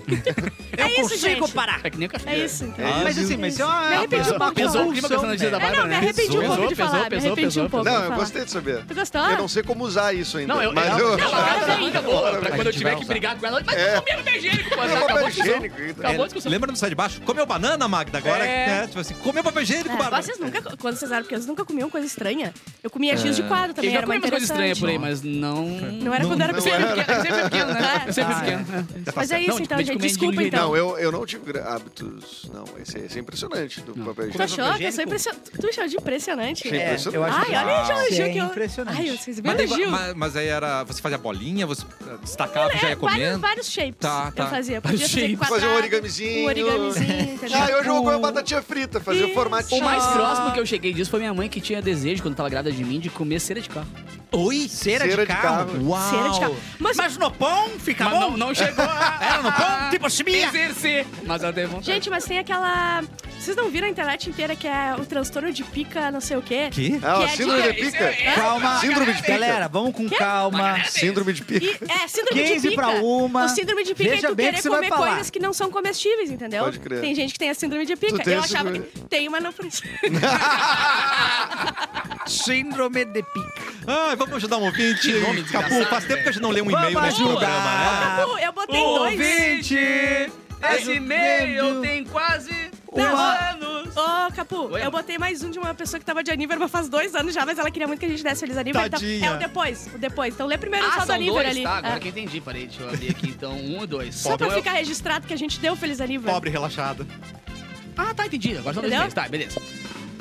Speaker 4: eu
Speaker 5: É isso,
Speaker 4: consigo
Speaker 5: gente.
Speaker 4: parar.
Speaker 6: É que nem o café.
Speaker 5: É isso, entendeu?
Speaker 1: Ah,
Speaker 4: mas assim,
Speaker 1: viu?
Speaker 4: mas isso é uma...
Speaker 5: Me arrependi um
Speaker 6: Pesou,
Speaker 5: pouco de
Speaker 6: pesou o
Speaker 5: falar.
Speaker 6: clima com essa notícia da
Speaker 5: É,
Speaker 6: Bárbara,
Speaker 5: não, me
Speaker 6: né?
Speaker 5: arrependi um
Speaker 1: Pesou,
Speaker 5: pouco de
Speaker 6: pesou,
Speaker 5: falar. Me
Speaker 6: pesou,
Speaker 5: arrependi um
Speaker 6: pesou,
Speaker 5: pouco de
Speaker 3: Não, eu
Speaker 5: falar.
Speaker 3: gostei de saber.
Speaker 5: Tu gostou?
Speaker 3: Eu não sei como usar isso ainda.
Speaker 6: Não, eu...
Speaker 3: mas
Speaker 6: não,
Speaker 3: eu...
Speaker 6: não, agora
Speaker 5: Agora
Speaker 6: vem.
Speaker 5: vem.
Speaker 6: boa. Pra quando eu
Speaker 4: gente vai
Speaker 6: tiver que
Speaker 4: usar.
Speaker 6: brigar com ela, mas
Speaker 3: É.
Speaker 6: não comia papel higiênico. pô,
Speaker 3: É
Speaker 6: Acabou
Speaker 3: papel
Speaker 6: a discussão.
Speaker 3: higiênico.
Speaker 6: Acabou a discussão.
Speaker 1: Lembra no sai de baixo? Comeu banana, Magda, agora?
Speaker 6: É.
Speaker 1: né? Tipo assim, comeu papel higiênico,
Speaker 5: É,
Speaker 1: Bárbara.
Speaker 5: vocês nunca, quando vocês eram pequenos, nunca comiam coisa estranha? Eu comia giz de quadro
Speaker 6: Eu
Speaker 5: também,
Speaker 6: já
Speaker 5: era
Speaker 6: comi
Speaker 5: mais
Speaker 6: umas coisas estranhas
Speaker 5: interessante.
Speaker 6: por aí, mas não...
Speaker 5: Não era quando era
Speaker 3: não
Speaker 5: pequeno.
Speaker 3: era.
Speaker 6: Sempre pequeno, né? Sempre
Speaker 4: Ah, é.
Speaker 6: pequeno. né?
Speaker 5: Mas é
Speaker 1: certo.
Speaker 6: Não,
Speaker 5: isso então,
Speaker 6: tipo, de Médico
Speaker 5: gente. Desculpa,
Speaker 6: mendigo
Speaker 5: então.
Speaker 3: Não, eu, eu não tive gra- hábitos. Não, esse, esse é impressionante do
Speaker 5: Tu
Speaker 3: papel higiênico.
Speaker 5: achou? é que Eu sou
Speaker 4: Higiênico?
Speaker 5: impression... Tu achou de impressionante?
Speaker 3: Sim.
Speaker 4: É, eu acho
Speaker 5: Ai,
Speaker 4: que
Speaker 5: olha aí, já
Speaker 4: isso
Speaker 5: elogio
Speaker 4: é
Speaker 5: que eu...
Speaker 4: impressionante.
Speaker 5: Ai, vocês me
Speaker 1: Mas, daí,
Speaker 5: elogiam.
Speaker 1: mas- mas aí era. Você fazia bolinha, você eh, destacava e já ia
Speaker 5: Vários,
Speaker 1: comendo.
Speaker 5: vários shapes
Speaker 1: Tá, tá.
Speaker 5: eu fazia.
Speaker 6: Vários
Speaker 5: Podia fazer
Speaker 6: shapes.
Speaker 5: quadrado,
Speaker 3: Fazer um origamizinho.
Speaker 5: Um origamizinho, entendeu?
Speaker 3: Ah, hoje eu vou comer batatinha frita, fazer o
Speaker 5: Isso.
Speaker 3: formatinho.
Speaker 6: O mais
Speaker 5: Ah.
Speaker 6: próximo que eu cheguei disso foi minha mãe que tinha desejo, quando tava grávida de mim, de comer cera de carro.
Speaker 4: Oi, cera,
Speaker 3: Cera
Speaker 4: de,
Speaker 3: de
Speaker 4: carro.
Speaker 3: carro.
Speaker 4: Uau.
Speaker 5: Cera de carro.
Speaker 4: Mas,
Speaker 5: Mas-
Speaker 4: no pão fica
Speaker 6: Mas
Speaker 4: bom?
Speaker 6: não, não chegou a...
Speaker 4: Era no pão? Tipo chimia?
Speaker 6: Exercer. Mas ela teve vontade.
Speaker 5: Gente, mas tem aquela... Vocês não viram a internet inteira que é o transtorno de pica não sei o quê?
Speaker 1: Que?
Speaker 3: Ah, ó,
Speaker 5: Que é
Speaker 3: síndrome de
Speaker 5: de-
Speaker 3: pica?
Speaker 4: Calma.
Speaker 3: Síndrome de pica.
Speaker 4: Galera, vamos com calma.
Speaker 3: Síndrome de pica.
Speaker 5: E, é, síndrome
Speaker 4: 15
Speaker 5: de pica.
Speaker 4: pra uma.
Speaker 5: O síndrome de pica
Speaker 4: Veja
Speaker 5: é tu
Speaker 4: bem o
Speaker 5: querer
Speaker 4: que você vai
Speaker 5: comer
Speaker 4: falar.
Speaker 5: coisas que não são comestíveis, entendeu?
Speaker 3: Pode crer.
Speaker 5: Tem gente que tem a síndrome de
Speaker 3: Tu
Speaker 5: pica.
Speaker 3: tem
Speaker 5: Eu
Speaker 3: a
Speaker 5: achava
Speaker 3: síndrome-
Speaker 5: que tem, mas não precisa.
Speaker 4: Síndrome de pica.
Speaker 1: Ai, vamos ajudar um ouvinte. Capu, faz tempo que a gente não lê um e-mail
Speaker 4: Vamos
Speaker 1: nesse programa, né?
Speaker 4: ajudar.
Speaker 5: Pô, eu botei dois.
Speaker 6: Esse e-mail tem quase
Speaker 5: Não,
Speaker 6: um
Speaker 5: ó.
Speaker 6: ano.
Speaker 5: Ô, Capu,
Speaker 6: Oi,
Speaker 5: eu
Speaker 6: amor.
Speaker 5: botei mais um de uma pessoa que tava de aniversário mas faz dois anos já, mas ela queria muito que a gente desse feliz aniversário.
Speaker 1: Tadinha.
Speaker 5: Então, é o depois, o depois. Então lê primeiro só
Speaker 6: Ah,
Speaker 5: do
Speaker 6: são
Speaker 5: aniversário
Speaker 6: dois,
Speaker 5: ali.
Speaker 6: tá? Agora
Speaker 5: É.
Speaker 6: que eu entendi. Parei, deixa eu abrir aqui, então, um e dois.
Speaker 5: Só pra
Speaker 6: Então eu-
Speaker 5: ficar registrado que a gente deu feliz aniversário.
Speaker 1: Pobre relaxada.
Speaker 6: Ah, tá, entendi. Agora são dois
Speaker 5: Entendeu?
Speaker 6: e-mails. Tá, beleza.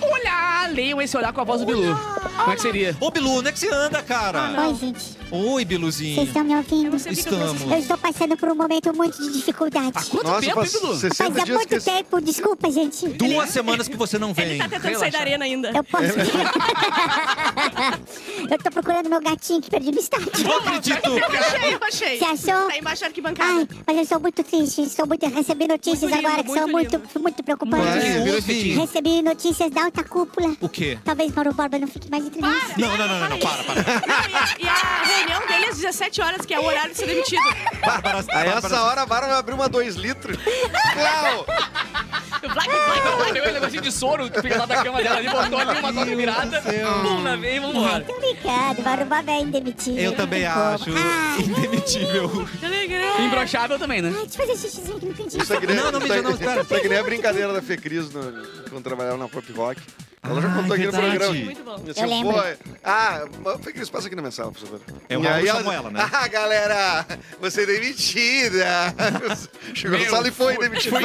Speaker 6: Olá, leiam esse olhar com a voz do Bilu. Como é que seria?
Speaker 1: Ô, Bilu, onde é que você anda, cara?
Speaker 5: Ah, Não.
Speaker 7: Oi, gente.
Speaker 1: Oi,
Speaker 7: Vocês
Speaker 1: Biluzinho.
Speaker 7: estão me
Speaker 5: Eu
Speaker 7: ouvindo?
Speaker 5: não sei o que que eu
Speaker 1: Estamos.
Speaker 5: preciso-
Speaker 7: Eu estou passando por um momento muito de dificuldade.
Speaker 6: Há quanto
Speaker 3: Nossa,
Speaker 6: tempo,
Speaker 3: faz
Speaker 6: hein, Bilu?
Speaker 3: 60
Speaker 7: Faz há
Speaker 3: dias que
Speaker 7: muito
Speaker 3: esse-
Speaker 7: tempo, desculpa, gente.
Speaker 1: Duas semanas que você não
Speaker 5: Ele
Speaker 1: vem.
Speaker 5: tá tentando sair
Speaker 6: Relaxa.
Speaker 5: da arena ainda.
Speaker 7: Eu posso. Eu tô procurando meu gatinho que perdi no estádio.
Speaker 1: Não acredito.
Speaker 5: Achei, eu achei.
Speaker 7: Você achou?
Speaker 5: Tá embaixo da arquibancada.
Speaker 7: Ai, mas eu sou muito triste, estou muito recebi notícias
Speaker 5: Muito lindo,
Speaker 7: agora que são
Speaker 5: muito
Speaker 7: muito, muito preocupantes.
Speaker 1: Mas,
Speaker 3: virou
Speaker 1: ouve.
Speaker 7: Recebi notícias da alta cúpula.
Speaker 1: O quê?
Speaker 7: Talvez Mauro Borba não fique mais entre nós.
Speaker 1: Não, não, não, não, não, para, para.
Speaker 5: Não, e, a, e a reunião dele às 17 horas, que é o horário de ser demitido.
Speaker 1: Bárbara,
Speaker 3: A
Speaker 1: Bárbara-
Speaker 3: essa hora a Vara vai abrir uma 2 litros. Clau!
Speaker 6: Black, Black, Black, pegou um negocinho de soro que fica lá da cama dela ali, botou ali uma toca virada, pum na veia e vambora.
Speaker 7: Muito obrigado, Mauro Borba é indemitível.
Speaker 1: Eu também
Speaker 7: não tem
Speaker 5: Ah.
Speaker 7: como.
Speaker 1: acho
Speaker 7: Ai,
Speaker 1: indemitível.
Speaker 5: Que alegria.
Speaker 6: Imbrochável também, né?
Speaker 7: ai, deixa eu fazer xixizinho aqui no cantinho.
Speaker 3: Isso é que nem,
Speaker 1: Não, não,
Speaker 3: isso
Speaker 1: Mija,
Speaker 3: é-
Speaker 1: não, espera.
Speaker 3: isso é que nem a brincadeira da Fecris no, quando trabalhava na Pop Rock. Ela já
Speaker 1: Ah,
Speaker 3: contou
Speaker 1: é
Speaker 3: aqui no
Speaker 1: verdade.
Speaker 3: programa.
Speaker 5: Muito bom.
Speaker 3: Assim,
Speaker 7: Eu lembro.
Speaker 3: pô, ah, mas Fecris, passa aqui na mensagem, por favor.
Speaker 1: É o
Speaker 3: E aí
Speaker 1: Raul Samuela, né?
Speaker 3: Ah, galera, você é demitida. Chegou na
Speaker 6: Meu,
Speaker 3: sala e foi demitida.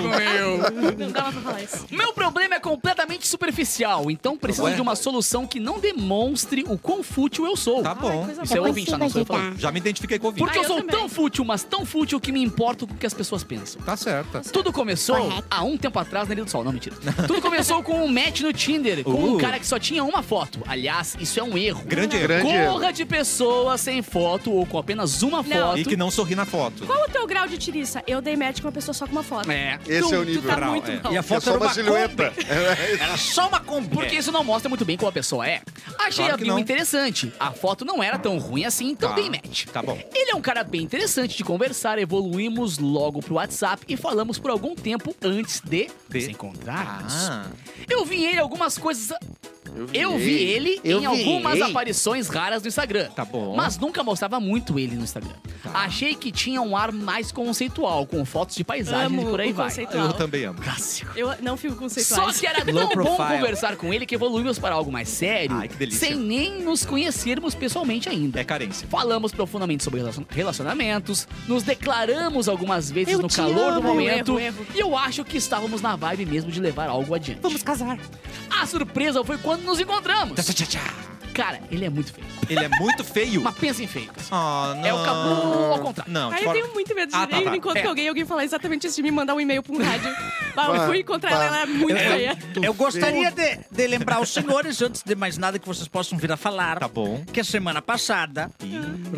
Speaker 6: meu.
Speaker 5: Não dava pra falar isso.
Speaker 6: Meu problema é completamente superficial, então preciso
Speaker 1: Ué?
Speaker 6: de uma solução que não demonstre o quão fútil eu sou.
Speaker 1: Tá bom.
Speaker 5: coisa
Speaker 6: Isso é
Speaker 7: Eu
Speaker 6: o ouvinte, tá? Não sou eu
Speaker 7: consigo
Speaker 6: falando.
Speaker 7: ajudar.
Speaker 1: Já me identifiquei com o ouvinte.
Speaker 6: Porque eu
Speaker 5: Ah, eu
Speaker 6: sou
Speaker 5: também.
Speaker 6: tão fútil, mas tão fútil que me importo com o que as pessoas pensam.
Speaker 1: Tá certa.
Speaker 6: Tudo começou
Speaker 7: Correto.
Speaker 6: há um tempo atrás na Ilha do Sol, não mentira. Tudo começou com um match no Tinder, com um
Speaker 1: Uh.
Speaker 6: cara que só tinha uma foto. Aliás, isso é um erro.
Speaker 1: Grande erro.
Speaker 3: Grande erro.
Speaker 6: Corra de pessoas sem foto ou com apenas uma foto.
Speaker 1: E que não sorri na foto.
Speaker 5: Qual o teu grau de tiriça? Eu dei match com uma pessoa só com uma foto.
Speaker 6: É.
Speaker 3: Esse
Speaker 5: Tu-
Speaker 3: é o nível.
Speaker 5: Tu tá
Speaker 1: Grau,
Speaker 5: muito
Speaker 1: é.
Speaker 5: mal.
Speaker 4: E a
Speaker 3: É
Speaker 4: foto
Speaker 3: só
Speaker 4: era
Speaker 3: uma
Speaker 4: uma
Speaker 3: silhueta.
Speaker 4: Era só uma Kombi.
Speaker 6: Porque isso não mostra muito bem qual a pessoa é. Achei
Speaker 1: É. Claro
Speaker 6: a
Speaker 1: que
Speaker 6: bio
Speaker 1: não.
Speaker 6: interessante. A foto não era tão ruim assim, então
Speaker 1: Tá.
Speaker 6: dei match.
Speaker 1: Tá bom.
Speaker 6: Ele é um cara bem interessante de conversar, evoluímos logo pro WhatsApp e falamos por algum tempo antes de,
Speaker 1: De- Ah.
Speaker 6: se encontrarmos. Eu vi ele algumas coisas. Eu
Speaker 3: vi
Speaker 6: vi ele
Speaker 3: Eu
Speaker 6: em
Speaker 3: vi
Speaker 6: algumas
Speaker 3: ele.
Speaker 6: aparições raras no Instagram.
Speaker 1: Tá bom. Tá.
Speaker 6: Mas nunca mostrava muito ele no Instagram. Achei que tinha um ar mais conceitual, com fotos de paisagens
Speaker 5: Amo
Speaker 6: e por aí
Speaker 5: o
Speaker 6: vai.
Speaker 5: conceitual.
Speaker 1: eu também amo.
Speaker 6: Clássico.
Speaker 5: Eu não fico conceitual.
Speaker 6: Só que era tão bom
Speaker 4: Low profile.
Speaker 6: conversar com ele que evoluímos para algo mais sério,
Speaker 1: Ai, que delícia.
Speaker 6: sem nem nos conhecermos pessoalmente ainda.
Speaker 1: É carência.
Speaker 6: Falamos profundamente sobre relacion- relacionamentos, nos declaramos algumas vezes
Speaker 5: Eu
Speaker 6: no
Speaker 5: te
Speaker 6: calor do
Speaker 5: amo.
Speaker 6: momento,
Speaker 5: Erro, erro.
Speaker 6: e eu acho que estávamos na vibe mesmo de levar algo adiante. Vamos casar. A surpresa foi quando nos encontramos.
Speaker 1: Tchá, tchá, tchá.
Speaker 6: Cara, ele é muito feio.
Speaker 1: Ele é muito feio.
Speaker 6: Mas pensa em feio. cara.
Speaker 1: Ah, não.
Speaker 6: É o cabu ao contrário.
Speaker 1: Não,
Speaker 5: Aí
Speaker 1: de
Speaker 5: eu
Speaker 1: forma-
Speaker 5: tenho muito medo de
Speaker 1: Ah, tá,
Speaker 5: ir
Speaker 1: tá.
Speaker 5: encontro
Speaker 6: É.
Speaker 5: com alguém e alguém falar exatamente isso de me mandar um e-mail pra um rádio. Bah, eu fui encontrar ela, ela era muito feia.
Speaker 4: Eu gostaria de, de lembrar os senhores, antes de mais nada, que vocês possam vir a falar.
Speaker 1: Tá bom.
Speaker 4: Que a semana passada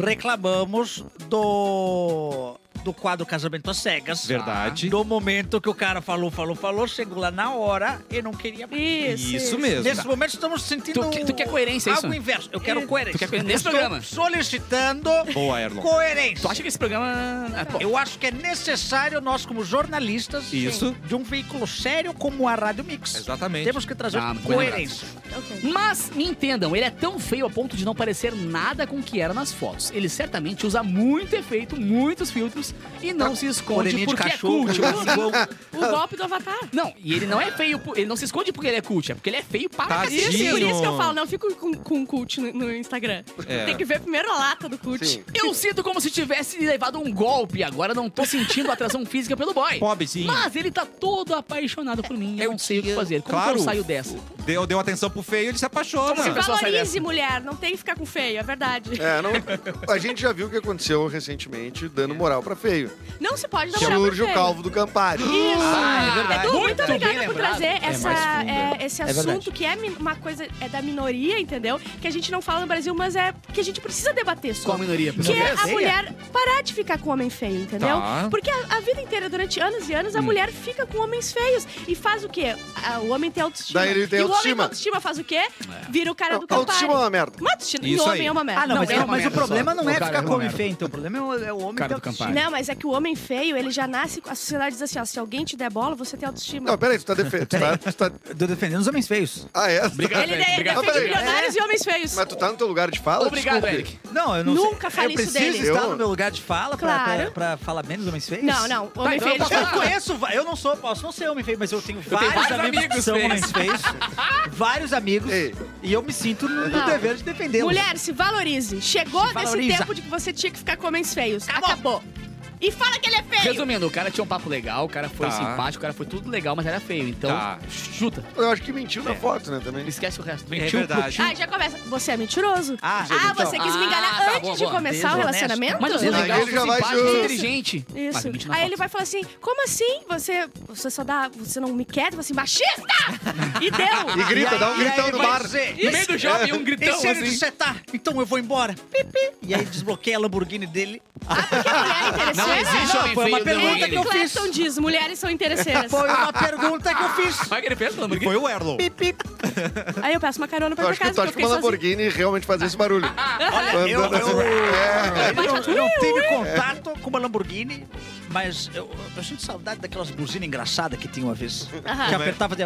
Speaker 4: reclamamos do. do quadro Casamento às Cegas.
Speaker 1: Verdade.
Speaker 4: Do momento que o cara falou, falou, falou, chegou lá na hora e não queria mais.
Speaker 5: Isso.
Speaker 1: Isso mesmo.
Speaker 4: Nesse momento estamos sentindo.
Speaker 6: Tu que- tu quer coerência, é
Speaker 4: algo
Speaker 6: isso?
Speaker 4: inverso. Eu quero coerência.
Speaker 6: Tu quer coerência nesse
Speaker 4: Estou
Speaker 6: programa?
Speaker 4: Solicitando
Speaker 1: Boa, Erlon.
Speaker 4: coerência.
Speaker 6: Tu acha que esse programa. Ah, pô.
Speaker 4: Eu acho que é necessário nós, como jornalistas,
Speaker 1: Isso.
Speaker 4: de um veículo sério como a Rádio Mix,
Speaker 1: Exatamente.
Speaker 4: temos que trazer
Speaker 6: Ah, bem
Speaker 4: coerência.
Speaker 5: Ok.
Speaker 6: Mas me entendam, ele é tão feio a ponto de não parecer nada com o que era nas fotos. Ele certamente usa muito efeito, muitos filtros faz e não se esconde
Speaker 4: orelhinha de
Speaker 6: porque é
Speaker 4: cachorro.
Speaker 6: cult.
Speaker 5: O golpe do Avatar.
Speaker 6: Não, e ele não é feio, por- ele não se esconde porque ele é cult, é porque ele é feio para
Speaker 1: Tá
Speaker 6: cacete.
Speaker 5: Isso,
Speaker 1: Tadinho.
Speaker 5: por isso que eu falo, não fico com, com cult no, no Instagram.
Speaker 1: É.
Speaker 5: Tem que ver primeiro a lata do cult.
Speaker 3: Sim.
Speaker 6: Eu sinto como se tivesse levado um golpe, agora não tô sentindo atração física pelo boy.
Speaker 1: Pobrezinho.
Speaker 6: Mas ele tá todo apaixonado por mim, eu, não sei o que fazer. Como
Speaker 1: Claro.
Speaker 6: que eu saio dessa?
Speaker 1: Deu, deu atenção pro feio, ele se apaixona.
Speaker 6: Como se pessoa sai
Speaker 5: Valorize mulher, não tem que ficar com feio, é verdade.
Speaker 3: É, não, a gente já viu o que aconteceu recentemente dando moral pra feio.
Speaker 5: Não se pode namorar com
Speaker 3: Surge
Speaker 5: feio.
Speaker 3: o calvo do Campari.
Speaker 5: Isso.
Speaker 6: Ah, é verdade.
Speaker 5: Edu, muito,
Speaker 6: Muito bem
Speaker 5: obrigada por
Speaker 6: lembrado.
Speaker 5: trazer essa,
Speaker 8: mais fundo,
Speaker 5: é, esse assunto
Speaker 4: verdade.
Speaker 5: que é min- uma coisa é da minoria, entendeu? Que a gente não fala no Brasil, mas é que a gente precisa debater
Speaker 6: Qual a
Speaker 5: sobre.
Speaker 6: minoria?
Speaker 5: Que é a
Speaker 4: Feia?
Speaker 5: mulher parar de ficar com homem feio, entendeu?
Speaker 1: Tá.
Speaker 5: Porque a, a vida inteira, durante anos e anos, a mulher fica com homens feios. E faz o quê? A- o homem tem autoestima.
Speaker 3: Daí ele tem
Speaker 5: e o homem
Speaker 3: autoestima.
Speaker 5: com autoestima faz o quê? Vira o cara do
Speaker 3: A autoestima é
Speaker 5: Campari.
Speaker 3: uma merda.
Speaker 5: Mas autoestima do
Speaker 1: Isso
Speaker 5: homem
Speaker 1: aí.
Speaker 5: é uma merda.
Speaker 4: Ah, não, mas,
Speaker 5: é
Speaker 4: é-
Speaker 5: uma
Speaker 4: mas o
Speaker 8: merda
Speaker 4: problema
Speaker 8: só.
Speaker 4: não
Speaker 8: O
Speaker 4: é
Speaker 8: cara é
Speaker 4: ficar
Speaker 8: uma
Speaker 4: com homem
Speaker 8: merda.
Speaker 4: feio, então. O problema é o, é o homem
Speaker 8: Cara do
Speaker 4: ter autoestima.
Speaker 8: Campari.
Speaker 5: Não, mas é que o homem feio, ele já nasce. A sociedade diz assim: ó, se alguém te der bola, você tem autoestima.
Speaker 3: Não, peraí, tu tá defendendo. Tá, tu tá...
Speaker 4: Tô defendendo os homens feios.
Speaker 3: Ah, é?
Speaker 8: Obrigado,
Speaker 5: ele
Speaker 8: Eric.
Speaker 5: ele
Speaker 8: Obrigado,
Speaker 5: defende
Speaker 3: Eric.
Speaker 5: milionários e homens feios.
Speaker 3: Mas tu tá no teu lugar de fala?
Speaker 6: Obrigado,
Speaker 3: Desculpe.
Speaker 6: Eric.
Speaker 4: Não, eu não
Speaker 5: Nunca
Speaker 4: sei.
Speaker 5: fale
Speaker 4: Eu
Speaker 5: isso
Speaker 4: preciso
Speaker 5: dele.
Speaker 4: estar
Speaker 3: Eu-
Speaker 4: no meu lugar de fala pra-
Speaker 5: Claro.
Speaker 4: pra, pra falar menos homens feios?
Speaker 5: Não, não.
Speaker 4: Tá,
Speaker 5: Homem
Speaker 4: então
Speaker 5: feio.
Speaker 4: eu, posso-
Speaker 5: ele-
Speaker 4: eu conheço, va- eu não sou, posso não ser homem feio, mas eu tenho vários,
Speaker 6: vários
Speaker 4: amigos, que
Speaker 6: amigos
Speaker 4: são
Speaker 6: feios.
Speaker 4: homens feios. vários amigos.
Speaker 3: Ei.
Speaker 4: E eu me sinto no, no
Speaker 5: Não.
Speaker 4: dever de defendê-los.
Speaker 5: Mulher, se valorize. Chegou
Speaker 4: Se
Speaker 5: desse
Speaker 4: valoriza.
Speaker 5: tempo de que você tinha que ficar com homens feios. Acabou. E fala que ele é feio.
Speaker 6: Resumindo, o cara tinha um papo legal, o cara foi
Speaker 1: Tá.
Speaker 6: simpático, o cara foi tudo legal, mas era feio. Então,
Speaker 1: Tá.
Speaker 6: chuta.
Speaker 3: Eu acho que mentiu na foto, né, também.
Speaker 6: Esquece o resto.
Speaker 1: É verdade.
Speaker 5: Ah, já começa. Você é mentiroso.
Speaker 4: Ah,
Speaker 5: Ah, você
Speaker 6: então.
Speaker 5: quis me enganar
Speaker 6: Ah, tá,
Speaker 5: antes
Speaker 6: boa,
Speaker 5: de
Speaker 6: boa.
Speaker 5: começar o
Speaker 4: Desonesto.
Speaker 5: relacionamento?
Speaker 6: Mas eu sou
Speaker 3: Aí
Speaker 6: legal,
Speaker 3: ele
Speaker 6: sou
Speaker 3: já vai
Speaker 6: simpático, sou
Speaker 3: junto.
Speaker 6: inteligente. Mas
Speaker 5: Isso.
Speaker 6: me mentiu na
Speaker 5: Aí ele
Speaker 6: foto.
Speaker 5: vai falar assim: como assim? Você, você só dá. Você não me quer? Você é machista! E deu!
Speaker 3: E grita, dá um
Speaker 4: E aí
Speaker 3: gritão no
Speaker 4: vai
Speaker 3: bar.
Speaker 4: dizer,
Speaker 6: No meio do shopping, um
Speaker 4: E
Speaker 6: gritão
Speaker 4: se ele
Speaker 6: assim.
Speaker 4: dissetar, então eu vou embora. Pipi. E aí desbloqueia a Lamborghini dele.
Speaker 5: Porque mulher é
Speaker 6: Não
Speaker 5: interesseira.
Speaker 6: existe homem
Speaker 4: foi
Speaker 6: feio,
Speaker 4: uma
Speaker 6: não,
Speaker 4: pergunta
Speaker 5: É,
Speaker 4: que
Speaker 6: ele.
Speaker 5: o
Speaker 4: eu fiz.
Speaker 5: Clapton diz, mulheres são interesseiras.
Speaker 4: Foi uma pergunta que eu fiz.
Speaker 6: Como é que ele fez, pelo amor de
Speaker 1: Foi o Erlon.
Speaker 4: Pipi.
Speaker 5: Aí eu peço uma carona pra
Speaker 3: Eu
Speaker 5: ir pra casa,
Speaker 3: acho que, tu
Speaker 5: porque eu
Speaker 3: acha que
Speaker 5: fiquei
Speaker 3: uma
Speaker 5: sozinha.
Speaker 3: Lamborghini realmente faz esse barulho.
Speaker 4: Olha, eu,
Speaker 3: Andando assim.
Speaker 4: eu-
Speaker 3: É.
Speaker 4: eu não, eu não tive contato com uma Lamborghini, mas eu, eu sinto saudade daquelas buzinas engraçadas que tinha uma vez.
Speaker 5: assim. Ah. é?
Speaker 4: Que apertava de...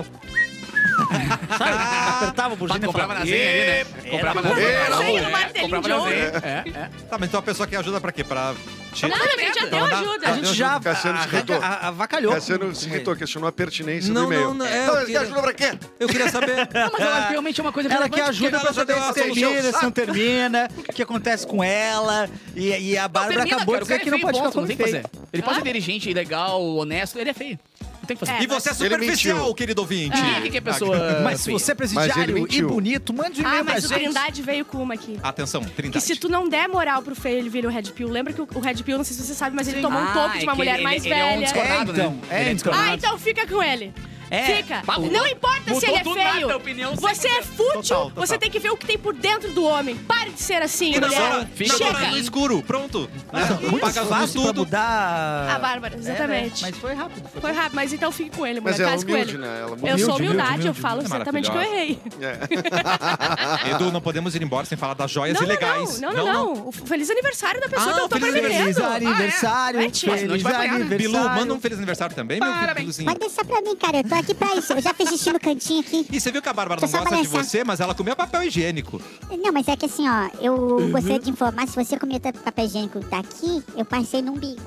Speaker 4: Sabe? Apertava a buzina
Speaker 6: Bah,
Speaker 4: e
Speaker 6: comprava
Speaker 4: falava,
Speaker 6: na zenha ali, né?
Speaker 4: "Ê,
Speaker 6: Comprava na
Speaker 4: era bom."
Speaker 6: zenha.
Speaker 3: Era
Speaker 5: Cheio
Speaker 3: bom,
Speaker 5: no martelinho
Speaker 6: Comprava
Speaker 5: de
Speaker 6: na
Speaker 5: ouro.
Speaker 6: zenha. É, é.
Speaker 1: Tá, mas então a pessoa que ajuda pra quê? Pra. te-
Speaker 5: Não, a gente já deu
Speaker 1: Então dá-
Speaker 5: ajuda.
Speaker 4: A gente já
Speaker 3: Cassiano se irritou.
Speaker 4: a- a- avacalhou.
Speaker 3: Cassiano se irritou, questionou a pertinência
Speaker 1: Não,
Speaker 3: do e-mail.
Speaker 1: não, não, é,
Speaker 3: Então,
Speaker 1: eu
Speaker 3: ele
Speaker 1: queria-
Speaker 3: ajuda pra quê?
Speaker 1: Eu queria saber.
Speaker 6: Não, mas eu acho que realmente é uma coisa
Speaker 4: Ela que
Speaker 6: relevante,
Speaker 4: ajuda
Speaker 1: ela
Speaker 4: pra
Speaker 1: já
Speaker 4: saber
Speaker 1: deu a
Speaker 4: se
Speaker 1: solução,
Speaker 4: termina, se não termina, o que acontece com ela. E, e a Bárbara
Speaker 6: termina,
Speaker 4: acabou
Speaker 6: cara,
Speaker 4: de
Speaker 6: o cara
Speaker 4: dizer
Speaker 6: é
Speaker 4: que não
Speaker 6: feio,
Speaker 4: pode ficar
Speaker 6: ponto,
Speaker 4: com
Speaker 6: não tem
Speaker 4: homem
Speaker 6: que
Speaker 4: feio.
Speaker 6: fazer. Ele pode ser inteligente, legal, honesto, ele é feio. Não tem o que fazer.
Speaker 5: É,
Speaker 1: E você é Ah,
Speaker 5: mas-
Speaker 1: superficial,
Speaker 3: mentiu.
Speaker 1: querido ouvinte.
Speaker 6: O que, que é pessoa
Speaker 4: Mas se
Speaker 6: feia?
Speaker 4: você é
Speaker 3: Mas ele
Speaker 4: presidiário e
Speaker 3: mentiu.
Speaker 4: bonito, mande um
Speaker 5: Ah,
Speaker 4: e-mail pra
Speaker 5: mas o
Speaker 4: gente.
Speaker 5: Trindade veio com uma aqui.
Speaker 1: Atenção, 30.
Speaker 5: Que se tu não der moral pro feio, ele vira o Red Pill. Lembra que o o Red Pill, não sei se você sabe, mas ele tomou um
Speaker 6: Ah,
Speaker 5: topo de
Speaker 6: é
Speaker 5: uma
Speaker 6: que
Speaker 5: mulher
Speaker 6: ele-
Speaker 5: mais
Speaker 6: ele é um
Speaker 5: velha.
Speaker 6: descolado.
Speaker 4: É, então.
Speaker 6: Ele
Speaker 4: É,
Speaker 6: é
Speaker 4: então.
Speaker 5: ah, então fica com ele.
Speaker 4: É.
Speaker 5: Fica.
Speaker 6: Pá, mudou-
Speaker 5: não importa se
Speaker 6: mudou
Speaker 5: ele é
Speaker 6: do nada
Speaker 5: feio.
Speaker 6: a opinião,
Speaker 5: você é fútil.
Speaker 1: Total, total.
Speaker 5: Você tem que ver o que tem por dentro do homem. Pare de ser assim,
Speaker 1: E namora,
Speaker 5: mulher.
Speaker 6: fica-
Speaker 1: namora no
Speaker 5: Chega.
Speaker 1: escuro, pronto. Né?
Speaker 4: É, muito
Speaker 1: Paga luz
Speaker 4: fácil pra
Speaker 1: tudo.
Speaker 4: mudar...
Speaker 5: A Ah, Bárbara, exatamente.
Speaker 6: né?
Speaker 4: É, mas foi rápido.
Speaker 5: Foi rápido, mas então fique com ele, mulher.
Speaker 3: Mas ela é
Speaker 5: Faz com
Speaker 3: humilde,
Speaker 5: ele.
Speaker 3: né? Ela é
Speaker 5: eu
Speaker 3: humilde.
Speaker 1: humilde,
Speaker 5: sou humilde,
Speaker 1: humilde,
Speaker 5: eu falo
Speaker 1: humilde,
Speaker 5: exatamente que eu
Speaker 1: maravilhosa.
Speaker 5: errei.
Speaker 3: É.
Speaker 1: Edu, não podemos ir embora sem falar das joias
Speaker 5: Não, não,
Speaker 1: ilegais.
Speaker 5: Não, não, não, O Feliz aniversário da pessoa
Speaker 1: Ah,
Speaker 5: que eu tô
Speaker 1: feliz
Speaker 5: prometendo.
Speaker 4: Feliz aniversário,
Speaker 5: Ah, é? Vai, tia, senão a gente
Speaker 4: feliz
Speaker 6: vai apanhar, né?
Speaker 4: aniversário.
Speaker 1: Bilu, manda um feliz aniversário também, meu filho. Biluzinho.
Speaker 7: Pode deixar pra mim, cara. Eu tô aqui pra isso. Eu já fiz xixi no cantinho aqui.
Speaker 1: E você viu que a Bárbara não
Speaker 7: Só
Speaker 1: gosta de
Speaker 7: aparece.
Speaker 1: você, mas ela comeu papel higiênico.
Speaker 7: Não, mas é que assim, ó. Eu
Speaker 1: Uhum.
Speaker 7: gostaria de informar. Se você comia tanto papel higiênico daqui, eu passei no umbigo.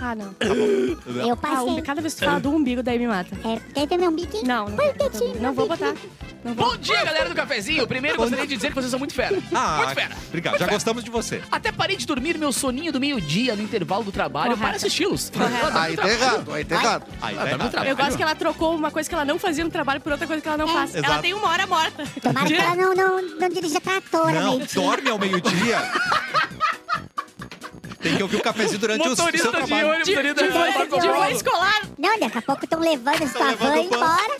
Speaker 5: Ah, não.
Speaker 7: Eu
Speaker 5: Ah,
Speaker 7: passei.
Speaker 5: umbi- cada vez que tu fala do umbigo, daí me mata.
Speaker 7: É, quer ver meu umbigo?
Speaker 5: Não, não.
Speaker 7: Põe o
Speaker 5: quero.
Speaker 7: dedinho,
Speaker 5: Não
Speaker 7: meu
Speaker 5: vou botar.
Speaker 7: dedinho.
Speaker 5: Não vou.
Speaker 6: Bom dia, galera do cafezinho. Primeiro, gostaria de dizer que vocês são muito fera.
Speaker 1: Ah,
Speaker 6: muito fera.
Speaker 1: obrigado. Já gostamos de você.
Speaker 6: Até parei de dormir meu soninho do meio-dia no intervalo do trabalho
Speaker 5: Correto.
Speaker 6: para assisti-los.
Speaker 3: Aí tá errado, aí tá errado.
Speaker 1: Aí,
Speaker 6: Ah,
Speaker 1: tá
Speaker 6: tá
Speaker 1: errado.
Speaker 6: no trabalho.
Speaker 5: Eu gosto que ela trocou uma coisa que ela não fazia no trabalho por outra coisa que ela não faz.
Speaker 1: Exato.
Speaker 5: Ela tem uma hora morta.
Speaker 7: Tomara que ela não, não, não dirija né, trator,
Speaker 1: Não,
Speaker 7: velho.
Speaker 1: dorme ao meio-dia. Tem que ouvir o cafezinho durante o seu
Speaker 6: Motorista de
Speaker 1: trabalho.
Speaker 6: ônibus ali da
Speaker 5: De voo- de voo escolar.
Speaker 7: Não, daqui a pouco estão levando a sua
Speaker 1: levando
Speaker 7: van
Speaker 1: o É van.
Speaker 7: embora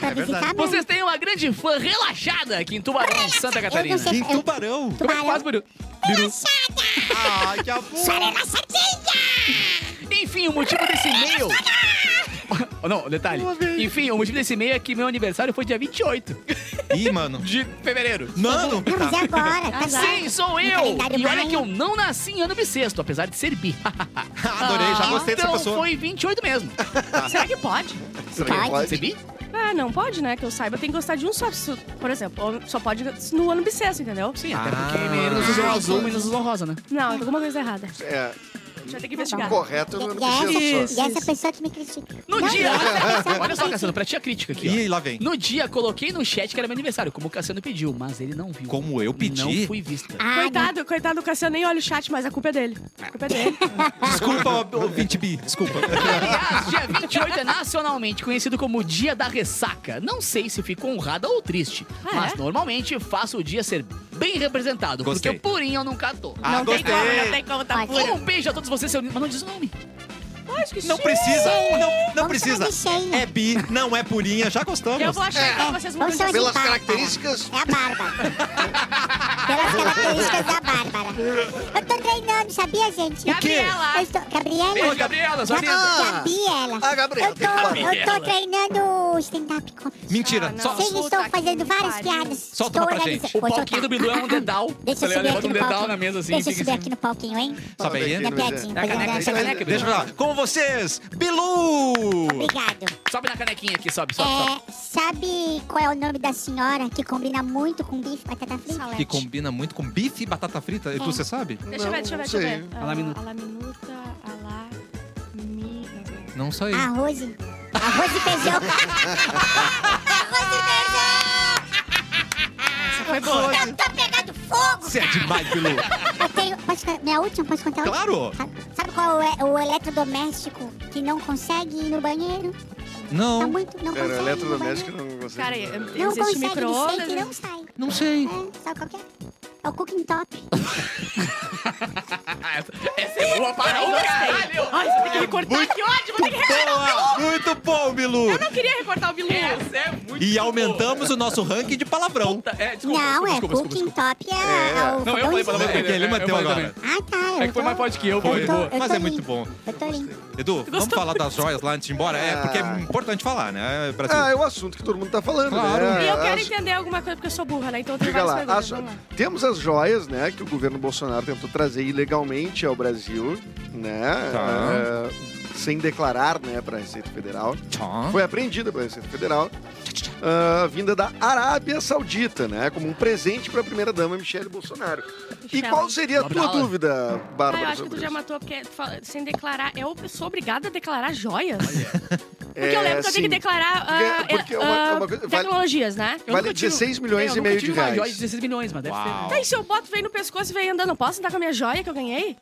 Speaker 7: pra visitar a mãe.
Speaker 5: é
Speaker 6: Vocês têm uma grande fã relaxada aqui em Tubarão, Santa
Speaker 7: Eu
Speaker 6: Catarina.
Speaker 7: não sei.
Speaker 1: Em
Speaker 7: Eu...
Speaker 1: Tubarão.
Speaker 6: Como é que faz, Biru? Biru.
Speaker 1: Ai, que amor.
Speaker 6: Enfim, o motivo desse e-mail. Oh, não, detalhe. Enfim, o motivo desse e-mail é que meu aniversário foi dia 28
Speaker 1: Ih, mano.
Speaker 6: de fevereiro.
Speaker 1: Mano,
Speaker 7: Não, mas é agora. Tá
Speaker 6: Sim,
Speaker 7: certo.
Speaker 6: sou
Speaker 7: No
Speaker 6: eu!
Speaker 7: calendário
Speaker 6: E olha
Speaker 7: maia.
Speaker 6: que eu não nasci em ano bissexto, apesar de ser bi.
Speaker 1: tá, adorei, já gostei
Speaker 6: então
Speaker 1: dessa pessoa.
Speaker 6: foi 28 mesmo.
Speaker 5: Será que pode?
Speaker 3: Será que
Speaker 6: Ser bi?
Speaker 5: Ah, não pode, né? Que eu saiba, tem que gostar de um só. Se- Por exemplo, só pode no ano bissexto, entendeu? Ah.
Speaker 1: Ah.
Speaker 6: um Sim, até porque mineiros usam azul, meninos usam rosa, né?
Speaker 5: Não, alguma coisa errada.
Speaker 3: É.
Speaker 5: gente vai ter que investigar.
Speaker 3: Correto, eu não
Speaker 7: E
Speaker 3: preciso.
Speaker 7: é
Speaker 3: só.
Speaker 7: essa, e é essa pessoa que me critica.
Speaker 6: No
Speaker 7: Não,
Speaker 6: dia.
Speaker 7: e é essa pessoa que
Speaker 6: Olha só, Cassiano,
Speaker 7: me critica.
Speaker 6: pra ti a crítica aqui. ó.
Speaker 1: E lá vem.
Speaker 6: No dia, coloquei no chat que era meu aniversário, como o Cassiano pediu, mas ele não viu.
Speaker 1: Como eu pedi?
Speaker 6: Não fui vista.
Speaker 7: Ah,
Speaker 5: Coitado, coitado do Cassiano, nem olha o chat, mas a culpa é dele. A culpa é dele.
Speaker 1: Desculpa, ouvinte bi, desculpa.
Speaker 6: Aliás, dia 28 é nacionalmente conhecido como Dia da Ressaca. Não sei se fico honrada ou triste,
Speaker 5: Ah, é?
Speaker 6: mas normalmente faço o dia ser bem representado,
Speaker 1: Gostei.
Speaker 6: porque o purinho eu nunca tô.
Speaker 1: Ah,
Speaker 5: não
Speaker 1: gostei.
Speaker 5: tem como, não tem como, tá
Speaker 7: Pode.
Speaker 5: puro.
Speaker 6: Um beijo a todos vocês, seu lindo. Mas não diz o nome.
Speaker 5: Lógico que
Speaker 1: Não
Speaker 5: sim.
Speaker 1: precisa, não, não
Speaker 7: Vamos
Speaker 1: precisa.
Speaker 7: chamar de Sheila.
Speaker 1: É bi, não é purinha, já
Speaker 5: Eu
Speaker 1: gostamos.
Speaker 5: vou achar igual vocês vão
Speaker 7: Vamos
Speaker 5: pensar.
Speaker 7: chamar de
Speaker 3: Pelas
Speaker 7: Bárbara.
Speaker 3: características-
Speaker 7: Tá, É a Bárbara.
Speaker 1: É,
Speaker 7: Pelas características da Bárbara. Eu tô treinando, sabia, gente?
Speaker 5: Gabriela.
Speaker 7: Eu estou... Gabriela?
Speaker 6: Beijo, Gabriela, sua linda.
Speaker 7: Gabriela.
Speaker 3: Ah, Gabriela.
Speaker 7: Eu tô, eu tô treinando stand-up comedy.
Speaker 1: Mentira,
Speaker 5: Ah, não.
Speaker 1: só.
Speaker 7: Sim,
Speaker 5: Puta
Speaker 7: estou
Speaker 5: que
Speaker 7: fazendo várias
Speaker 5: pariu.
Speaker 7: piadas.
Speaker 1: Solta uma
Speaker 7: estou
Speaker 1: pra gente.
Speaker 7: organizando.
Speaker 6: O
Speaker 7: Vou
Speaker 6: palquinho do
Speaker 7: soltar.
Speaker 6: Bidu é um dedal.
Speaker 7: Deixa eu
Speaker 6: Ele
Speaker 7: subir
Speaker 6: levanta
Speaker 7: aqui
Speaker 6: um
Speaker 7: no
Speaker 6: dedal
Speaker 7: palquinho.
Speaker 6: na mesa, assim,
Speaker 7: Deixa eu
Speaker 6: fica
Speaker 7: subir
Speaker 6: assim.
Speaker 7: aqui no palquinho, hein?
Speaker 1: Sabe aí?
Speaker 7: Na piadinha.
Speaker 6: É a caneca, essa caneca, Bidu.
Speaker 1: Deixa eu falar. Com vocês, Bilu!
Speaker 7: Obrigado.
Speaker 6: Sobe na canequinha aqui, sobe, sobe, sobe.
Speaker 7: É, sabe qual é o nome da senhora que combina muito com bife, batata frita?
Speaker 1: Que combina muito com bife e batata frita. Edu, você sabe?
Speaker 5: Deixa eu ver, deixa eu ver, deixa eu
Speaker 3: sei.
Speaker 5: ver.
Speaker 6: A la minuta.
Speaker 5: A la minuta, a la mi- não sei.
Speaker 1: Não sei.
Speaker 7: Arroz. e- Arroz e feijão. Arroz
Speaker 5: Essa foi
Speaker 7: e feijão.
Speaker 5: boa.
Speaker 7: Eu tô Tá, pegando fogo.
Speaker 1: Você é demais, Bilu.
Speaker 7: Eu tenho... Posso... con- Minha última, posso contar outra?
Speaker 1: Claro!
Speaker 7: Sabe- Sabe qual é o eletrodoméstico que não consegue ir no banheiro? Tá
Speaker 6: Hum.
Speaker 1: Não,
Speaker 7: muito... Não
Speaker 3: Pera,
Speaker 7: consegue
Speaker 3: eletrodoméstico
Speaker 7: ir no banheiro.
Speaker 3: não consegue.
Speaker 5: Cara,
Speaker 7: Não
Speaker 5: existe
Speaker 7: consegue, não sei,
Speaker 5: micro-ondas.
Speaker 7: que
Speaker 5: né?
Speaker 7: não sai.
Speaker 1: não sei.
Speaker 7: É, sabe qual que é? É o cooking top.
Speaker 6: Essa é boa para o caralho.
Speaker 5: Ai, você tem que recortar. Que ódio, vou ter que recortar.
Speaker 1: Boa! Muito bom, Bilu!
Speaker 5: Eu não queria recortar o Bilu.
Speaker 6: Essa é muito
Speaker 1: E
Speaker 6: boa.
Speaker 1: aumentamos o nosso ranking de palavrão.
Speaker 6: Puta, É, desculpa,
Speaker 7: não,
Speaker 6: desculpa,
Speaker 7: é
Speaker 6: desculpa,
Speaker 7: cooking
Speaker 6: desculpa, desculpa.
Speaker 7: top. É, é o
Speaker 6: Não, eu
Speaker 7: fogão
Speaker 6: falei
Speaker 7: de
Speaker 6: palavrão.
Speaker 1: É que ele
Speaker 6: eu
Speaker 1: manteu
Speaker 6: falei
Speaker 1: agora.
Speaker 6: também.
Speaker 7: Ah, tá.
Speaker 6: É
Speaker 7: eu
Speaker 6: que foi
Speaker 7: tô-
Speaker 6: mais forte que eu,
Speaker 1: Foi,
Speaker 6: foi boa.
Speaker 7: eu
Speaker 1: mas
Speaker 7: tô
Speaker 1: é muito
Speaker 7: limpa.
Speaker 1: bom.
Speaker 7: Eu tô limpo.
Speaker 5: Ah,
Speaker 1: Edu, vamos falar das joias lá antes de ir embora? É, porque é importante falar, né, Brasil?
Speaker 3: Ah, é o assunto que todo mundo tá falando,
Speaker 1: Claro.
Speaker 3: né?
Speaker 5: E eu quero
Speaker 3: As-
Speaker 5: entender alguma coisa, porque eu sou burra, né? Então eu tenho
Speaker 3: Diga
Speaker 5: várias
Speaker 3: lá,
Speaker 5: perguntas.
Speaker 3: as-
Speaker 5: Vamos lá.
Speaker 3: temos as joias, né, que o governo Bolsonaro tentou trazer ilegalmente ao Brasil, né,
Speaker 1: Tá.
Speaker 3: eh, sem declarar, né, para Receita Federal.
Speaker 1: Tchau.
Speaker 3: Foi apreendida pela Receita Federal, ah, vinda da Arábia Saudita, né, como um presente para a primeira-dama Michele Bolsonaro. E
Speaker 5: Michele.
Speaker 3: qual seria a tua
Speaker 6: Bárbara.
Speaker 3: dúvida,
Speaker 5: Ah, eu
Speaker 3: Bárbara?
Speaker 5: acho que
Speaker 3: sobre
Speaker 5: tu já
Speaker 3: isso?
Speaker 5: matou, porque tu fala- sem declarar. Eu sou obrigada a declarar joias? Porque
Speaker 3: É,
Speaker 5: eu lembro que eu tenho
Speaker 3: sim.
Speaker 5: que declarar ah,
Speaker 3: Porque- porque é
Speaker 5: é,
Speaker 3: uma- é uma
Speaker 5: ah,
Speaker 3: coisa- vale-
Speaker 5: tecnologias, né?
Speaker 6: Eu
Speaker 3: Vale
Speaker 6: nunca tive-
Speaker 3: 16 milhões
Speaker 6: eu
Speaker 3: e
Speaker 6: nunca
Speaker 3: meio de
Speaker 6: tive uma
Speaker 3: reais.
Speaker 6: joia de 16 milhões, mas deve
Speaker 1: Uau.
Speaker 6: ser.
Speaker 5: Aí Tá, se eu boto, vem no pescoço e vem andando, eu posso andar com a minha joia que eu ganhei?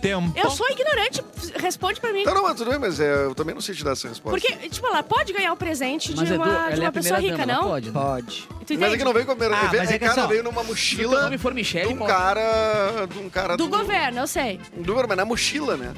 Speaker 1: Tempo.
Speaker 5: Eu sou ignorante, responde pra mim.
Speaker 3: Então não, mas tudo bem, mas eh, eu também não sei te dar essa resposta.
Speaker 5: Porque, tipo, ela pode ganhar o presente
Speaker 6: Mas
Speaker 5: de uma,
Speaker 6: Edu,
Speaker 5: de
Speaker 6: ela é
Speaker 5: uma
Speaker 6: a
Speaker 5: pessoa
Speaker 6: primeira
Speaker 5: rica,
Speaker 6: dama, ela
Speaker 5: não?
Speaker 6: pode. né?
Speaker 4: Pode.
Speaker 5: Tu
Speaker 3: Mas é
Speaker 5: entende?
Speaker 3: que não veio com a primeira.
Speaker 6: Ah,
Speaker 3: veio-
Speaker 6: mas é
Speaker 3: é
Speaker 6: que
Speaker 3: cara
Speaker 6: assim, ó,
Speaker 3: veio numa
Speaker 6: Se o teu
Speaker 3: mochila
Speaker 6: nome for
Speaker 3: de
Speaker 6: Michelle,
Speaker 3: um
Speaker 6: pode.
Speaker 3: cara. De um cara
Speaker 5: Do governo, eu sei.
Speaker 3: Do governo, mas na mochila, né?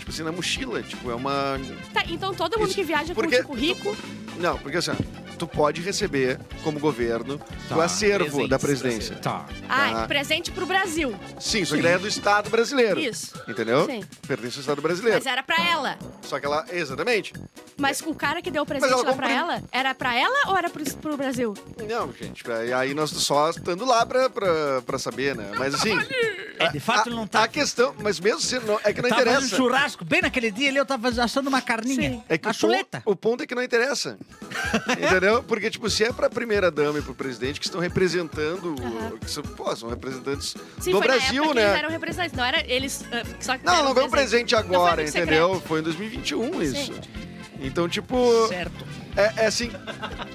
Speaker 3: Tipo assim, na mochila. Tipo, é uma.
Speaker 5: Tá, então todo mundo
Speaker 3: Isso.
Speaker 5: que viaja com
Speaker 3: Porque-
Speaker 5: tipo rico,
Speaker 3: Não, porque assim, ó, tu pode receber, como governo,
Speaker 1: Tá,
Speaker 3: o acervo
Speaker 6: presentes
Speaker 3: da presidência.
Speaker 1: Tá.
Speaker 5: ah,
Speaker 3: Ah.
Speaker 5: presente pro Brasil.
Speaker 3: Sim, só que daí é do Estado brasileiro.
Speaker 5: Isso.
Speaker 3: Entendeu?
Speaker 5: Sim.
Speaker 3: Pertence ao Estado brasileiro.
Speaker 5: Mas é- era pra ela.
Speaker 3: Só que ela. Exatamente.
Speaker 5: Mas o cara que deu o presente
Speaker 3: ela
Speaker 5: lá pra
Speaker 3: compre-
Speaker 5: ela, era pra ela ou era pro, pro Brasil?
Speaker 3: Não, gente. aí- Aí nós só estando lá pra, pra, pra saber, né? Mas assim.
Speaker 4: É, de fato, ele não
Speaker 3: A,
Speaker 4: tá.
Speaker 3: a questão. Mas mesmo se não. É que não
Speaker 4: tava no
Speaker 3: interessa.
Speaker 4: churrasco. Bem naquele dia ali, eu tava assando uma carninha.
Speaker 5: Sim.
Speaker 3: É que
Speaker 4: a
Speaker 3: o, ponto,
Speaker 4: chuleta.
Speaker 3: o ponto é que não interessa. Entendeu? Porque, tipo, se é pra primeira dama e pro presidente que estão representando.
Speaker 5: Aham.
Speaker 3: Que são, pô, são representantes
Speaker 5: Sim,
Speaker 3: do
Speaker 5: foi na
Speaker 3: Brasil,
Speaker 5: época que eles
Speaker 3: né?
Speaker 5: eram representantes. Não era eles. ah, só que
Speaker 3: Não,
Speaker 5: deram
Speaker 3: não ganhou um presente
Speaker 5: Não foi
Speaker 3: agora,
Speaker 5: amigo
Speaker 3: entendeu?
Speaker 5: secreto.
Speaker 3: Foi em 2021 isso.
Speaker 5: Sim.
Speaker 3: Então, tipo,
Speaker 4: Certo.
Speaker 3: é, é assim,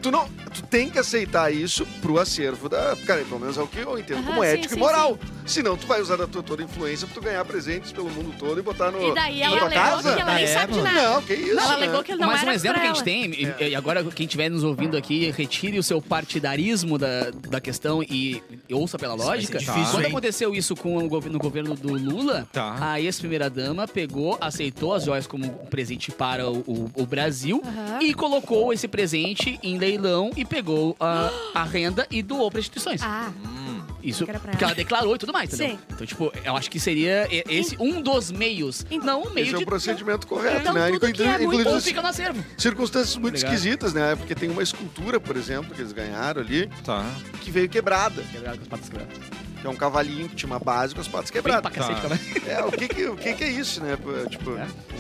Speaker 3: tu não, tu tem que aceitar isso pro acervo da, cara, pelo menos é o que eu entendo
Speaker 5: Aham,
Speaker 3: como
Speaker 5: sim,
Speaker 3: ético
Speaker 5: sim,
Speaker 3: e moral. Senão tu vai usar da tua toda influência pra tu ganhar presentes pelo mundo todo e botar no
Speaker 5: E daí
Speaker 3: na
Speaker 5: ela
Speaker 3: tua
Speaker 5: alegou
Speaker 3: casa?
Speaker 5: que ela nem
Speaker 1: Ah, é,
Speaker 5: sabe de
Speaker 1: mano?
Speaker 5: nada.
Speaker 3: Não, que isso.
Speaker 5: Ela
Speaker 3: né?
Speaker 5: alegou que ele não
Speaker 6: Mas
Speaker 5: era
Speaker 6: um exemplo
Speaker 5: pra
Speaker 6: que a gente
Speaker 5: ela.
Speaker 6: tem, e- e agora quem estiver nos ouvindo aqui, retire o seu partidarismo da, da questão e, e ouça pela
Speaker 4: vai
Speaker 6: lógica.
Speaker 4: ser difícil,
Speaker 6: Quando
Speaker 4: hein?
Speaker 6: aconteceu isso com o gov- no governo do Lula,
Speaker 1: Tá.
Speaker 6: a ex-primeira-dama pegou, aceitou as joias como um presente para o, o- o Brasil
Speaker 5: Aham.
Speaker 6: e colocou esse presente em leilão e pegou a, a renda e doou para instituições.
Speaker 5: Ah,
Speaker 1: Hum,
Speaker 6: Isso,
Speaker 5: que era pra
Speaker 6: porque
Speaker 5: ela.
Speaker 6: ela declarou e tudo mais, entendeu?
Speaker 5: Sim.
Speaker 6: Então, tipo, eu acho que seria e- esse um dos meios,
Speaker 5: Então-
Speaker 6: não um meio
Speaker 3: Esse é
Speaker 6: de...
Speaker 3: o procedimento correto,
Speaker 5: Então,
Speaker 3: né?
Speaker 5: tudo que é muito
Speaker 3: Inclusive,
Speaker 6: Ou fica no acervo.
Speaker 3: circunstâncias muito
Speaker 6: Obrigado.
Speaker 3: esquisitas, né? Porque tem uma escultura, por exemplo, que eles ganharam ali,
Speaker 1: Tá.
Speaker 3: que veio quebrada.
Speaker 6: Quebrado com as patas quebradas.
Speaker 3: que é um cavalinho que tinha uma base com as patas
Speaker 6: Bem
Speaker 3: quebradas.
Speaker 6: pra cacete,
Speaker 1: Tá.
Speaker 6: cara.
Speaker 3: É, o que que, o que que é isso, né? Pô, Tipo,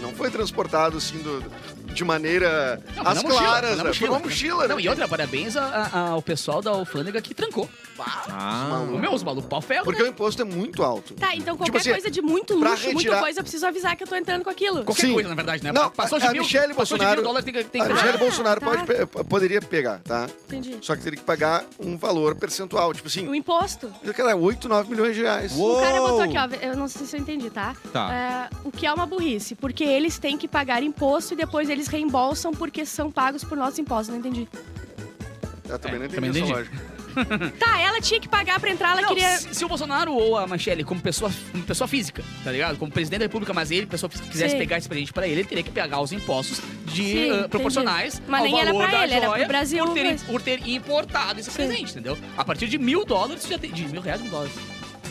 Speaker 3: não foi transportado assim do- de maneira
Speaker 6: Não, foi
Speaker 3: às
Speaker 6: na mochila,
Speaker 3: claras,
Speaker 6: foi na
Speaker 3: né? Foi uma mochila, né?
Speaker 6: Não, e outra, parabéns a- a- ao pessoal da alfândega que trancou.
Speaker 1: Ah,
Speaker 6: O meu, os malucos pau ferro. né?
Speaker 3: Porque o imposto é muito alto.
Speaker 5: Tá, então qualquer
Speaker 3: assim,
Speaker 5: coisa de muito
Speaker 3: pra
Speaker 5: luxo, muita
Speaker 3: retirar-
Speaker 5: coisa, eu preciso avisar que eu tô entrando com aquilo.
Speaker 6: Qualquer
Speaker 3: Sim.
Speaker 6: coisa, na verdade, né?
Speaker 3: Não,
Speaker 6: passou
Speaker 3: a-
Speaker 6: de
Speaker 3: a
Speaker 6: mil,
Speaker 3: Michelle
Speaker 6: passou de
Speaker 3: Bolsonaro-
Speaker 6: mil dólares, tem que... Tem
Speaker 3: A
Speaker 6: que
Speaker 3: Michelle Ah, Bolsonaro
Speaker 5: tá.
Speaker 3: pode, pe- poderia pegar, tá?
Speaker 5: Entendi.
Speaker 3: Só que teria que pagar um valor percentual, tipo assim,
Speaker 5: O imposto.
Speaker 3: cara, 8, 9 milhões de reais.
Speaker 1: Uou!
Speaker 5: O cara botou aqui, ó, eu não sei se eu entendi, tá?
Speaker 1: Tá.
Speaker 5: É, o que é uma burrice, porque eles têm que pagar imposto e depois eles reembolsam porque são pagos por nossos impostos, não entendi.
Speaker 3: Eu Tá, também não entendi
Speaker 6: É, também
Speaker 3: essa
Speaker 6: entendi.
Speaker 3: lógica.
Speaker 5: Tá, ela tinha que pagar pra entrar, ela
Speaker 6: Não,
Speaker 5: queria...
Speaker 6: se, se o Bolsonaro ou a Michelle, como pessoa, como pessoa física, tá ligado? Como presidente da República, mas ele, pessoa física, quisesse
Speaker 5: Sim.
Speaker 6: pegar esse presente pra ele, ele teria que pagar os impostos de
Speaker 5: Sim,
Speaker 6: ah,
Speaker 5: entendi.
Speaker 6: proporcionais
Speaker 5: Mas
Speaker 6: ao
Speaker 5: nem era
Speaker 6: valor
Speaker 5: pra
Speaker 6: da
Speaker 5: ele, era pro
Speaker 6: joia
Speaker 5: Brasil,
Speaker 6: por ter,
Speaker 5: mas-
Speaker 6: por ter importado esse
Speaker 5: Sim.
Speaker 6: presente, entendeu? A partir de mil dólares, você já tem... De mil reais, mil dólares.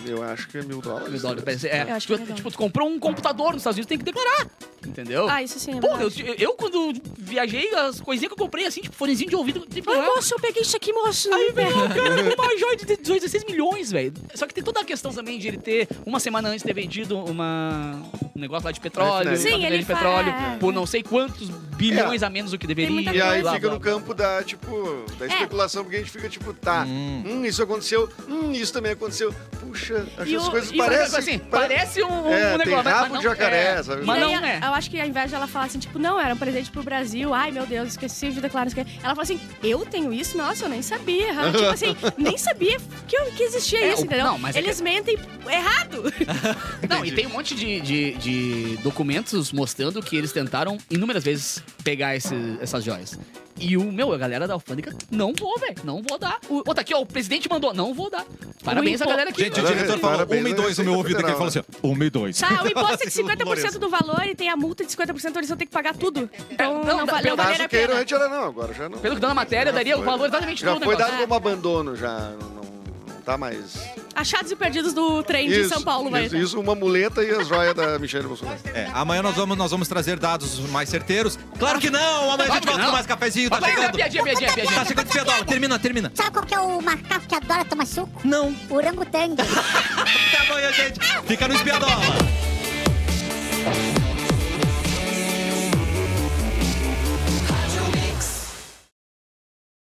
Speaker 3: Eu acho que é mil dólares.
Speaker 6: Mil dólares, parece. É,
Speaker 5: Eu acho que
Speaker 6: tipo,
Speaker 5: é mil
Speaker 6: tipo, tu comprou um computador nos Estados Unidos, tem que declarar, entendeu?
Speaker 5: Ah, isso sim, é
Speaker 6: Porra, eu,
Speaker 5: verdade.
Speaker 6: eu quando viajei, as coisinhas que eu comprei, assim, tipo, fonezinho de ouvido, tem que
Speaker 5: Ai,
Speaker 6: declarar.
Speaker 5: moço, eu peguei isso aqui, moço.
Speaker 6: Aí, velho, o cara era uma joia de 18, 16 milhões, velho. Só que tem toda a questão também de ele ter, uma semana antes, ter vendido uma, um negócio lá de petróleo,
Speaker 3: Sim,
Speaker 6: uma mina
Speaker 5: ele
Speaker 6: de petróleo,
Speaker 5: fa-
Speaker 6: por não sei quantos bilhões a menos do que deveria.
Speaker 5: muita
Speaker 3: É. E aí
Speaker 5: Blá,
Speaker 3: fica no campo da, tipo,
Speaker 5: É.
Speaker 3: da especulação, porque a gente fica, tipo, tá, hum, isso aconteceu, hum, isso também aconteceu. Puxa, acho que
Speaker 5: E
Speaker 3: as
Speaker 5: o-
Speaker 3: coisas
Speaker 5: e o-
Speaker 3: parecem...
Speaker 6: assim,
Speaker 3: pare-
Speaker 6: parece um,
Speaker 3: É,
Speaker 6: um
Speaker 3: tem
Speaker 6: negócio, mas-
Speaker 3: rabo
Speaker 6: mas não
Speaker 3: de jacaré,
Speaker 6: é.
Speaker 3: sabe?
Speaker 6: Mas
Speaker 5: E daí,
Speaker 6: não é.
Speaker 5: Eu acho que ao invés de ela falar assim, tipo, não, era um presente pro Brasil, ai meu Deus, esqueci de declarar isso aqui. Ela falou assim, eu tenho isso? Nossa, eu nem sabia. tipo assim, nem sabia que, eu- que existia
Speaker 6: É,
Speaker 5: isso,
Speaker 6: o-
Speaker 5: entendeu?
Speaker 6: não, mas é
Speaker 5: Eles mentem errado.
Speaker 6: Não, e tem um monte de, de- de documentos mostrando que eles tentaram inúmeras vezes pegar esse- essas joias. E o meu, a galera da alfândega, não vou, velho. Não vou dar. O, outra aqui, ó, o presidente mandou, não vou dar. Parabéns
Speaker 5: O
Speaker 6: à
Speaker 5: impo-
Speaker 6: galera aqui.
Speaker 1: Gente, o
Speaker 3: Parabéns,
Speaker 1: diretor falou
Speaker 3: parabéns,
Speaker 1: 1 e
Speaker 3: não
Speaker 1: 2 no meu
Speaker 3: aceita
Speaker 1: ouvido, que ele
Speaker 3: federal,
Speaker 1: falou assim, 1 e 2.
Speaker 5: Tá, o imposto é de
Speaker 1: Lourenço.
Speaker 5: 50% do valor e tem a multa de 50% eles vão ter que pagar tudo. Então
Speaker 6: não,
Speaker 5: não,
Speaker 6: dá-
Speaker 5: valeu,
Speaker 6: pelo
Speaker 5: valer a
Speaker 3: Caso queira,
Speaker 5: pena.
Speaker 3: antes era não, agora já não.
Speaker 6: Pelo que dá na matéria,
Speaker 3: Já
Speaker 6: daria o
Speaker 3: foi.
Speaker 6: valor exatamente
Speaker 3: Já
Speaker 6: todo o
Speaker 3: foi
Speaker 6: negócio.
Speaker 3: dado como abandono, já não, não- não tá mais...
Speaker 5: Achados e perdidos do trem de São Paulo, vai.
Speaker 3: isso, isso, uma muleta e as joias da Michelle Bolsonaro.
Speaker 1: É, amanhã nós vamos, nós vamos trazer dados mais certeiros. Claro que não! Amanhã a gente
Speaker 6: Claro que
Speaker 1: volta
Speaker 6: não.
Speaker 1: com mais cafezinho, tá
Speaker 6: Vai, vai,
Speaker 1: chegando.
Speaker 6: piadinha, piadinha, piadinha.
Speaker 1: Tá chegando Fedola, termina, termina.
Speaker 7: Sabe qual que é o macaco que adora tomar suco?
Speaker 1: Não.
Speaker 7: Orangotango.
Speaker 1: Até amanhã, gente. Fica no espiadola.